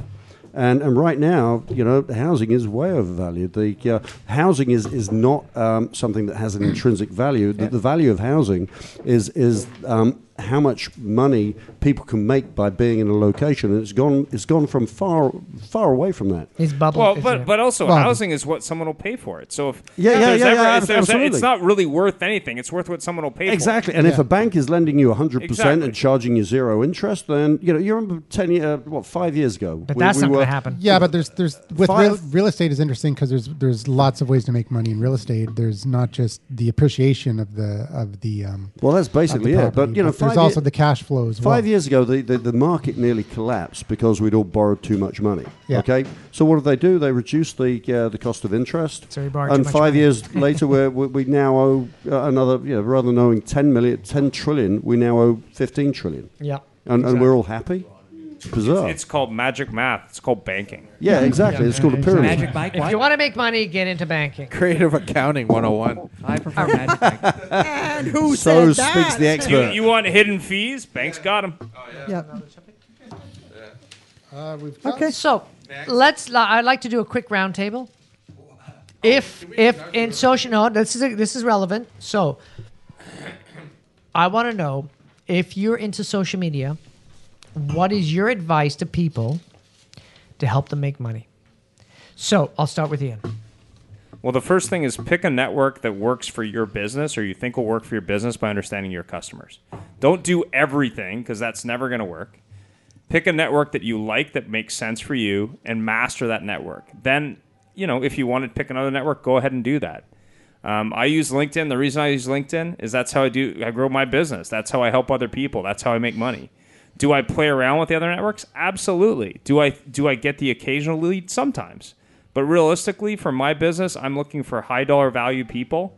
[SPEAKER 12] And, and right now, you know, housing is way overvalued. The uh, housing is is not um, something that has an intrinsic value. The, the value of housing is is um, how much money people can make by being in a location. And it's gone it's gone from far far away from that.
[SPEAKER 2] It's bubble.
[SPEAKER 3] Well, but but also
[SPEAKER 12] Well-
[SPEAKER 3] housing is what someone will pay for it. So if
[SPEAKER 12] Yeah,
[SPEAKER 3] if
[SPEAKER 12] yeah,
[SPEAKER 3] there's
[SPEAKER 12] yeah,
[SPEAKER 3] ever-
[SPEAKER 12] yeah,
[SPEAKER 3] if there's a- it's
[SPEAKER 12] absolutely.
[SPEAKER 3] not really worth anything. It's worth what someone will pay
[SPEAKER 12] Exactly.
[SPEAKER 3] for.
[SPEAKER 12] And if a bank is lending you 100%
[SPEAKER 3] Exactly.
[SPEAKER 12] and charging you zero interest, then, you know, you remember 10 year, what, five years ago.
[SPEAKER 2] But that's not gonna happen.
[SPEAKER 1] Yeah, but there's there's with real,
[SPEAKER 12] Five-
[SPEAKER 1] real estate is interesting because there's there's lots of ways to make money in real estate. There's not just the appreciation of the of the um,
[SPEAKER 12] Well, that's
[SPEAKER 1] of the
[SPEAKER 12] basically it. But,
[SPEAKER 1] property,
[SPEAKER 12] you know,
[SPEAKER 1] there's
[SPEAKER 12] five ye-
[SPEAKER 1] also the cash flow as well.
[SPEAKER 12] Five years ago, the, the, the market nearly collapsed because we'd all borrowed too much money.
[SPEAKER 1] Yeah.
[SPEAKER 12] Okay. So what did they do? They reduced the uh, the cost of interest.
[SPEAKER 1] So we borrowed too
[SPEAKER 12] and
[SPEAKER 1] much
[SPEAKER 12] five
[SPEAKER 1] money.
[SPEAKER 12] years later, we're, we we now owe uh, another. You know, rather than owing 10 million, 10 trillion, we now owe 15 trillion.
[SPEAKER 3] Yeah.
[SPEAKER 12] And, and we're all happy. Bizarre.
[SPEAKER 3] It's, it's called magic math. It's called banking.
[SPEAKER 12] yeah, exactly. It's called a pyramid.
[SPEAKER 2] If you want to make money, get into
[SPEAKER 3] (laughs)
[SPEAKER 2] banking.
[SPEAKER 6] Creative Accounting 101.
[SPEAKER 7] I prefer (laughs) magic.
[SPEAKER 2] (laughs) and
[SPEAKER 5] who
[SPEAKER 6] So said speaks that? the expert.
[SPEAKER 3] You, you want hidden fees? Banks got them.
[SPEAKER 2] okay. So let's. li- I'd like to do a quick roundtable. If if in social no, this is this is relevant. So I want to know if you're into social media, what is your advice to people to help them make money? So I'll start with Ian.
[SPEAKER 3] Well, the first thing is pick a network that works for your business or you think will work for your business by understanding your customers. Don't do everything because that's never going to work. Pick a network that you like that makes sense for you and master that network. Then, you know, if you want to pick another network, go ahead and do that. Um, I use LinkedIn. The reason I use LinkedIn is that's how I do. I grow my business. That's how I help other people. That's how I make money. Do I play around with the other networks? Absolutely. Do I do I get the occasional lead? Sometimes. But realistically, for my business, I'm looking for high dollar value people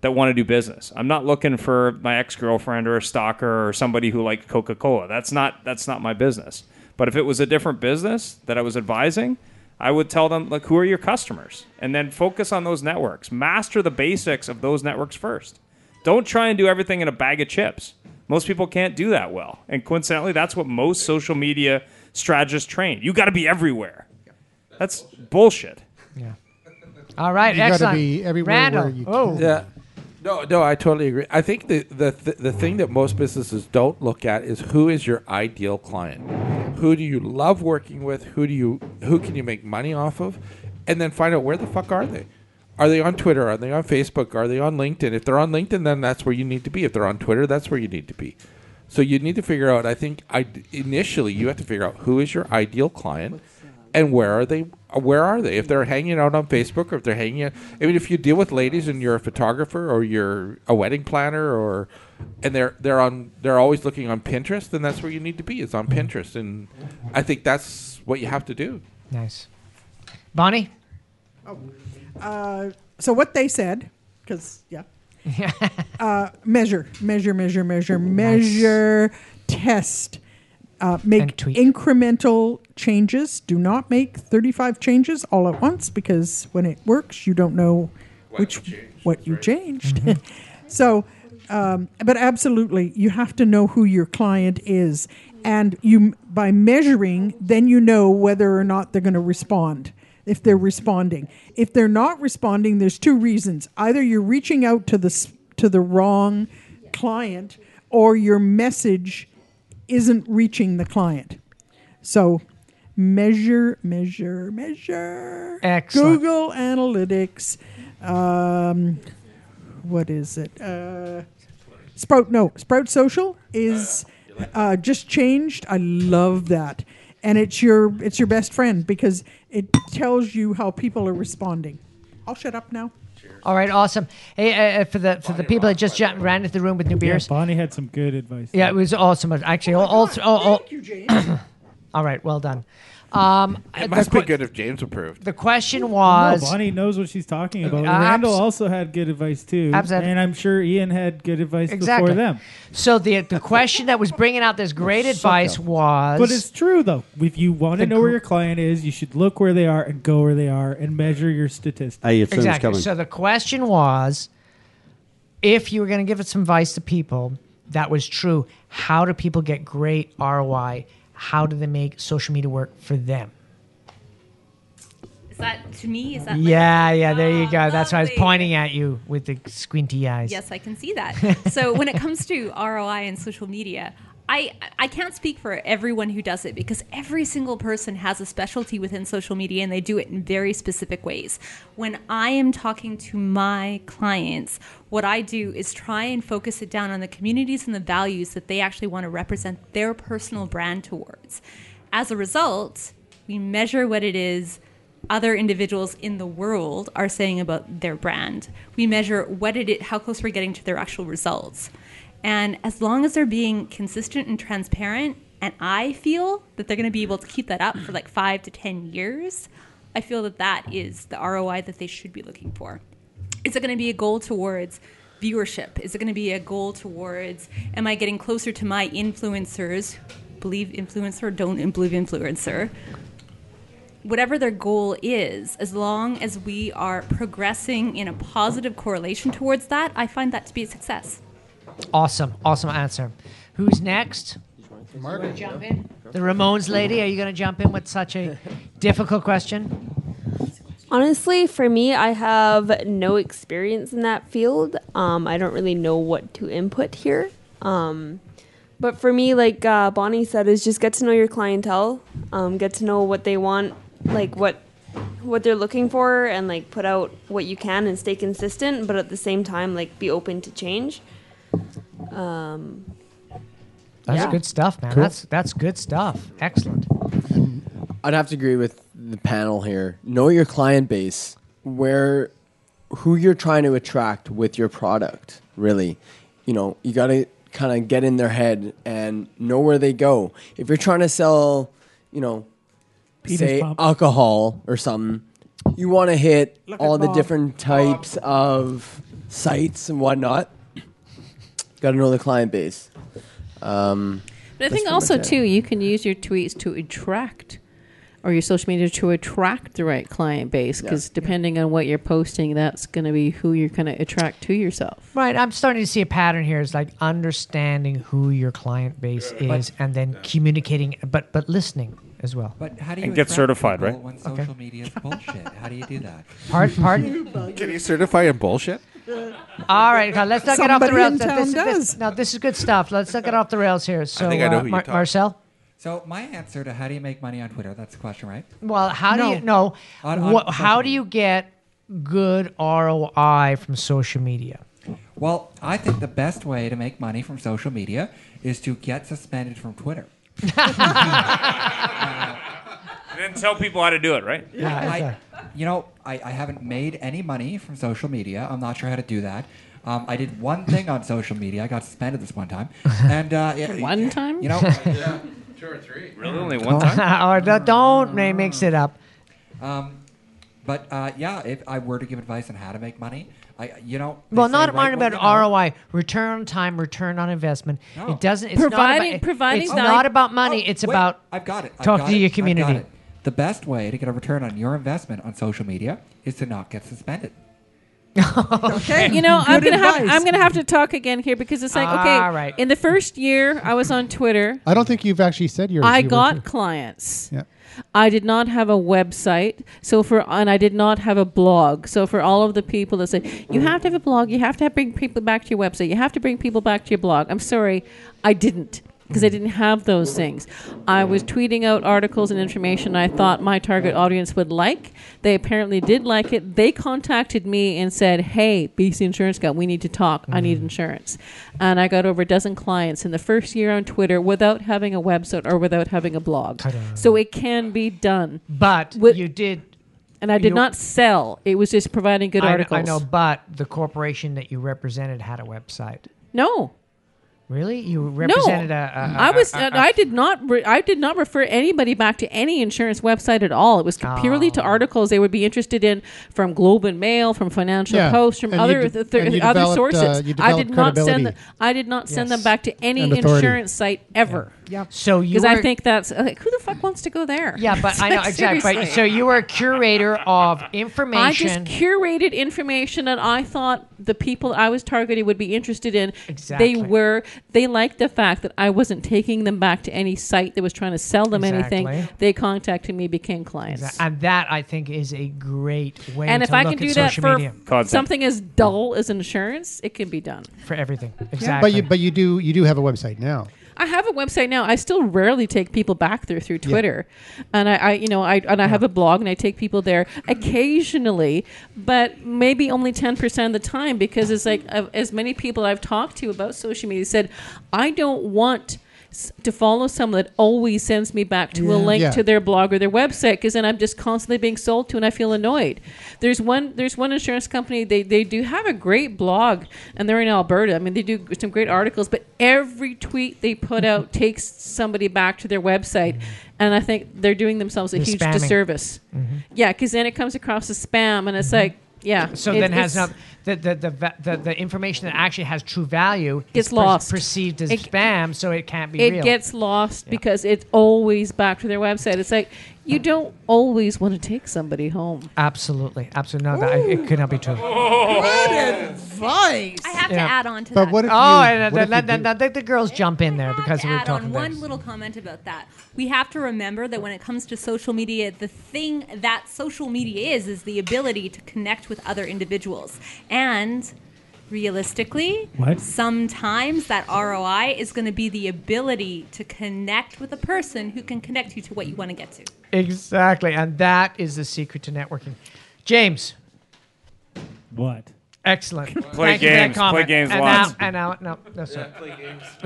[SPEAKER 3] that want to do business. I'm not looking for my ex girlfriend or a stalker or somebody who liked Coca Cola. That's not that's not my business. But if it was a different business that I was advising, I would tell them like, who are your customers, and then focus on those networks. Master the basics of those networks first. Don't try and do everything in a bag of chips. Most people can't do that well, and coincidentally, that's what most social media strategists train. You got to be everywhere. That's bullshit.
[SPEAKER 2] All right,
[SPEAKER 1] You gotta
[SPEAKER 2] excellent.
[SPEAKER 1] be everywhere where
[SPEAKER 2] Randall.
[SPEAKER 1] you
[SPEAKER 2] oh,
[SPEAKER 6] Yeah. No, no, I totally agree. I think the the th- the thing that most businesses don't look at is who is your ideal client. Who do you love working with? Who do you who can you make money off of? And then find out where the fuck are they? Are they on Twitter? Are they on Facebook? Are they on LinkedIn? If they're on LinkedIn, then that's where you need to be. If they're on Twitter, that's where you need to be. So you need to figure out. I think I initially you have to figure out who is your ideal client, and where are they? Where are they? If they're hanging out on Facebook, or if they're hanging out, I mean, if you deal with ladies and you're a photographer or you're a wedding planner, or and they're they're on they're always looking on Pinterest, then that's where you need to be. It's on Pinterest, and I think that's what you have to do.
[SPEAKER 2] nice. Bonnie.
[SPEAKER 5] oh, Uh, so what they said, because yeah, uh, measure, measure, measure, measure, measure, test, uh, make incremental changes. Do not make thirty-five changes all at once because when it works, you don't know which what you changed. (laughs) so, um, but absolutely, you have to know who your client is, and you by measuring, then you know whether or not they're going to respond. If they're responding, if they're not responding, there's two reasons: either you're reaching out to the s- to the wrong client, or your message isn't reaching the client. So, measure, measure, measure.
[SPEAKER 2] Excellent.
[SPEAKER 5] Google Analytics. Um, what is it? Uh, Sprout, no, Sprout Social is uh, just changed. I love that, and it's your it's your best friend because it tells you how people are responding. I'll shut up now.
[SPEAKER 2] All right, awesome. Hey, uh, uh, for the for the people that just ja- ran into the room with new beers.
[SPEAKER 11] Yeah, Bonnie had some good advice.
[SPEAKER 2] Yeah, it was awesome. Actually,
[SPEAKER 11] Oh
[SPEAKER 2] all, all, all, all,
[SPEAKER 5] Thank you, James.
[SPEAKER 2] (coughs) all right, well done. Um,
[SPEAKER 6] It
[SPEAKER 2] the,
[SPEAKER 6] must be
[SPEAKER 2] que-
[SPEAKER 6] good if James approved.
[SPEAKER 2] the question was
[SPEAKER 11] No, Bonnie knows what she's talking about.
[SPEAKER 2] Uh,
[SPEAKER 11] Randall
[SPEAKER 2] abs-
[SPEAKER 11] also had good advice too,
[SPEAKER 2] Absolutely.
[SPEAKER 11] and I'm sure Ian had good advice
[SPEAKER 2] exactly
[SPEAKER 11] before them.
[SPEAKER 2] So the the question that was bringing out this great
[SPEAKER 11] Suck
[SPEAKER 2] advice
[SPEAKER 11] up.
[SPEAKER 2] was.
[SPEAKER 11] But it's true though. If you want to know where your client is, you should look where they are and go where they are and measure your statistics.
[SPEAKER 2] exactly. So the question was, if you were going to give it some advice to people, that was true. How do people get great ROI? How do they make social media work for them?
[SPEAKER 8] that to me? Is that like-
[SPEAKER 2] yeah, yeah, there you go. That's why I was pointing at you with the squinty eyes.
[SPEAKER 8] Yes, I can see that. so when it comes to (laughs) ROI and social media, I, I can't speak for everyone who does it because every single person has a specialty within social media and they do it in very specific ways. When I am talking to my clients, what I do is try and focus it down on the communities and the values that they actually want to represent their personal brand towards. As a result, we measure what it is other individuals in the world are saying about their brand. We measure what it, how close we're getting to their actual results. And as long as they're being consistent and transparent, and I feel that they're going to be able to keep that up for like five to 10 years, I feel that that is the ROI that they should be looking for. Is it going to be a goal towards viewership? Is it going to be a goal towards, am I getting closer to my influencers? Believe influencer, don't believe influencer whatever their goal is, as long as we are progressing in a positive correlation towards that, I find that to be a success.
[SPEAKER 2] Awesome, awesome answer. Who's next?
[SPEAKER 8] Mark.
[SPEAKER 2] Wanna jump in? The Ramones lady. Are you going to jump in with such
[SPEAKER 7] (laughs)
[SPEAKER 2] a difficult question?
[SPEAKER 15] Honestly, for me, I have no experience in that field. Um, I don't really know what to input here. Um, but for me, like uh, Bonnie said, is just get to know your clientele, um, get to know what they want, like what what they're looking for, and like put out what you can and stay consistent. But at the same time, like be open to change. Um,
[SPEAKER 2] That's
[SPEAKER 15] Yeah.
[SPEAKER 2] good stuff, man.
[SPEAKER 9] Cool.
[SPEAKER 2] That's that's good stuff. Excellent.
[SPEAKER 9] I'd have to agree with the panel here. Know your client base, where, who you're trying to attract with your product. Really, you know, you got to kind of get in their head and know where they go. If you're trying to sell, you know,
[SPEAKER 7] Penis
[SPEAKER 9] say
[SPEAKER 7] pump.
[SPEAKER 9] alcohol or something, you want to hit
[SPEAKER 7] Look at
[SPEAKER 9] all the
[SPEAKER 7] Bob.
[SPEAKER 9] different types of sites and whatnot. Got to know the client base. Um,
[SPEAKER 4] But I
[SPEAKER 9] that's
[SPEAKER 4] think
[SPEAKER 9] pretty
[SPEAKER 4] also
[SPEAKER 9] much it.
[SPEAKER 4] too, you can use your tweets to attract, or your social media to attract the right client base. Because depending on what you're posting, that's going to be who you're going to attract to yourself.
[SPEAKER 2] Right, I'm starting to see a pattern here. It's like understanding who your client base
[SPEAKER 4] Yeah.
[SPEAKER 2] is, and then communicating, but but listening as well.
[SPEAKER 7] But how do you
[SPEAKER 3] And get
[SPEAKER 7] attract
[SPEAKER 3] certified,
[SPEAKER 7] people
[SPEAKER 3] right?
[SPEAKER 7] When social media is bullshit, how do you do that?
[SPEAKER 2] Part- part-
[SPEAKER 6] Can you certify in bullshit?
[SPEAKER 2] All right, now let's not get off the
[SPEAKER 7] Somebody
[SPEAKER 2] rails.
[SPEAKER 7] in
[SPEAKER 2] Now, This,
[SPEAKER 7] town
[SPEAKER 2] is- this- now this is good stuff. Let's not get off the rails here. So,
[SPEAKER 7] think (laughs) I know
[SPEAKER 2] uh,
[SPEAKER 7] who you're
[SPEAKER 2] Mar-
[SPEAKER 7] talking-
[SPEAKER 2] Marcel,
[SPEAKER 7] So my answer to how do you make money on Twitter? That's the question, right?
[SPEAKER 2] well, how do you know?
[SPEAKER 7] On- on
[SPEAKER 2] what,
[SPEAKER 7] social
[SPEAKER 2] how do you get good ROI from social media?
[SPEAKER 7] Well, I think the best way to make money from social media is to get suspended from Twitter.
[SPEAKER 3] And then tell people how to do it, right?
[SPEAKER 7] I, you know, I, I haven't made any money from social media. I'm not sure how to do that. Um, I did one thing on social media. I got suspended this one time. And uh,
[SPEAKER 2] (laughs)
[SPEAKER 7] it-
[SPEAKER 4] One time?
[SPEAKER 7] You know, uh, Oh.
[SPEAKER 4] Yeah,
[SPEAKER 6] two or three.
[SPEAKER 3] Really, only
[SPEAKER 7] one time?
[SPEAKER 2] (laughs)
[SPEAKER 7] (laughs)
[SPEAKER 2] or don't- don't ma- mix it up.
[SPEAKER 7] Um, but uh, yeah, if I were to give advice on how to make money, I you know, they
[SPEAKER 2] Well,
[SPEAKER 7] say
[SPEAKER 2] not
[SPEAKER 7] write
[SPEAKER 2] mind
[SPEAKER 7] what
[SPEAKER 2] about
[SPEAKER 7] you know.
[SPEAKER 2] ROI, return on time, return on investment. It doesn't. It's
[SPEAKER 4] Providing-
[SPEAKER 2] not about,
[SPEAKER 4] providing
[SPEAKER 2] It's
[SPEAKER 4] value-
[SPEAKER 2] not about money. it's
[SPEAKER 7] Oh, wait,
[SPEAKER 2] about.
[SPEAKER 7] I've got it. I've
[SPEAKER 2] Talk
[SPEAKER 7] got
[SPEAKER 2] to
[SPEAKER 7] it.
[SPEAKER 2] your
[SPEAKER 7] I've got
[SPEAKER 2] community.
[SPEAKER 7] it. The best way to get a return on your investment on social media is to not get suspended.
[SPEAKER 4] You know, I'm
[SPEAKER 7] Good
[SPEAKER 4] gonna have
[SPEAKER 7] advice.
[SPEAKER 4] I'm gonna have to talk again here because it's like okay,
[SPEAKER 2] All right.
[SPEAKER 4] in the first year I was on Twitter,
[SPEAKER 1] I don't think you've actually said yours.
[SPEAKER 4] I
[SPEAKER 1] You were
[SPEAKER 4] got
[SPEAKER 1] too-
[SPEAKER 4] clients.
[SPEAKER 1] Yeah.
[SPEAKER 4] I did not have a website, so for and I did not have a blog. So for all of the people that say you have to have a blog, you have to have- bring people back to your website, you have to bring people back to your blog. I'm sorry, I didn't because I didn't have those things. I was tweeting out articles and information I thought my target audience would like. They apparently did like it. They contacted me and said, "Hey, BC Insurance Guy, we need to talk. I
[SPEAKER 2] Mm-hmm.
[SPEAKER 4] need insurance." And I got over a dozen clients in the first year on Twitter without having a website or without having a blog. So it can be done.
[SPEAKER 2] But you did.
[SPEAKER 4] And I did
[SPEAKER 2] you-
[SPEAKER 4] not sell. It was just providing good
[SPEAKER 2] I, kn-
[SPEAKER 4] articles.
[SPEAKER 2] I know, but the corporation that you represented had a website.
[SPEAKER 4] No.
[SPEAKER 2] Really, you represented
[SPEAKER 4] no.
[SPEAKER 2] a- a- a-
[SPEAKER 4] I was.
[SPEAKER 2] a-
[SPEAKER 4] I
[SPEAKER 2] a-
[SPEAKER 4] did not. Re- I did not refer anybody back to any insurance website at all. It was purely to articles they would be interested in from Globe and Mail, from Financial
[SPEAKER 1] Yeah.
[SPEAKER 4] Post, from
[SPEAKER 1] And you
[SPEAKER 4] other
[SPEAKER 1] de-
[SPEAKER 4] th-
[SPEAKER 1] and you
[SPEAKER 4] other
[SPEAKER 1] developed, uh,
[SPEAKER 4] sources.
[SPEAKER 1] you
[SPEAKER 4] I
[SPEAKER 1] developed
[SPEAKER 4] did not send.
[SPEAKER 1] credibility.
[SPEAKER 4] Them, I did not send them
[SPEAKER 1] Yes.
[SPEAKER 4] back to any
[SPEAKER 1] And authority.
[SPEAKER 4] insurance site ever.
[SPEAKER 5] Yeah.
[SPEAKER 2] So you
[SPEAKER 4] because I
[SPEAKER 2] were-
[SPEAKER 4] think that's like, who the fuck wants to go there?
[SPEAKER 2] Yeah, but I know
[SPEAKER 4] (laughs)
[SPEAKER 2] exactly. Right.
[SPEAKER 4] Seriously.
[SPEAKER 2] So you were a curator of
[SPEAKER 4] I
[SPEAKER 2] information.
[SPEAKER 4] just curated information that I thought the people I was targeting would be interested in.
[SPEAKER 2] Exactly.
[SPEAKER 4] They were. They liked the fact that I wasn't taking them back to any site that was trying to sell them anything.
[SPEAKER 2] Exactly.
[SPEAKER 4] They contacted me, became clients.
[SPEAKER 2] And that I think is a great way.
[SPEAKER 4] And
[SPEAKER 2] to
[SPEAKER 4] if I can
[SPEAKER 2] look at
[SPEAKER 4] do that
[SPEAKER 2] social
[SPEAKER 4] for
[SPEAKER 2] media.
[SPEAKER 4] something as dull as insurance, it can be done.
[SPEAKER 2] for everything,
[SPEAKER 1] But
[SPEAKER 2] exactly.
[SPEAKER 1] you but you do you do have a website now.
[SPEAKER 4] I have a website now. I still rarely take people back there through Twitter, and I, I, you know, I and I have a blog and I take people there occasionally, but maybe only ten percent of the time because it's like uh, as many people I've talked to about social media said, I don't want s- to follow someone that always sends me back to a
[SPEAKER 16] Yeah.
[SPEAKER 4] link
[SPEAKER 16] Yeah.
[SPEAKER 4] to their blog or their website because then I'm just constantly being sold to and I feel annoyed. There's one there's one insurance company they, they do have a great blog and they're in Alberta. I mean they do some great articles, but every tweet they put
[SPEAKER 2] Mm-hmm.
[SPEAKER 4] out takes somebody back to their website, and I think they're doing themselves a
[SPEAKER 2] They're
[SPEAKER 4] huge
[SPEAKER 2] spamming.
[SPEAKER 4] disservice.
[SPEAKER 2] Mhm.
[SPEAKER 4] Yeah, because then it comes across as spam and it's like yeah.
[SPEAKER 2] Mm-hmm. so
[SPEAKER 4] it-
[SPEAKER 2] then has
[SPEAKER 4] it's-
[SPEAKER 2] not the the, the va- the the information that actually has true value
[SPEAKER 4] Gets
[SPEAKER 2] is per-
[SPEAKER 4] lost.
[SPEAKER 2] perceived as
[SPEAKER 4] It-
[SPEAKER 2] spam, so it can't be.
[SPEAKER 4] it
[SPEAKER 2] real.
[SPEAKER 4] gets lost because it's always back to their website. It's like you don't always want to take somebody home.
[SPEAKER 2] absolutely absolutely no. That, it could not be true.
[SPEAKER 5] advice.
[SPEAKER 8] I have
[SPEAKER 2] Oh, Yeah.
[SPEAKER 8] to add on to
[SPEAKER 2] But
[SPEAKER 8] that.
[SPEAKER 2] what if Oh, you- and what then- if you then- do- then- then the girls jump in there
[SPEAKER 8] I have
[SPEAKER 2] because
[SPEAKER 8] to
[SPEAKER 2] we were
[SPEAKER 8] add
[SPEAKER 2] talking
[SPEAKER 8] on
[SPEAKER 2] about
[SPEAKER 8] one
[SPEAKER 2] this.
[SPEAKER 8] little comment about that. We have to remember that when it comes to social media, the thing that social media is is the ability to connect with other individuals and. Realistically,
[SPEAKER 16] What?
[SPEAKER 8] sometimes that ROI is going to be the ability to connect with a person who can connect you to what you want to get to.
[SPEAKER 2] Exactly, and that is the secret to networking. James,
[SPEAKER 11] What?
[SPEAKER 2] excellent.
[SPEAKER 3] Play
[SPEAKER 2] Thank you for that
[SPEAKER 3] games, play
[SPEAKER 2] comment.
[SPEAKER 3] games
[SPEAKER 2] and
[SPEAKER 3] lots.
[SPEAKER 2] Now, and now, no, no, sorry.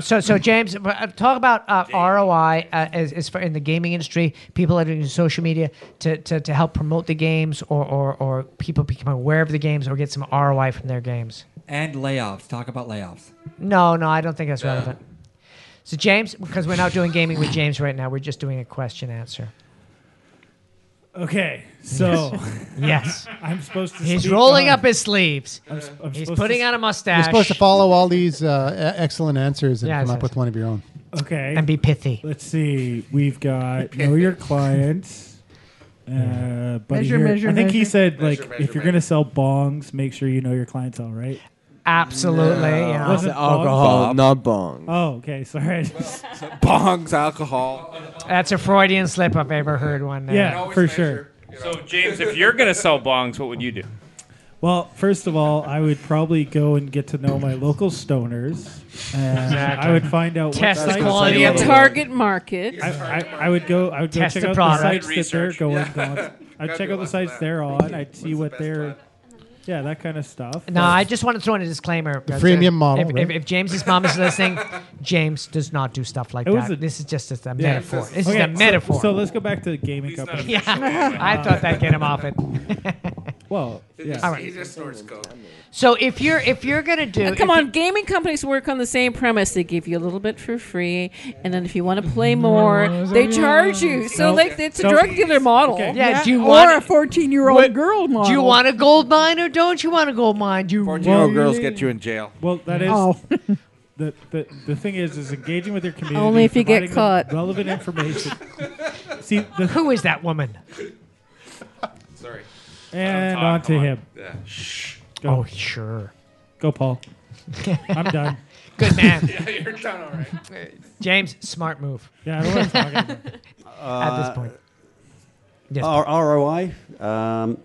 [SPEAKER 2] So, so James, but, uh, talk about uh, ROI uh, as, as far in the gaming industry. People are doing social media to, to, to help promote the games, or, or, or people become aware of the games, or get some ROI from their games.
[SPEAKER 7] And layoffs. Talk about layoffs.
[SPEAKER 2] No, no, I don't think that's relevant. So James, because we're not doing gaming with James right now, we're just doing a question answer.
[SPEAKER 11] Okay, so
[SPEAKER 2] (laughs) Yes.
[SPEAKER 11] I'm supposed to.
[SPEAKER 2] He's
[SPEAKER 11] speak
[SPEAKER 2] rolling
[SPEAKER 11] on-
[SPEAKER 2] up his sleeves.
[SPEAKER 11] I'm s- I'm
[SPEAKER 2] He's
[SPEAKER 11] supposed to
[SPEAKER 2] putting
[SPEAKER 11] s-
[SPEAKER 2] on a
[SPEAKER 1] You're
[SPEAKER 2] mustache.
[SPEAKER 1] supposed to follow all these uh, e- excellent answers and
[SPEAKER 2] Yeah,
[SPEAKER 1] come
[SPEAKER 2] yes,
[SPEAKER 1] up with one of your own.
[SPEAKER 11] Okay.
[SPEAKER 2] And be pithy.
[SPEAKER 11] Let's see. We've got know your client. Uh, but
[SPEAKER 2] Measure, measure,
[SPEAKER 11] I think he
[SPEAKER 2] measure.
[SPEAKER 11] said
[SPEAKER 2] Measure,
[SPEAKER 11] like
[SPEAKER 2] measure,
[SPEAKER 11] if you're gonna sell bongs, make sure you know your clientele, right?
[SPEAKER 2] Absolutely. yeah.
[SPEAKER 11] Was it
[SPEAKER 9] alcohol,
[SPEAKER 11] bongs?
[SPEAKER 9] not bongs.
[SPEAKER 11] Oh, okay. Sorry.
[SPEAKER 6] Bongs, alcohol.
[SPEAKER 2] That's a Freudian slip I've ever heard one. There.
[SPEAKER 11] Yeah, for sure.
[SPEAKER 3] So, James, if you're going to sell bongs, what would you do?
[SPEAKER 11] Well, first of all, I would probably go and get to know my local stoners, and
[SPEAKER 2] Exactly.
[SPEAKER 11] I would find out
[SPEAKER 2] Test
[SPEAKER 11] what
[SPEAKER 2] the
[SPEAKER 11] sites-
[SPEAKER 2] quality
[SPEAKER 4] The target market.
[SPEAKER 11] I, I, I would go. I would go
[SPEAKER 2] Test
[SPEAKER 11] check
[SPEAKER 2] the
[SPEAKER 11] out
[SPEAKER 2] product.
[SPEAKER 11] the sites
[SPEAKER 2] Research.
[SPEAKER 11] that they're going
[SPEAKER 2] (laughs) Yeah.
[SPEAKER 11] on. I'd check
[SPEAKER 2] Gotta do
[SPEAKER 11] out the
[SPEAKER 2] lots of
[SPEAKER 11] sites they're on. I'd see what they're. Yeah, that kind of stuff.
[SPEAKER 2] No, I just want to throw in a disclaimer.
[SPEAKER 1] The freemium model,
[SPEAKER 2] If,
[SPEAKER 1] right?
[SPEAKER 2] if, if James's mom is listening, James does not do stuff like
[SPEAKER 11] It was a-
[SPEAKER 2] that. this is just a, a
[SPEAKER 11] Yeah.
[SPEAKER 2] metaphor. This
[SPEAKER 11] Okay,
[SPEAKER 2] is a metaphor.
[SPEAKER 11] So, so let's go back to the gaming company.
[SPEAKER 2] yeah, I thought that'd get him off it.
[SPEAKER 11] (laughs) Well, yeah.
[SPEAKER 2] All right.
[SPEAKER 6] just snorts coke.
[SPEAKER 2] So if you're if you're gonna do,
[SPEAKER 4] Uh, come
[SPEAKER 2] if
[SPEAKER 4] on,
[SPEAKER 2] you-
[SPEAKER 4] gaming companies work on the same premise. They give you a little bit for free, and then if you want to play more, they charge you. So,
[SPEAKER 11] No.
[SPEAKER 4] like, it's a
[SPEAKER 11] No.
[SPEAKER 4] drug dealer model.
[SPEAKER 2] yeah, Do you
[SPEAKER 5] or
[SPEAKER 2] want
[SPEAKER 5] a 14 year old
[SPEAKER 2] What-
[SPEAKER 5] girl model.
[SPEAKER 2] Do you want a gold mine or don't you want a gold mine? Do you
[SPEAKER 6] Well,
[SPEAKER 2] really-
[SPEAKER 6] girls get you in jail.
[SPEAKER 11] Well, that is
[SPEAKER 5] Oh.
[SPEAKER 11] (laughs) the, the the thing is is engaging with your community.
[SPEAKER 4] Only if you get
[SPEAKER 11] providing them
[SPEAKER 4] caught.
[SPEAKER 11] Relevant
[SPEAKER 2] (laughs)
[SPEAKER 11] information. See the
[SPEAKER 2] Who is that woman?
[SPEAKER 6] Sorry.
[SPEAKER 11] and
[SPEAKER 6] Don't talk,
[SPEAKER 11] on to
[SPEAKER 6] come on.
[SPEAKER 11] him.
[SPEAKER 6] Yeah. Shh.
[SPEAKER 11] Go.
[SPEAKER 2] Oh sure,
[SPEAKER 11] Go, Paul. I'm (laughs) done.
[SPEAKER 2] good man.
[SPEAKER 6] (laughs) Yeah, you're done all right.
[SPEAKER 2] James, smart move. Uh,
[SPEAKER 11] Yeah, I don't want to talk
[SPEAKER 2] (laughs)
[SPEAKER 11] anymore.
[SPEAKER 2] At this point, Yes.
[SPEAKER 12] Our ROI um,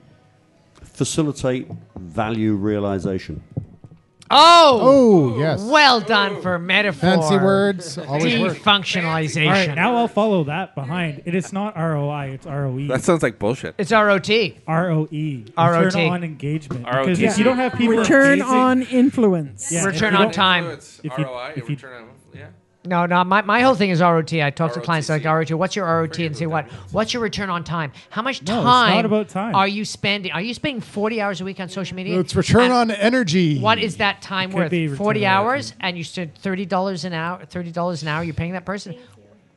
[SPEAKER 12] facilitate value realization.
[SPEAKER 2] Oh,
[SPEAKER 1] Oh, yes.
[SPEAKER 2] Well done for metaphor.
[SPEAKER 1] Fancy words always work.
[SPEAKER 2] Defunctionalization.
[SPEAKER 11] All right, now I'll follow that behind. It is not ROI, it's E. ROE.
[SPEAKER 6] That sounds like bullshit.
[SPEAKER 2] it's ROT.
[SPEAKER 11] ROE.
[SPEAKER 2] ROT.
[SPEAKER 11] E. Return on engagement.
[SPEAKER 3] ROT.
[SPEAKER 11] Because if you don't have people
[SPEAKER 5] Return
[SPEAKER 11] engaging-
[SPEAKER 5] on influence.
[SPEAKER 11] Yeah, if
[SPEAKER 2] Return
[SPEAKER 11] you
[SPEAKER 2] on
[SPEAKER 11] don't-
[SPEAKER 2] time.
[SPEAKER 11] If you- if you-
[SPEAKER 6] yeah.
[SPEAKER 2] No, no. My, my whole thing is ROT. I talk to clients like
[SPEAKER 6] ROTC.
[SPEAKER 2] ROT. What's your ROT? And say what? What's your return on time? How much
[SPEAKER 11] No,
[SPEAKER 2] time?
[SPEAKER 11] it's not about time.
[SPEAKER 2] Are you spending? Are you spending forty hours a week on social media?
[SPEAKER 1] It's return
[SPEAKER 2] And
[SPEAKER 1] on energy.
[SPEAKER 2] What is that time
[SPEAKER 11] could
[SPEAKER 2] worth?
[SPEAKER 11] be return
[SPEAKER 2] Forty
[SPEAKER 11] on
[SPEAKER 2] hours, and you spend thirty dollars an hour. Thirty dollars an hour. You're paying that person.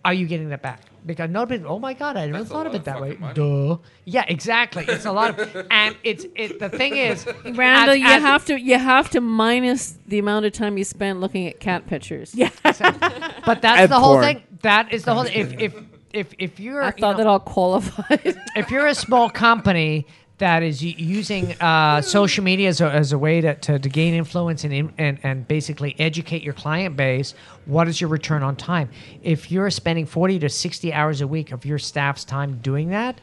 [SPEAKER 2] Are you getting that back? Because nobody. Oh my God! I never thought of it that way. Duh. Yeah, exactly. It's a lot of, (laughs) and it's it. The thing is,
[SPEAKER 4] Randall,
[SPEAKER 2] as-
[SPEAKER 4] you
[SPEAKER 2] as-
[SPEAKER 4] have to you have to minus the amount of time you spend looking at cat pictures. (laughs) Yeah,
[SPEAKER 2] But that's
[SPEAKER 6] Ad
[SPEAKER 2] the whole
[SPEAKER 6] porn.
[SPEAKER 2] thing. That is the whole. If if if if you're
[SPEAKER 4] I
[SPEAKER 2] you
[SPEAKER 4] thought
[SPEAKER 2] know,
[SPEAKER 4] that all qualified.
[SPEAKER 2] if you're a small company that is u- using uh, social media as a, as a way to, to, to gain influence and, in- and and basically educate your client base. What is your return on time? If you're spending forty to sixty hours a week of your staff's time doing that,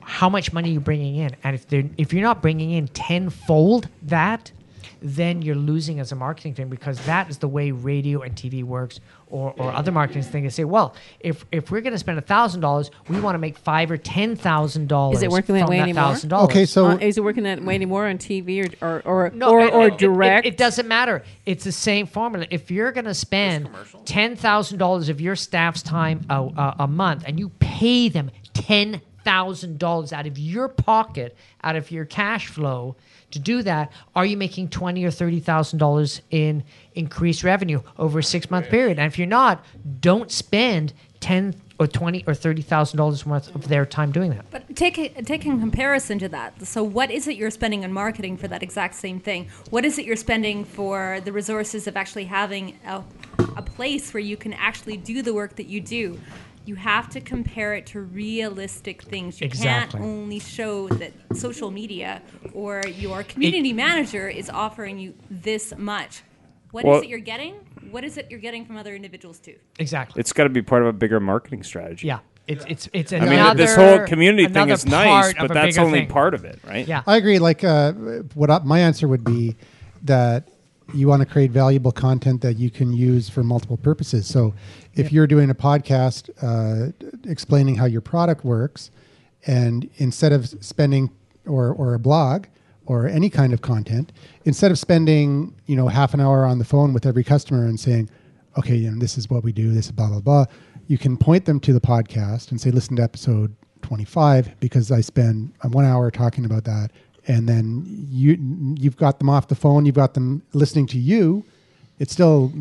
[SPEAKER 2] how much money are you bringing in? And if they're if you're not bringing in tenfold that, then you're losing as a marketing thing because that is the way radio and TV works or, or other marketing thing. They say, well, if if we're going to spend thousand dollars, we want to make five or ten thousand dollars.
[SPEAKER 4] Is it working that way anymore?
[SPEAKER 2] Thousand dollars.
[SPEAKER 4] Uh, is it working that way anymore on TV or or or,
[SPEAKER 2] No,
[SPEAKER 4] or,
[SPEAKER 2] it-
[SPEAKER 4] or
[SPEAKER 2] it- it-
[SPEAKER 4] direct?
[SPEAKER 2] It, doesn't matter. It's the same formula. If you're going to spend ten thousand dollars of your staff's time a, a, a month, and you pay them ten thousand dollars out of your pocket, out of your cash flow to do that, are you making twenty or thirty thousand dollars in increased revenue over a six month period? And if you're not, don't spend ten or twenty or thirty thousand dollars worth of their time doing that.
[SPEAKER 8] But take a, take in comparison to that. So, what is it you're spending on marketing for that exact same thing? What is it you're spending for the resources of actually having a, a place where you can actually do the work that you do? You have to compare it to realistic things. You
[SPEAKER 2] Exactly.
[SPEAKER 8] can't only show that social media or your community manager is offering you this much. What is
[SPEAKER 3] Well-
[SPEAKER 8] it you're getting? What is it you're getting from other individuals too?
[SPEAKER 2] Exactly.
[SPEAKER 3] It's got to be part of a bigger marketing strategy.
[SPEAKER 2] Yeah. It's it's it's
[SPEAKER 3] I
[SPEAKER 2] another.
[SPEAKER 3] mean, this whole community thing
[SPEAKER 2] another
[SPEAKER 3] is nice,
[SPEAKER 2] part of
[SPEAKER 3] but
[SPEAKER 2] a
[SPEAKER 3] that's
[SPEAKER 2] bigger
[SPEAKER 3] only
[SPEAKER 2] thing.
[SPEAKER 3] part of it, right?
[SPEAKER 2] Yeah.
[SPEAKER 1] I agree. Like, uh, what I, my answer would be that you want to create valuable content that you can use for multiple purposes. So, if you're doing a podcast uh, explaining how your product works, and instead of spending or or a blog or any kind of content, instead of spending you know half an hour on the phone with every customer and saying, okay, you know, this is what we do, this is blah blah blah, you can point them to the podcast and say, listen to episode 25 because I spend uh, one hour talking about that, and then you you've got them off the phone, you've got them listening to you. It's still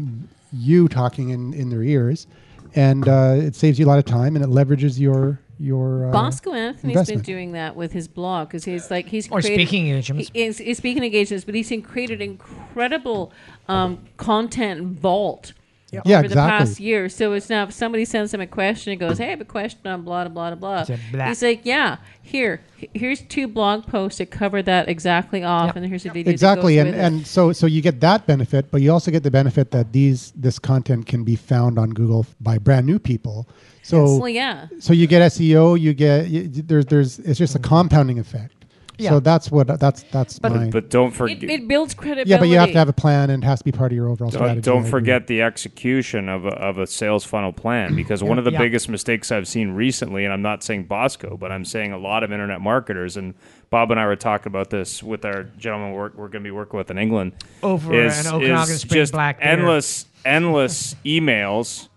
[SPEAKER 1] you talking in, in their ears, and uh, it saves you a lot of time and it leverages your your uh,
[SPEAKER 4] Bosco Anthony's
[SPEAKER 1] investment.
[SPEAKER 4] been doing that with his blog because he's like he's
[SPEAKER 2] Or speaking engagements.
[SPEAKER 4] He, he's, he's speaking engagements, but he's in- created incredible um, content vault.
[SPEAKER 1] Yeah,
[SPEAKER 4] over the
[SPEAKER 1] exactly.
[SPEAKER 4] past year. So it's now if somebody sends him a question, he goes, Hey, I have a question on blah, blah, blah, blah.
[SPEAKER 2] It's a blah.
[SPEAKER 4] He's like, Yeah, here, h- here's two blog posts that cover that exactly off, and here's a video. that
[SPEAKER 1] exactly
[SPEAKER 4] goes
[SPEAKER 1] and,
[SPEAKER 4] with it."
[SPEAKER 1] and so so you get that benefit but you also get the benefit that these this content can be found on google f- by brand new people so
[SPEAKER 4] Yes, well, yeah.
[SPEAKER 1] so you get seo you get y y- there's there's it's just a
[SPEAKER 2] Mm-hmm.
[SPEAKER 1] compounding effect
[SPEAKER 4] Yeah.
[SPEAKER 1] so that's what that's that's my
[SPEAKER 3] But, but don't forget.
[SPEAKER 4] it, it builds credibility.
[SPEAKER 1] yeah but you have to have a plan and it has to be part of your overall strategy
[SPEAKER 3] Don't, don't
[SPEAKER 1] I agree.
[SPEAKER 3] forget the execution of a, of a sales funnel plan because one of the
[SPEAKER 1] Yeah.
[SPEAKER 3] biggest mistakes I've seen recently, and I'm not saying Bosco, but I'm saying a lot of internet marketers, and Bob and I were talking about this with our gentleman we're, we're going to be working with in England.
[SPEAKER 2] Over
[SPEAKER 3] is,
[SPEAKER 2] in Okanagan
[SPEAKER 3] is
[SPEAKER 2] Springs,
[SPEAKER 3] just
[SPEAKER 2] Black Bear.
[SPEAKER 3] endless, endless emails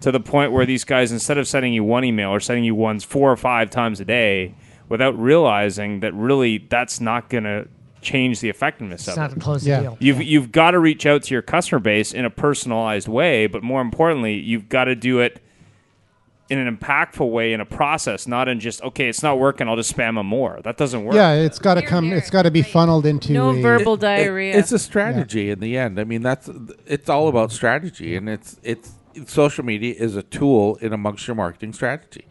[SPEAKER 3] to the point where these guys, instead of sending you one email, are sending you ones four or five times a day without realizing that really that's not going to change the effectiveness
[SPEAKER 2] It's
[SPEAKER 3] of
[SPEAKER 2] not
[SPEAKER 3] it.
[SPEAKER 2] gonna close the
[SPEAKER 3] yeah.
[SPEAKER 2] Yeah. deal.
[SPEAKER 3] You've you've got to reach out to your customer base in a personalized way, but more importantly, you've got to do it in an impactful way in a process, not in just okay, it's not working, I'll just spam them more. That doesn't work.
[SPEAKER 1] yeah it's got to come it's got to be funneled into a-
[SPEAKER 6] It- it- it's a strategy in the end. I mean, that's it's all about strategy, and it's it's social media is a tool in amongst your marketing strategy.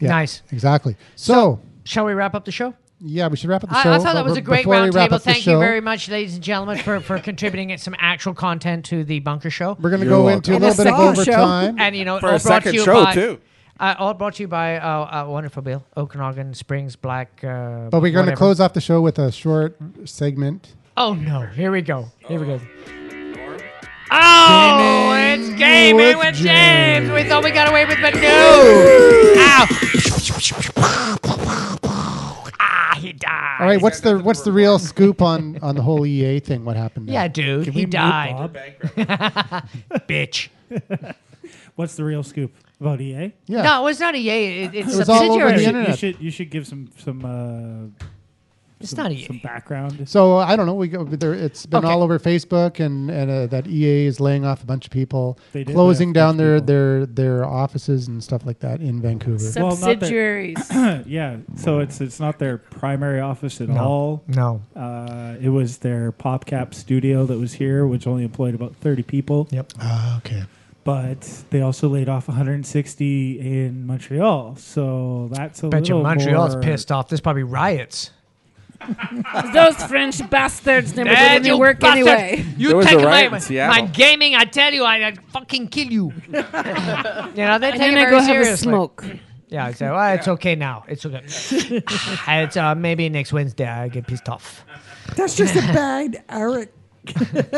[SPEAKER 1] Yeah,
[SPEAKER 2] Nice.
[SPEAKER 1] exactly so,
[SPEAKER 2] Shall we wrap up the show?
[SPEAKER 1] yeah we should wrap up the
[SPEAKER 2] I,
[SPEAKER 1] show
[SPEAKER 2] I
[SPEAKER 1] but
[SPEAKER 2] thought that was
[SPEAKER 1] we're-
[SPEAKER 2] a great
[SPEAKER 1] before we wrap
[SPEAKER 2] roundtable.
[SPEAKER 1] up the
[SPEAKER 2] Thank you
[SPEAKER 1] show-
[SPEAKER 2] very much, ladies and gentlemen, for, for contributing some actual content to the Bunker Show. We're
[SPEAKER 1] going to go into a little bit of overtime
[SPEAKER 2] and you know,
[SPEAKER 1] For
[SPEAKER 2] all
[SPEAKER 1] a
[SPEAKER 2] brought
[SPEAKER 1] second
[SPEAKER 2] to you
[SPEAKER 1] show,
[SPEAKER 2] by,
[SPEAKER 1] too.
[SPEAKER 2] Uh, all brought to you by uh, uh, wonderful Bill, Okanagan Springs Black. Uh,
[SPEAKER 1] but we're going to
[SPEAKER 2] whatever.
[SPEAKER 1] close off the show with a short segment
[SPEAKER 2] Oh no! Here we go. Here we go. Oh, it's gaming with James. We thought we got away with, but no.
[SPEAKER 1] (laughs)
[SPEAKER 2] Ow. Ah, he died.
[SPEAKER 1] All right, what's the what's
[SPEAKER 11] (laughs)
[SPEAKER 1] the real scoop on on the whole EA thing? What happened? there?
[SPEAKER 2] Yeah, dude,
[SPEAKER 11] Can we
[SPEAKER 2] he
[SPEAKER 11] mute
[SPEAKER 2] died.
[SPEAKER 11] Bob?
[SPEAKER 2] (laughs) Bitch.
[SPEAKER 11] What's the real scoop about EA?
[SPEAKER 2] No, it was not a yay. It, it's
[SPEAKER 11] It was all over
[SPEAKER 2] subsidiary.
[SPEAKER 11] You should- You should you should give some some. Uh,
[SPEAKER 2] It's
[SPEAKER 11] some,
[SPEAKER 2] not E EA.
[SPEAKER 11] some background.
[SPEAKER 1] So I don't know. We go there. It's been
[SPEAKER 11] Okay.
[SPEAKER 1] all over Facebook, and and uh, that EA is laying off a bunch of people,
[SPEAKER 11] They did lay off
[SPEAKER 1] closing
[SPEAKER 11] a
[SPEAKER 1] down
[SPEAKER 11] bunch
[SPEAKER 1] their their their offices and stuff like that in Vancouver.
[SPEAKER 11] Well, not that-
[SPEAKER 4] Subsidiaries.
[SPEAKER 11] (coughs) yeah, so it's it's not their primary office at
[SPEAKER 1] No,
[SPEAKER 11] all.
[SPEAKER 2] No,
[SPEAKER 11] uh, it was their PopCap studio that was here, which only employed about thirty people. Uh,
[SPEAKER 1] Yep. Ah, okay.
[SPEAKER 11] But they also laid off 160 in Montreal, so that's a
[SPEAKER 2] Bet you
[SPEAKER 11] little
[SPEAKER 2] Montreal's
[SPEAKER 11] more-
[SPEAKER 2] pissed off. There's probably riots.
[SPEAKER 4] Those French bastards never did
[SPEAKER 2] Dad,
[SPEAKER 4] any
[SPEAKER 2] you
[SPEAKER 4] work
[SPEAKER 2] bastard.
[SPEAKER 4] anyway.
[SPEAKER 6] There
[SPEAKER 2] You
[SPEAKER 6] was
[SPEAKER 2] take
[SPEAKER 6] a riot
[SPEAKER 2] away
[SPEAKER 6] in
[SPEAKER 2] my,
[SPEAKER 6] Seattle.
[SPEAKER 2] my gaming, I tell you, I, I'd fucking kill you. you know, they
[SPEAKER 4] And
[SPEAKER 2] take
[SPEAKER 4] then I
[SPEAKER 2] it very
[SPEAKER 4] go have a
[SPEAKER 2] seriously.
[SPEAKER 4] smoke.
[SPEAKER 2] Yeah, I say, well, it's okay now. It's okay. it's uh, maybe next Wednesday I get pissed off.
[SPEAKER 5] That's just a bad Eric.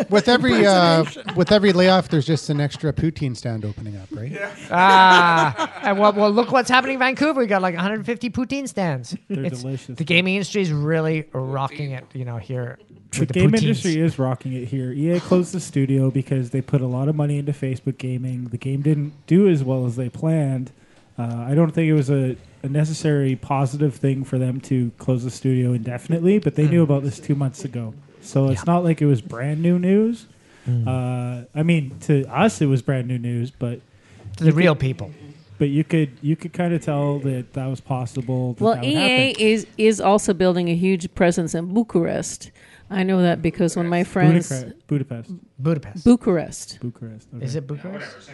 [SPEAKER 1] With every uh, with every layoff, there's just an extra poutine stand opening up, right?
[SPEAKER 2] Ah, and well, well, look what's happening in Vancouver. We got like 150 poutine stands.
[SPEAKER 11] They're
[SPEAKER 2] It's-
[SPEAKER 11] delicious.
[SPEAKER 2] The gaming industry is really rocking it, you know, here.
[SPEAKER 11] The
[SPEAKER 2] with
[SPEAKER 11] game
[SPEAKER 2] poutines.
[SPEAKER 11] industry is rocking it here. EA closed the studio because they put a lot of money into Facebook gaming. The game didn't do as well as they planned. Uh, I don't think it was a, a necessary positive thing for them to close the studio indefinitely, but they knew
[SPEAKER 2] Hmm.
[SPEAKER 11] about this two months ago. So it's not like it was brand new news. Uh, I mean, to us, it was brand new news, but
[SPEAKER 2] Hmm. To the real people.
[SPEAKER 11] But you could you could kind of tell that that was possible. That
[SPEAKER 4] Well,
[SPEAKER 11] that
[SPEAKER 4] E
[SPEAKER 11] would happen.
[SPEAKER 4] EA is is also building a huge presence in Bucharest. I know that because one of my friends
[SPEAKER 11] Budapest. Budapest.
[SPEAKER 2] Budapest.
[SPEAKER 4] Bucharest.
[SPEAKER 11] Bucharest.
[SPEAKER 2] (laughs) Is it Bucharest?
[SPEAKER 11] (laughs)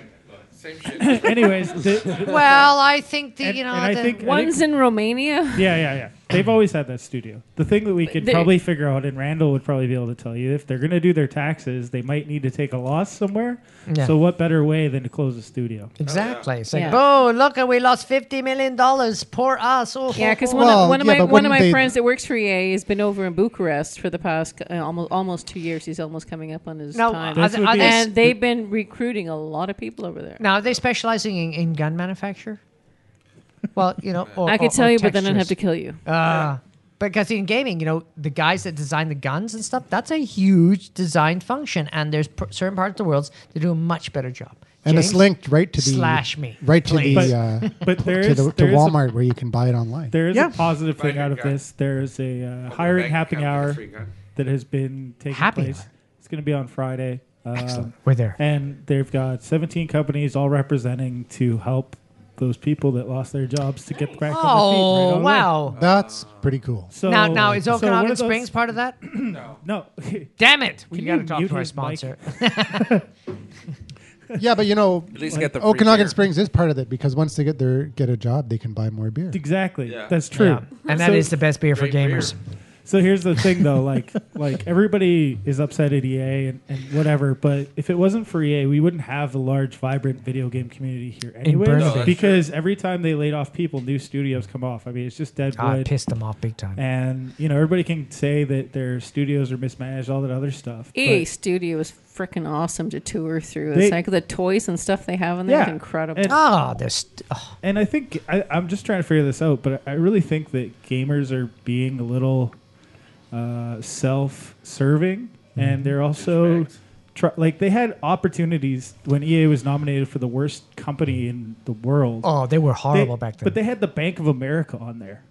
[SPEAKER 11] Anyways, the-
[SPEAKER 2] well, I think the
[SPEAKER 11] And-
[SPEAKER 2] you know
[SPEAKER 11] and I
[SPEAKER 2] the-
[SPEAKER 11] think-
[SPEAKER 4] One's in Romania.
[SPEAKER 11] Yeah, yeah, yeah. They've always had that studio. The thing that we could
[SPEAKER 4] They-
[SPEAKER 11] probably figure out, and Randall would probably be able to tell you, if they're going to do their taxes, they might need to take a loss somewhere.
[SPEAKER 2] Yeah.
[SPEAKER 11] So what better way than to close a studio?
[SPEAKER 2] Exactly. It's like,
[SPEAKER 11] Yeah.
[SPEAKER 2] oh, look, we lost fifty million dollars. Poor us. Oh,
[SPEAKER 4] Yeah,
[SPEAKER 2] oh,
[SPEAKER 4] because
[SPEAKER 2] oh.
[SPEAKER 4] one, of, one of my one of my friends that works for EA has been over in Bucharest for the past uh, almost almost two years. He's almost coming up on his
[SPEAKER 2] Now,
[SPEAKER 4] time,
[SPEAKER 2] are This th- would are be-
[SPEAKER 4] and
[SPEAKER 2] they-
[SPEAKER 4] they've been recruiting a lot of people over there.
[SPEAKER 2] Now, are they specializing in, in gun manufacture? Well, you know, or,
[SPEAKER 4] I could
[SPEAKER 2] or-
[SPEAKER 4] tell
[SPEAKER 2] or
[SPEAKER 4] you, but then I'd have to
[SPEAKER 2] textures.
[SPEAKER 4] kill you.
[SPEAKER 2] Uh, because in gaming, you know, the guys that design the guns and stuff, that's a huge design function. And there's pr- certain parts of the world that do a much better job.
[SPEAKER 1] And
[SPEAKER 2] James,
[SPEAKER 1] it's linked right to the
[SPEAKER 2] slash me,
[SPEAKER 1] right to
[SPEAKER 2] please.
[SPEAKER 1] the uh,
[SPEAKER 11] But there
[SPEAKER 1] to,
[SPEAKER 11] is-
[SPEAKER 1] the, to
[SPEAKER 11] there is a-
[SPEAKER 1] Walmart where you can buy it online.
[SPEAKER 11] There is
[SPEAKER 1] Yeah.
[SPEAKER 11] a positive
[SPEAKER 1] Buy
[SPEAKER 11] thing
[SPEAKER 1] your
[SPEAKER 11] out of
[SPEAKER 1] gun.
[SPEAKER 11] this. There is a uh, hiring happy hour that has been taking
[SPEAKER 2] Happy
[SPEAKER 11] place.
[SPEAKER 2] hour.
[SPEAKER 11] It's going to be on Friday. Um,
[SPEAKER 2] Excellent. We're there.
[SPEAKER 11] And they've got 17 companies all representing to help those people that lost their jobs to get back on their feet. right
[SPEAKER 2] Oh,
[SPEAKER 11] on the-
[SPEAKER 2] wow.
[SPEAKER 1] That's pretty cool.
[SPEAKER 11] So-
[SPEAKER 2] now, now is
[SPEAKER 11] so one
[SPEAKER 2] Okanagan
[SPEAKER 11] of those-
[SPEAKER 2] Springs part of
[SPEAKER 3] (clears throat)
[SPEAKER 2] that?
[SPEAKER 11] no. No. (laughs)
[SPEAKER 2] Damn it. We
[SPEAKER 11] Can
[SPEAKER 2] got to
[SPEAKER 11] you
[SPEAKER 2] talk
[SPEAKER 11] mute
[SPEAKER 2] to our
[SPEAKER 11] his mic? (laughs)
[SPEAKER 2] sponsor.
[SPEAKER 1] yeah, but you know,
[SPEAKER 6] At least get the free
[SPEAKER 1] Okanagan
[SPEAKER 6] beer.
[SPEAKER 1] Springs is part of it because once they get their get a job, they can buy more beer.
[SPEAKER 11] Exactly.
[SPEAKER 1] Yeah.
[SPEAKER 11] That's true.
[SPEAKER 1] Yeah.
[SPEAKER 2] (laughs) And that is the best beer for gamers.
[SPEAKER 11] So here's the thing though,
[SPEAKER 2] (laughs)
[SPEAKER 11] like like everybody is upset at EA and, and whatever, but if it wasn't for EA, we wouldn't have a large, vibrant video game community here anyway.
[SPEAKER 2] Burnaby. No, that's
[SPEAKER 11] because every time they laid off people, new studios come off. I mean it's just dead
[SPEAKER 2] Ah, I
[SPEAKER 11] wood.
[SPEAKER 2] pissed them off big time.
[SPEAKER 11] And you know, everybody can say that their studios are mismanaged, all that other stuff. but-
[SPEAKER 4] EA E Studio is freaking awesome to tour through.
[SPEAKER 11] They-
[SPEAKER 4] it's like the toys and stuff they have in there is
[SPEAKER 11] Yeah.
[SPEAKER 4] incredible.
[SPEAKER 11] And-
[SPEAKER 2] this.
[SPEAKER 11] And I think I, I'm just trying to figure this out, but I really think that gamers are being a little uh, self-serving,
[SPEAKER 2] Mm-hmm.
[SPEAKER 11] and they're also tr- like they had opportunities when EA was nominated for the worst company in the world.
[SPEAKER 2] Oh, they were horrible back then.
[SPEAKER 11] But they had the Bank of America on there.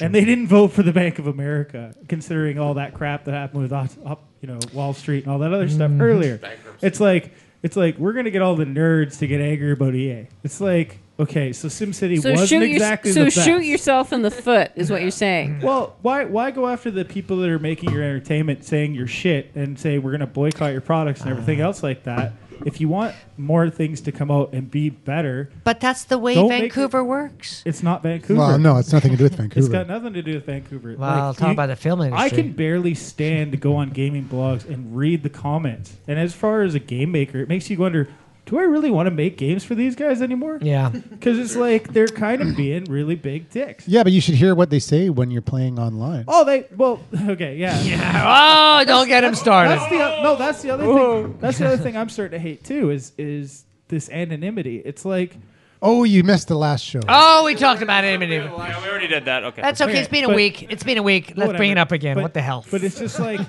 [SPEAKER 11] And they didn't vote for the Bank of America, considering all that crap that happened with Op- Op- you know Wall Street and all that other stuff
[SPEAKER 4] Mm-hmm.
[SPEAKER 2] Mhm.
[SPEAKER 11] earlier. It's like it's like we're gonna get all the nerds to get angry about EA. It's like okay, so SimCity
[SPEAKER 4] so
[SPEAKER 11] wasn't
[SPEAKER 4] shoot, your-
[SPEAKER 11] exactly
[SPEAKER 4] so
[SPEAKER 11] the
[SPEAKER 4] shoot
[SPEAKER 11] best.
[SPEAKER 4] yourself in the foot is what you're saying.
[SPEAKER 11] Well, why why go after the people that are making your entertainment, saying your shit, and say we're gonna boycott your products
[SPEAKER 4] Ah.
[SPEAKER 11] and everything else like that? If you want more things to come out and be better,
[SPEAKER 2] But that's the way
[SPEAKER 11] Don't make
[SPEAKER 2] Vancouver works.
[SPEAKER 11] it's not Vancouver.
[SPEAKER 1] Well, no, it's nothing to
[SPEAKER 11] (laughs)
[SPEAKER 1] do with Vancouver.
[SPEAKER 11] It's got nothing to do with Vancouver.
[SPEAKER 2] Well, talk about the film
[SPEAKER 11] I
[SPEAKER 2] industry.
[SPEAKER 11] can barely stand to go on gaming blogs and read the comments. And as far as a game maker, it makes you wonder: Do I really want to make games for these guys anymore? (laughs)
[SPEAKER 2] Yeah.
[SPEAKER 11] because it's like they're kind of being really big dicks.
[SPEAKER 1] Yeah, but you should hear what they say when you're playing online.
[SPEAKER 11] Oh, they well, (laughs) okay, yeah.
[SPEAKER 2] (laughs) Yeah. Oh, don't get him started.
[SPEAKER 11] That's the, o- no, that's the other thing. That's the other thing I'm starting to hate too. Is is this anonymity? It's like
[SPEAKER 1] Oh, you missed the last show.
[SPEAKER 2] Oh, we talked about it a minute ago.
[SPEAKER 3] Yeah, we already did that. Okay.
[SPEAKER 2] That's okay. It's been a
[SPEAKER 11] but-
[SPEAKER 2] week. It's been a week. Let's bring it
[SPEAKER 11] Whatever.
[SPEAKER 2] up again.
[SPEAKER 11] But-
[SPEAKER 2] what the hell?
[SPEAKER 11] But it's just like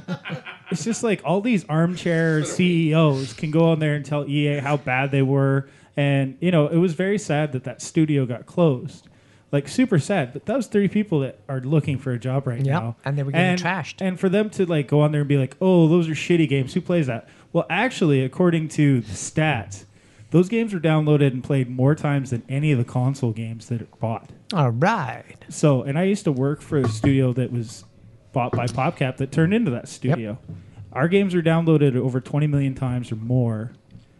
[SPEAKER 11] it's just like all these armchair CEOs can go on there and tell EA how bad they were, and you know it was very sad that that studio got closed, like super sad. But those three people that are looking for a job right
[SPEAKER 2] Yeah,
[SPEAKER 11] now,
[SPEAKER 2] and they were getting
[SPEAKER 11] and,
[SPEAKER 2] trashed.
[SPEAKER 11] and for them to like go on there and be like, oh, those are shitty games. Who plays that? Well, actually, according to the stats. Those games were downloaded and played more times than any of the console games that are bought.
[SPEAKER 2] All right.
[SPEAKER 11] So, and I used to work for a studio that was bought by PopCap that turned into that studio. Our games were downloaded over 20 million times or more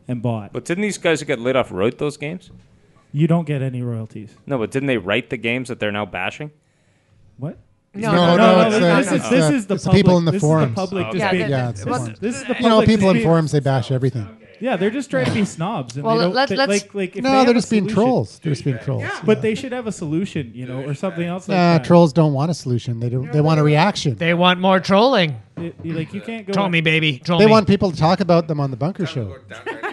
[SPEAKER 11] and bought.
[SPEAKER 3] But didn't these guys who got laid off wrote those games?
[SPEAKER 11] You don't get any royalties.
[SPEAKER 3] No, but didn't they write the games that they're now bashing?
[SPEAKER 11] What?
[SPEAKER 2] No, no, no, no, no,
[SPEAKER 11] Oh, this
[SPEAKER 1] uh,
[SPEAKER 11] is- this is the
[SPEAKER 1] it's people in
[SPEAKER 11] public-
[SPEAKER 1] the
[SPEAKER 11] this is the
[SPEAKER 1] forums.
[SPEAKER 11] public
[SPEAKER 6] Oh,
[SPEAKER 1] yeah,
[SPEAKER 11] just being-
[SPEAKER 1] yeah, it's the
[SPEAKER 11] This-
[SPEAKER 1] forums.
[SPEAKER 11] this is the
[SPEAKER 1] you know,
[SPEAKER 11] public
[SPEAKER 1] people
[SPEAKER 11] just
[SPEAKER 1] in
[SPEAKER 11] being-
[SPEAKER 1] forums they bash everything.
[SPEAKER 11] Yeah, they're just trying to be snobs. And
[SPEAKER 2] Well,
[SPEAKER 11] they don't,
[SPEAKER 2] let-
[SPEAKER 11] they-
[SPEAKER 2] let's-
[SPEAKER 11] like, like, if
[SPEAKER 1] No,
[SPEAKER 11] they have
[SPEAKER 1] they're
[SPEAKER 11] a
[SPEAKER 1] just being
[SPEAKER 11] solution-
[SPEAKER 1] trolls. They're just being trolls.
[SPEAKER 11] But they should have a solution, you know, or something else. like
[SPEAKER 1] Nah,
[SPEAKER 11] that.
[SPEAKER 1] trolls don't want a solution. They don't. They want a reaction.
[SPEAKER 2] They want more trolling.
[SPEAKER 11] like you can't go.
[SPEAKER 2] Troll me, baby. Troll
[SPEAKER 1] They
[SPEAKER 2] me.
[SPEAKER 1] want people to talk about them on the bunker show.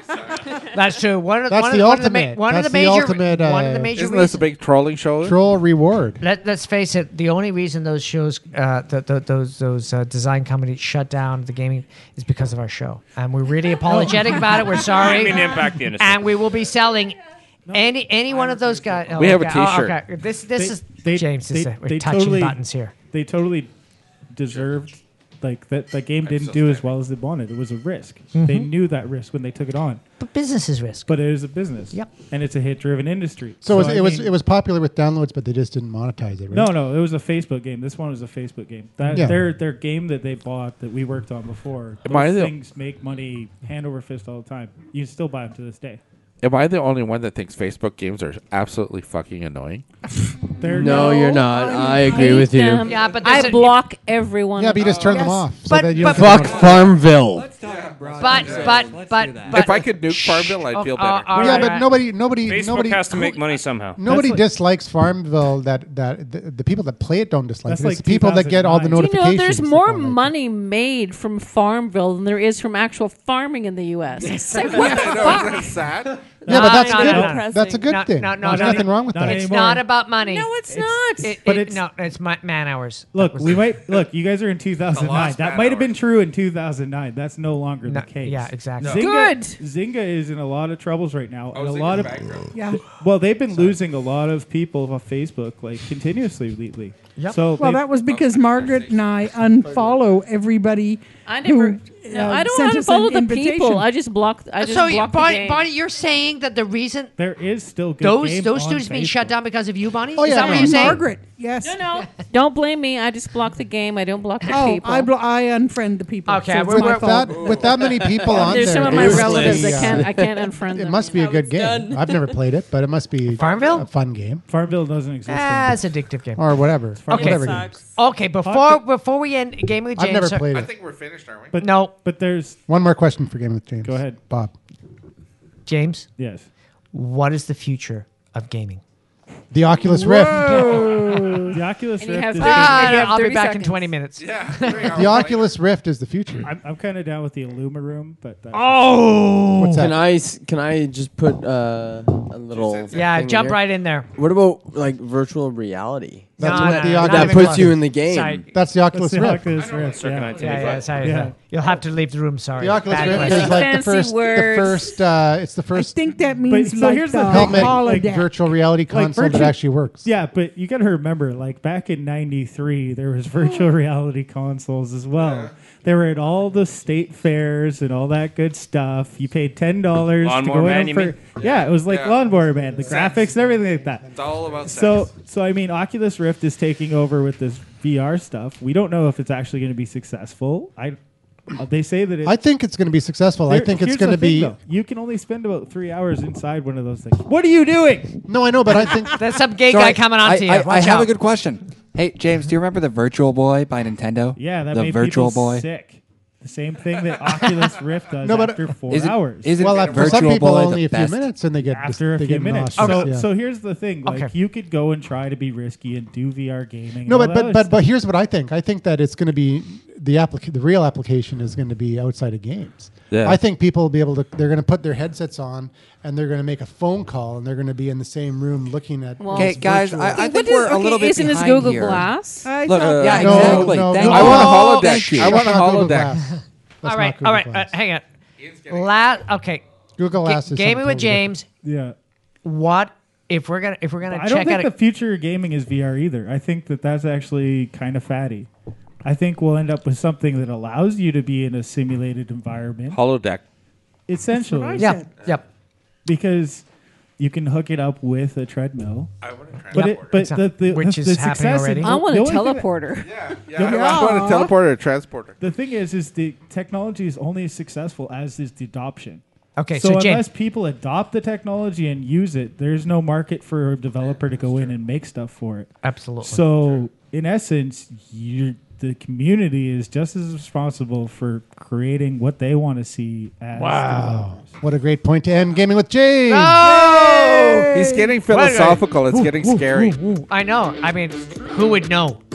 [SPEAKER 2] That's true. One of
[SPEAKER 1] That's
[SPEAKER 2] one
[SPEAKER 1] the
[SPEAKER 2] of, One of the, ma-
[SPEAKER 1] ultimate.
[SPEAKER 2] one
[SPEAKER 1] That's
[SPEAKER 2] of the
[SPEAKER 1] the
[SPEAKER 2] major.
[SPEAKER 1] ultimate,
[SPEAKER 2] one of the
[SPEAKER 1] uh,
[SPEAKER 2] major.
[SPEAKER 6] Isn't this a
[SPEAKER 2] reasons-
[SPEAKER 6] big trolling show?
[SPEAKER 1] Troll reward.
[SPEAKER 2] Let, let's face it. The only reason those shows, uh, th- th- those those uh, design companies shut down the gaming is because of our show, and we're
[SPEAKER 3] (laughs)
[SPEAKER 2] really apologetic about it. We're sorry.
[SPEAKER 3] Gaming impact Oh. the industry.
[SPEAKER 2] And we will be selling any any one of those guys.
[SPEAKER 6] We have a
[SPEAKER 2] okay. Oh,
[SPEAKER 6] t-shirt.
[SPEAKER 2] okay. This this
[SPEAKER 11] They-
[SPEAKER 2] is
[SPEAKER 11] they-
[SPEAKER 2] James. This
[SPEAKER 11] they-
[SPEAKER 2] is, we're
[SPEAKER 11] they
[SPEAKER 2] touching
[SPEAKER 11] totally-
[SPEAKER 2] buttons here.
[SPEAKER 11] They totally deserved. Like that, that game didn't do as well as they wanted. It was a risk. They
[SPEAKER 2] Mhm.
[SPEAKER 11] knew that risk when they took it on.
[SPEAKER 2] But business is risk.
[SPEAKER 11] But it is a business.
[SPEAKER 2] Yep.
[SPEAKER 11] And it's a hit-driven industry.
[SPEAKER 1] So, it was,
[SPEAKER 11] I
[SPEAKER 1] it was
[SPEAKER 11] mean-
[SPEAKER 1] it was popular with downloads, but they just didn't monetize it. Right?
[SPEAKER 11] No, no, it was a Facebook game. This one was a Facebook game. That
[SPEAKER 1] Yeah.
[SPEAKER 11] their their game that they bought that we worked on before.
[SPEAKER 6] Am I
[SPEAKER 11] Those
[SPEAKER 6] the-
[SPEAKER 11] things make money hand over fist all the time. You can still buy them to this day.
[SPEAKER 6] Am I the only one that thinks Facebook games are absolutely fucking
[SPEAKER 2] (laughs)
[SPEAKER 6] annoying?
[SPEAKER 11] They're
[SPEAKER 9] No, you're not. I agree
[SPEAKER 4] hate
[SPEAKER 9] with you.
[SPEAKER 4] them.
[SPEAKER 2] Yeah, but there's
[SPEAKER 4] I
[SPEAKER 2] a-
[SPEAKER 4] block everyone.
[SPEAKER 1] Yeah, but you just turn them
[SPEAKER 2] Yes.
[SPEAKER 1] off. So
[SPEAKER 2] But-
[SPEAKER 1] that you
[SPEAKER 2] but-
[SPEAKER 1] don't
[SPEAKER 2] Fuck
[SPEAKER 1] get notified.
[SPEAKER 9] Farmville.
[SPEAKER 2] But but but, but
[SPEAKER 6] if I could nuke Farmville, I'd
[SPEAKER 2] Oh,
[SPEAKER 6] feel
[SPEAKER 2] oh,
[SPEAKER 6] better.
[SPEAKER 2] all
[SPEAKER 1] yeah,
[SPEAKER 2] right, all
[SPEAKER 1] but
[SPEAKER 2] right.
[SPEAKER 1] nobody, nobody,
[SPEAKER 3] Facebook
[SPEAKER 1] nobody
[SPEAKER 3] has to make money somehow.
[SPEAKER 1] Nobody
[SPEAKER 11] That's like-
[SPEAKER 1] dislikes Farmville. That that the, the people that play it don't dislike
[SPEAKER 11] That's
[SPEAKER 1] it. It's
[SPEAKER 11] like
[SPEAKER 1] people that get all
[SPEAKER 11] 2009.
[SPEAKER 1] the
[SPEAKER 4] You know,
[SPEAKER 1] notifications.
[SPEAKER 4] there's
[SPEAKER 1] that
[SPEAKER 4] more
[SPEAKER 1] don't like it.
[SPEAKER 4] money made from Farmville than there is from actual farming in the U.S. It's like, what the fuck?
[SPEAKER 6] Isn't that sad?
[SPEAKER 1] Yeah, but
[SPEAKER 2] No,
[SPEAKER 1] that's
[SPEAKER 2] no,
[SPEAKER 1] good.
[SPEAKER 2] no,
[SPEAKER 15] no.
[SPEAKER 1] That's a good
[SPEAKER 2] No,
[SPEAKER 1] thing.
[SPEAKER 2] no, no,
[SPEAKER 1] There's
[SPEAKER 11] no,
[SPEAKER 1] nothing
[SPEAKER 11] no.
[SPEAKER 1] wrong with
[SPEAKER 11] Not
[SPEAKER 1] that.
[SPEAKER 11] any-
[SPEAKER 2] It's
[SPEAKER 11] anymore.
[SPEAKER 2] not about money.
[SPEAKER 4] No, it's, not.
[SPEAKER 2] It,
[SPEAKER 11] But
[SPEAKER 2] it-
[SPEAKER 11] it's-
[SPEAKER 2] no, it's my, man hours. That
[SPEAKER 11] Look,
[SPEAKER 2] was
[SPEAKER 11] we
[SPEAKER 2] the- (laughs)
[SPEAKER 11] might look. You guys are in 2009.
[SPEAKER 13] lost
[SPEAKER 11] That
[SPEAKER 13] man
[SPEAKER 11] might have been
[SPEAKER 13] hours.
[SPEAKER 11] true in 2009. That's no longer
[SPEAKER 2] No,
[SPEAKER 11] the case.
[SPEAKER 2] yeah, exactly. No.
[SPEAKER 11] Zynga,
[SPEAKER 4] Good.
[SPEAKER 11] Zynga is in a lot of troubles right now, and a
[SPEAKER 6] Zynga's
[SPEAKER 11] lot of
[SPEAKER 6] bankrupt.
[SPEAKER 11] yeah. (laughs) Well, they've been losing a lot of people on Facebook like continuously lately.
[SPEAKER 2] Yep.
[SPEAKER 11] So
[SPEAKER 5] Well,
[SPEAKER 11] they- (laughs)
[SPEAKER 5] that was because Margaret and I unfollow everybody.
[SPEAKER 4] I never.
[SPEAKER 5] who,
[SPEAKER 4] no,
[SPEAKER 5] uh,
[SPEAKER 4] I don't
[SPEAKER 5] sent
[SPEAKER 4] want to
[SPEAKER 5] us an
[SPEAKER 4] follow the people.
[SPEAKER 5] invitation.
[SPEAKER 4] I just block. I just
[SPEAKER 2] so, you-
[SPEAKER 4] block the
[SPEAKER 2] Bonnie,
[SPEAKER 4] game.
[SPEAKER 2] Bonnie, you're saying that the reason
[SPEAKER 11] there is still good
[SPEAKER 2] those
[SPEAKER 11] games
[SPEAKER 2] those
[SPEAKER 11] on
[SPEAKER 2] students being shut
[SPEAKER 11] Facebook.
[SPEAKER 2] down because of you, Bonnie?
[SPEAKER 1] Oh,
[SPEAKER 2] Is
[SPEAKER 1] yeah,
[SPEAKER 2] that what
[SPEAKER 1] no.
[SPEAKER 2] you're saying?
[SPEAKER 5] Margaret, yes.
[SPEAKER 4] No, no. Don't blame me. I just block the game. I don't block the
[SPEAKER 5] Oh,
[SPEAKER 4] people.
[SPEAKER 5] I, blo- I unfriend the people.
[SPEAKER 2] Okay,
[SPEAKER 5] so it's
[SPEAKER 2] we're-
[SPEAKER 5] my
[SPEAKER 2] we're-
[SPEAKER 1] With
[SPEAKER 5] fault.
[SPEAKER 1] that, with that many people on
[SPEAKER 4] There's
[SPEAKER 1] there,
[SPEAKER 4] some of
[SPEAKER 1] it
[SPEAKER 4] my
[SPEAKER 1] must
[SPEAKER 4] relatives
[SPEAKER 1] be,
[SPEAKER 4] that
[SPEAKER 1] uh,
[SPEAKER 4] can't. I can't unfriend
[SPEAKER 1] It
[SPEAKER 4] them.
[SPEAKER 1] must be a good game. I've never played it, but it must be
[SPEAKER 2] (laughs) Farmville?
[SPEAKER 1] a fun game
[SPEAKER 11] Farmville doesn't exist.
[SPEAKER 2] Ah,
[SPEAKER 11] anymore.
[SPEAKER 2] it's addictive game.
[SPEAKER 1] or whatever.
[SPEAKER 11] Farmville
[SPEAKER 1] whatever game.
[SPEAKER 10] Sucks.
[SPEAKER 2] Okay, before before we end game with James,
[SPEAKER 1] I've never
[SPEAKER 2] sir-
[SPEAKER 1] played
[SPEAKER 6] I
[SPEAKER 1] it.
[SPEAKER 6] think we're finished, aren't we?
[SPEAKER 11] But
[SPEAKER 2] No,
[SPEAKER 11] But there's
[SPEAKER 1] One more question for Game with James.
[SPEAKER 11] Go ahead.
[SPEAKER 1] Bob.
[SPEAKER 2] James,
[SPEAKER 11] yes.
[SPEAKER 2] what is the future of gaming?
[SPEAKER 1] The Oculus Rift.
[SPEAKER 11] The Oculus
[SPEAKER 4] (laughs) And you
[SPEAKER 11] Rift
[SPEAKER 4] have
[SPEAKER 11] is.
[SPEAKER 4] thirty-
[SPEAKER 2] Ah,
[SPEAKER 4] you have
[SPEAKER 2] I'll be
[SPEAKER 4] 30
[SPEAKER 2] back in
[SPEAKER 4] seconds.
[SPEAKER 2] 20
[SPEAKER 1] (laughs)
[SPEAKER 2] minutes. (laughs)
[SPEAKER 1] The Oculus Rift is the future.
[SPEAKER 11] I'm, I'm kind of down with the Illuma room, but that's
[SPEAKER 2] Oh,
[SPEAKER 1] What's
[SPEAKER 9] Can
[SPEAKER 1] that?
[SPEAKER 9] I s- can I just put uh, a little?
[SPEAKER 2] yeah,
[SPEAKER 9] thing
[SPEAKER 2] jump
[SPEAKER 9] here?
[SPEAKER 2] right in there.
[SPEAKER 9] What about like virtual reality?
[SPEAKER 1] That's
[SPEAKER 2] No,
[SPEAKER 1] what
[SPEAKER 2] no,
[SPEAKER 1] the
[SPEAKER 2] no, not
[SPEAKER 9] that
[SPEAKER 2] even
[SPEAKER 9] puts
[SPEAKER 2] close.
[SPEAKER 9] you in the game.
[SPEAKER 2] Sorry.
[SPEAKER 1] That's the Oculus
[SPEAKER 11] That's the
[SPEAKER 1] Rift.
[SPEAKER 11] Oculus Rift. Yeah.
[SPEAKER 2] Yeah, yeah, sorry.
[SPEAKER 11] Yeah.
[SPEAKER 2] You'll have to leave the room. Sorry.
[SPEAKER 1] The Oculus
[SPEAKER 2] Bad
[SPEAKER 1] Rift
[SPEAKER 2] question.
[SPEAKER 1] is like the
[SPEAKER 4] Fancy
[SPEAKER 1] first, the
[SPEAKER 4] words.
[SPEAKER 1] first. Uh, it's the
[SPEAKER 5] I
[SPEAKER 1] first
[SPEAKER 5] think that means
[SPEAKER 11] so
[SPEAKER 5] like
[SPEAKER 11] here's the
[SPEAKER 4] uh,
[SPEAKER 5] the,
[SPEAKER 11] thing,
[SPEAKER 1] helmet
[SPEAKER 11] like,
[SPEAKER 5] holodeck.
[SPEAKER 1] virtual reality console
[SPEAKER 11] virtual-
[SPEAKER 1] that actually works.
[SPEAKER 11] Yeah, but you got to remember, like back in '93, there was
[SPEAKER 3] (gasps)
[SPEAKER 11] virtual reality consoles as well. They were at all the state fairs and all that good stuff. You paid ten dollars to
[SPEAKER 3] Lawnmower
[SPEAKER 11] go
[SPEAKER 3] Man,
[SPEAKER 11] in
[SPEAKER 3] you
[SPEAKER 11] for.
[SPEAKER 3] mean?
[SPEAKER 11] Yeah, it was like
[SPEAKER 6] Yeah.
[SPEAKER 11] Lawnmower Man, the graphics and everything like that.
[SPEAKER 6] It's all about sex.
[SPEAKER 11] So, so I mean, Oculus Rift is taking over with this VR stuff. We don't know if it's actually going to be successful. I, Uh, they say that it's
[SPEAKER 1] I think it's going to be successful. I
[SPEAKER 11] Here-
[SPEAKER 1] think it's
[SPEAKER 11] here's
[SPEAKER 1] going
[SPEAKER 11] the
[SPEAKER 1] to
[SPEAKER 11] thing,
[SPEAKER 1] be.
[SPEAKER 11] though. You can only spend about three hours inside one of those things. What are you doing?
[SPEAKER 1] No, I know, but I think
[SPEAKER 2] That's some gay guy
[SPEAKER 7] Sorry,
[SPEAKER 2] coming on
[SPEAKER 7] I,
[SPEAKER 2] to you.
[SPEAKER 7] I, I
[SPEAKER 2] Watch
[SPEAKER 7] have
[SPEAKER 2] out.
[SPEAKER 7] a good question. Hey, James, do you remember the Virtual Boy by Nintendo?
[SPEAKER 11] Yeah, that
[SPEAKER 7] the
[SPEAKER 11] made
[SPEAKER 7] Virtual
[SPEAKER 11] people
[SPEAKER 7] Boy.
[SPEAKER 11] sick. The same thing
[SPEAKER 1] (laughs)
[SPEAKER 11] that Oculus Rift does
[SPEAKER 1] No, but-
[SPEAKER 11] after four
[SPEAKER 7] Is it,
[SPEAKER 11] hours.
[SPEAKER 7] is it
[SPEAKER 1] well, uh, for
[SPEAKER 7] Virtual
[SPEAKER 1] some people
[SPEAKER 7] Boy
[SPEAKER 1] only a
[SPEAKER 7] the
[SPEAKER 1] few
[SPEAKER 7] best?
[SPEAKER 1] minutes and they get
[SPEAKER 11] after a
[SPEAKER 1] they
[SPEAKER 11] few
[SPEAKER 1] get
[SPEAKER 11] minutes.
[SPEAKER 1] nauseous,
[SPEAKER 11] So,
[SPEAKER 1] yeah.
[SPEAKER 11] so here's the thing: like
[SPEAKER 2] Okay.
[SPEAKER 11] you could go and try to be risky and do VR gaming.
[SPEAKER 1] no,
[SPEAKER 11] and
[SPEAKER 1] but
[SPEAKER 11] all
[SPEAKER 1] but
[SPEAKER 11] that
[SPEAKER 1] but
[SPEAKER 11] other
[SPEAKER 1] but here's what I think. I think that it's going to be the applica- the real application is going to be outside of games.
[SPEAKER 6] Yeah.
[SPEAKER 1] I think people will be able to. They're going to put their headsets on and they're going to make a phone call and they're going to be in the same room looking at.
[SPEAKER 4] Well,
[SPEAKER 1] this
[SPEAKER 4] Okay,
[SPEAKER 7] Okay, guys,
[SPEAKER 1] virtual-
[SPEAKER 7] I, I think
[SPEAKER 4] What is-
[SPEAKER 7] we're a
[SPEAKER 4] okay,
[SPEAKER 7] little bit
[SPEAKER 4] Isn't this
[SPEAKER 7] behind
[SPEAKER 4] Google
[SPEAKER 7] here. Uh,
[SPEAKER 4] Glass?
[SPEAKER 5] I
[SPEAKER 6] Look,
[SPEAKER 5] thought-
[SPEAKER 7] Yeah,
[SPEAKER 6] No,
[SPEAKER 7] exactly.
[SPEAKER 1] no,
[SPEAKER 7] Thank
[SPEAKER 1] no.
[SPEAKER 7] you.
[SPEAKER 6] I want a
[SPEAKER 7] Oh,
[SPEAKER 6] holodeck.
[SPEAKER 7] thank you.
[SPEAKER 6] I want a
[SPEAKER 1] Not Google
[SPEAKER 6] holodeck.
[SPEAKER 1] Glass. That's
[SPEAKER 2] All right,
[SPEAKER 1] not Google
[SPEAKER 2] all right. Uh,
[SPEAKER 1] Glass.
[SPEAKER 2] hang on. La- okay.
[SPEAKER 1] Google
[SPEAKER 2] Ga-
[SPEAKER 1] Glass is
[SPEAKER 2] gaming
[SPEAKER 1] something
[SPEAKER 2] with
[SPEAKER 1] totally different.
[SPEAKER 2] James.
[SPEAKER 11] yeah.
[SPEAKER 2] What if we're gonna if we're gonna
[SPEAKER 11] I don't
[SPEAKER 2] check
[SPEAKER 11] think
[SPEAKER 2] out
[SPEAKER 11] the
[SPEAKER 2] a,
[SPEAKER 11] future of gaming is VR either. I think that that's actually kind of fatty. I think we'll end up with something that allows you to be in a simulated environment,
[SPEAKER 6] Holodeck.
[SPEAKER 11] essentially,
[SPEAKER 2] yeah yep
[SPEAKER 11] because you can hook it up with a treadmill.
[SPEAKER 6] I want to try
[SPEAKER 11] But it, but
[SPEAKER 2] Exa-
[SPEAKER 11] the, the,
[SPEAKER 2] Which
[SPEAKER 11] the,
[SPEAKER 2] is
[SPEAKER 11] the
[SPEAKER 2] happening
[SPEAKER 11] success
[SPEAKER 2] already.
[SPEAKER 11] is-
[SPEAKER 4] I want a
[SPEAKER 11] the only thing that-
[SPEAKER 4] teleporter.
[SPEAKER 6] Yeah, yeah. I want
[SPEAKER 5] Yeah.
[SPEAKER 6] a teleporter or transporter.
[SPEAKER 11] the thing is, is the technology is only as successful as is the adoption.
[SPEAKER 2] okay
[SPEAKER 11] so
[SPEAKER 2] so,
[SPEAKER 11] unless
[SPEAKER 2] James
[SPEAKER 11] people adopt the technology and use it, there's no market for a developer to go in and make stuff for it.
[SPEAKER 2] absolutely
[SPEAKER 11] So in essence, you the community is just as responsible for creating what they want to see. As
[SPEAKER 1] Wow. What a great point to end gaming with James.
[SPEAKER 2] No!
[SPEAKER 6] He's getting philosophical. It's getting scary.
[SPEAKER 2] Oh! I know. I mean, who would know? (laughs)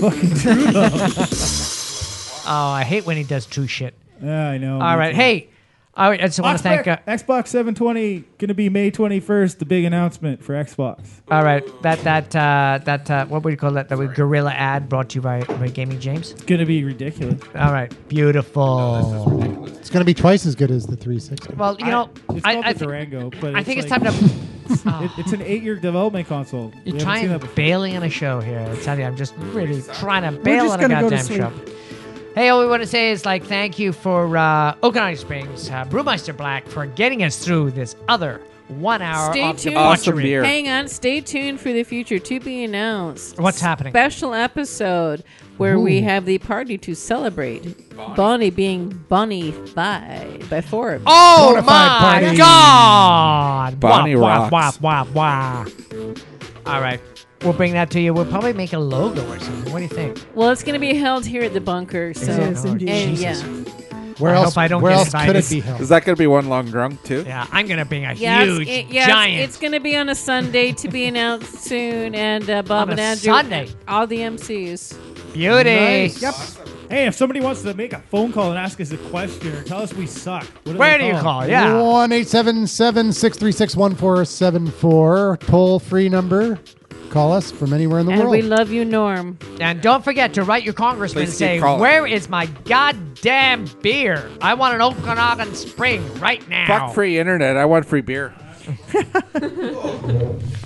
[SPEAKER 2] oh, I hate when he does true shit.
[SPEAKER 11] Yeah, I know.
[SPEAKER 2] All right. Hey, all right. I just want to thank. Uh,
[SPEAKER 11] Oh, Xbox 720 going to be May 21st. The big announcement for Xbox.
[SPEAKER 2] all right. That that uh, that uh, what would you call that? That was gorilla ad brought to you by, by Gaming James. Uh,
[SPEAKER 11] It's going to be ridiculous.
[SPEAKER 2] All right. Beautiful.
[SPEAKER 1] It's going to be twice as good as the 360.
[SPEAKER 2] Well, you
[SPEAKER 11] I-
[SPEAKER 2] know,
[SPEAKER 11] it's
[SPEAKER 2] I,
[SPEAKER 11] called
[SPEAKER 2] I
[SPEAKER 11] the
[SPEAKER 2] thi-
[SPEAKER 11] Durango, but
[SPEAKER 2] I think it's
[SPEAKER 11] like-
[SPEAKER 2] time
[SPEAKER 11] (laughs)
[SPEAKER 2] to. (laughs) Ah.
[SPEAKER 11] it, it's an eight-year development console. We
[SPEAKER 2] You're
[SPEAKER 11] haven't seen
[SPEAKER 2] trying
[SPEAKER 11] that before.
[SPEAKER 2] bailing on a show here. I tell you, I'm just really trying to bail
[SPEAKER 11] just
[SPEAKER 2] on a
[SPEAKER 11] gonna go to
[SPEAKER 2] goddamn show. Hey, all we want to say is like thank you for uh, Okanagan Springs uh, Brewmeister Black for getting us through this other one hour.
[SPEAKER 4] Stay
[SPEAKER 2] of
[SPEAKER 4] tuned.
[SPEAKER 2] debauchery.
[SPEAKER 4] Hang on. Stay tuned for the future to be announced.
[SPEAKER 2] What's happening?
[SPEAKER 4] Special episode where we
[SPEAKER 2] Ooh.
[SPEAKER 4] have the party to celebrate Bonnie, being Bonnie five by four. of
[SPEAKER 2] Oh
[SPEAKER 4] us.
[SPEAKER 2] my God!
[SPEAKER 4] Bonnie
[SPEAKER 2] wah, wah,
[SPEAKER 4] rocks.
[SPEAKER 2] wah, wah, wah. All right, we'll bring that to you. We'll probably make a logo or something. What do you think?
[SPEAKER 4] Well, it's going to be held here at the bunker. So,
[SPEAKER 2] Yes,
[SPEAKER 4] and,
[SPEAKER 2] indeed. Jesus.
[SPEAKER 4] yeah.
[SPEAKER 2] Where I else- hope I don't where get else could it invited. be held?
[SPEAKER 6] Is that going to be one long drunk too?
[SPEAKER 2] Yeah, I'm going to bring a
[SPEAKER 4] Yes,
[SPEAKER 2] huge
[SPEAKER 4] it- yes,
[SPEAKER 2] giant.
[SPEAKER 4] It's going to be on a Sunday to be announced soon, and uh, Bob
[SPEAKER 2] On
[SPEAKER 4] and
[SPEAKER 2] a
[SPEAKER 4] Andrew,
[SPEAKER 2] Sunday.
[SPEAKER 4] all the MCs.
[SPEAKER 2] Beauty.
[SPEAKER 11] Nice. Yep. Hey, if somebody wants to make a phone call and ask us a question or tell us we suck, what
[SPEAKER 2] Where
[SPEAKER 11] they
[SPEAKER 2] do you call?
[SPEAKER 11] Yeah.
[SPEAKER 1] Oh, One eight seven seven six three six one four seven four. Toll free number. Call us from anywhere in the
[SPEAKER 4] And
[SPEAKER 1] world.
[SPEAKER 4] we love you, Norm.
[SPEAKER 2] And don't forget to write your congressman
[SPEAKER 1] Please
[SPEAKER 2] and
[SPEAKER 1] keep
[SPEAKER 2] say,
[SPEAKER 1] calling.
[SPEAKER 2] Where is my goddamn beer? I want an Okanagan Spring right now.
[SPEAKER 6] Fuck free internet. I want free beer.